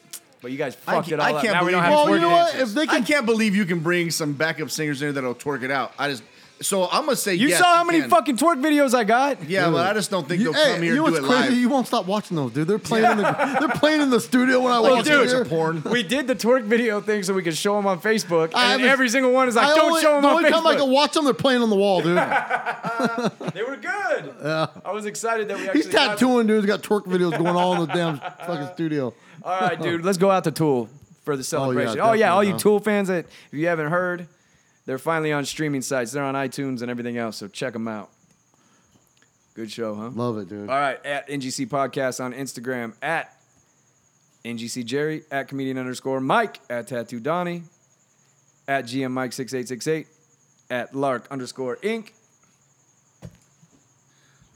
Speaker 3: But you guys fucked
Speaker 5: ca-
Speaker 3: it all
Speaker 5: I
Speaker 3: up.
Speaker 5: can't
Speaker 3: Now we don't
Speaker 5: believe-
Speaker 3: have
Speaker 2: Well,
Speaker 3: twerking
Speaker 2: Oh, you know what?
Speaker 3: dancers.
Speaker 2: If they
Speaker 5: I
Speaker 2: can,
Speaker 5: can't believe you can bring some backup singers in there that'll twerk it out. I just so I'm gonna say
Speaker 3: You
Speaker 5: yes,
Speaker 3: saw how many
Speaker 5: can.
Speaker 3: fucking twerk videos I got?
Speaker 5: yeah, but I just don't think
Speaker 2: you,
Speaker 5: they'll
Speaker 2: hey,
Speaker 5: come here
Speaker 2: you know
Speaker 5: and do
Speaker 2: what's
Speaker 5: it
Speaker 2: crazy?
Speaker 5: live.
Speaker 2: You won't stop watching those, dude. They're playing. in the, they're playing in the studio when I watch
Speaker 3: dude.
Speaker 2: here.
Speaker 5: Porn.
Speaker 3: We did the twerk video thing so we could show them on Facebook,
Speaker 2: I
Speaker 3: and
Speaker 2: haven't-
Speaker 3: every single one is like,
Speaker 2: I
Speaker 3: "Don't
Speaker 2: only-
Speaker 3: show them
Speaker 2: the
Speaker 3: on
Speaker 2: only time I
Speaker 3: Facebook."
Speaker 2: can watch them, they're playing on the wall, dude.
Speaker 3: They were good. I was excited that we actually.
Speaker 2: He's
Speaker 3: got-
Speaker 2: tattooing, dude. He's got twerk videos going on in the damn fucking studio.
Speaker 3: All right, dude, let's go out to Tool for the celebration. Oh yeah, all
Speaker 2: Oh. definitely,
Speaker 3: you
Speaker 2: huh?
Speaker 3: Tool fans that if you haven't heard, they're finally on streaming sites. They're on iTunes and everything else. So check them out. Good show, huh?
Speaker 2: Love it, dude.
Speaker 3: All right, at NGC Podcast on Instagram, at NGC Jerry, at comedian underscore Mike, at Tattoo Donnie, at GM Mike 6868, at Lark underscore Inc.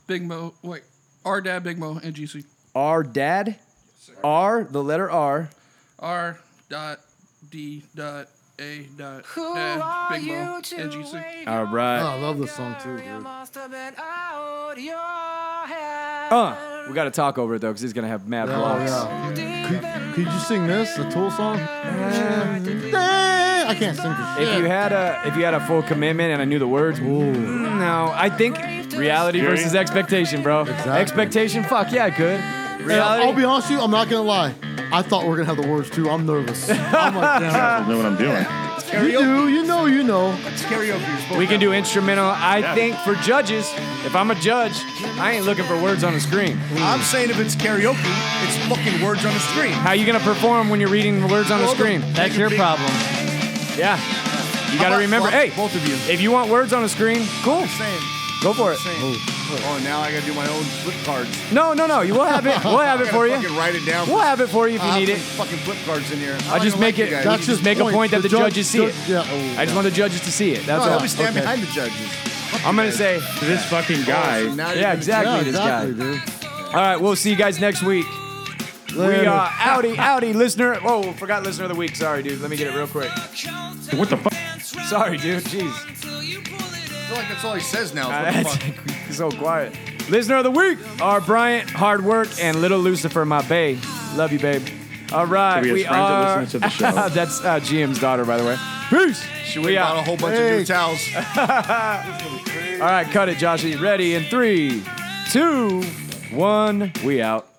Speaker 6: Big Mo, wait, our dad, Big Mo, and GC.
Speaker 3: R Dad, R, the letter R,
Speaker 6: R dot D dot A dot eh, Big Mo, and GC.
Speaker 3: All right.
Speaker 2: Oh, I love this song too, dude.
Speaker 3: Uh, we got to talk over it though, because he's gonna have mad blocks.
Speaker 2: yeah. Could, could you sing this, the Tool song? I can't sing for shit.
Speaker 3: If you had a if you had a full commitment and I knew the words, mm, no, I think reality
Speaker 7: Jerry?
Speaker 3: versus expectation, bro. Expectation, fuck yeah, I could.
Speaker 2: And I'll
Speaker 3: Reality,
Speaker 2: be honest with you, I'm not gonna lie. I thought we are gonna have the words too. I'm nervous. I'm like, damn.
Speaker 7: I don't know what I'm doing.
Speaker 2: You do, you know, you know.
Speaker 5: It's karaoke. You're supposed
Speaker 3: we
Speaker 5: to-
Speaker 3: can do instrumental. I
Speaker 7: Yeah.
Speaker 3: think for judges, if I'm a judge, I ain't looking for words on the screen.
Speaker 5: I'm saying if it's karaoke, it's fucking words on the screen.
Speaker 3: How you gonna perform when you're reading the words on the
Speaker 5: Well, the-
Speaker 3: screen?
Speaker 4: That's your problem.
Speaker 3: Yeah, you gotta remember. Hey,
Speaker 5: both of you.
Speaker 3: if you want words on the screen, cool,
Speaker 5: Same.
Speaker 3: go for it.
Speaker 5: Same. Oh, now I gotta do my own flip cards.
Speaker 3: No, no, no. You will have it. We'll have
Speaker 5: I
Speaker 3: it for
Speaker 5: gotta
Speaker 3: you.
Speaker 5: Fucking write Uh, it down.
Speaker 3: We'll have it for you if
Speaker 5: I
Speaker 3: you need
Speaker 5: have
Speaker 3: it.
Speaker 5: some Fucking flip cards in here.
Speaker 3: I just make it-
Speaker 5: Guys.
Speaker 3: That's
Speaker 2: That's
Speaker 3: just make a point that the
Speaker 2: judge-
Speaker 3: judges see it.
Speaker 2: judge- Yeah. oh,
Speaker 3: I just
Speaker 2: yeah.
Speaker 3: want the judges to see it. That's
Speaker 5: No, I
Speaker 3: all.
Speaker 5: always stand
Speaker 2: Okay.
Speaker 5: behind the judges.
Speaker 3: I'm gonna say,
Speaker 7: This fucking
Speaker 5: So
Speaker 7: guy.
Speaker 5: now
Speaker 3: yeah,
Speaker 5: you're-
Speaker 3: exactly,
Speaker 2: yeah,
Speaker 3: this
Speaker 2: exactly,
Speaker 3: guy.
Speaker 2: dude.
Speaker 3: All right, we'll see you guys next week. We
Speaker 2: Later.
Speaker 3: are outie, outie, listener. Whoa, forgot listener of the week. Sorry, dude. Let me get it real quick.
Speaker 7: What the fuck?
Speaker 3: Sorry, dude. Jeez,
Speaker 5: I feel like that's all he says now.
Speaker 3: Nah,
Speaker 5: is what the
Speaker 3: Uh, that's-
Speaker 5: fuck.
Speaker 3: he's so quiet. Listener of the week are Bryant, Hard Work, and Little Lucifer, my babe. Love you, babe. All right,
Speaker 7: So we
Speaker 3: we
Speaker 7: have friends that
Speaker 3: are.
Speaker 7: listen to the show.
Speaker 3: that's uh, GM's daughter, by the way. Peace. Should we
Speaker 5: Bought
Speaker 3: out?
Speaker 5: a whole bunch of new towels.
Speaker 3: All right, cut it, Joshy. Ready in three, two, one. We out.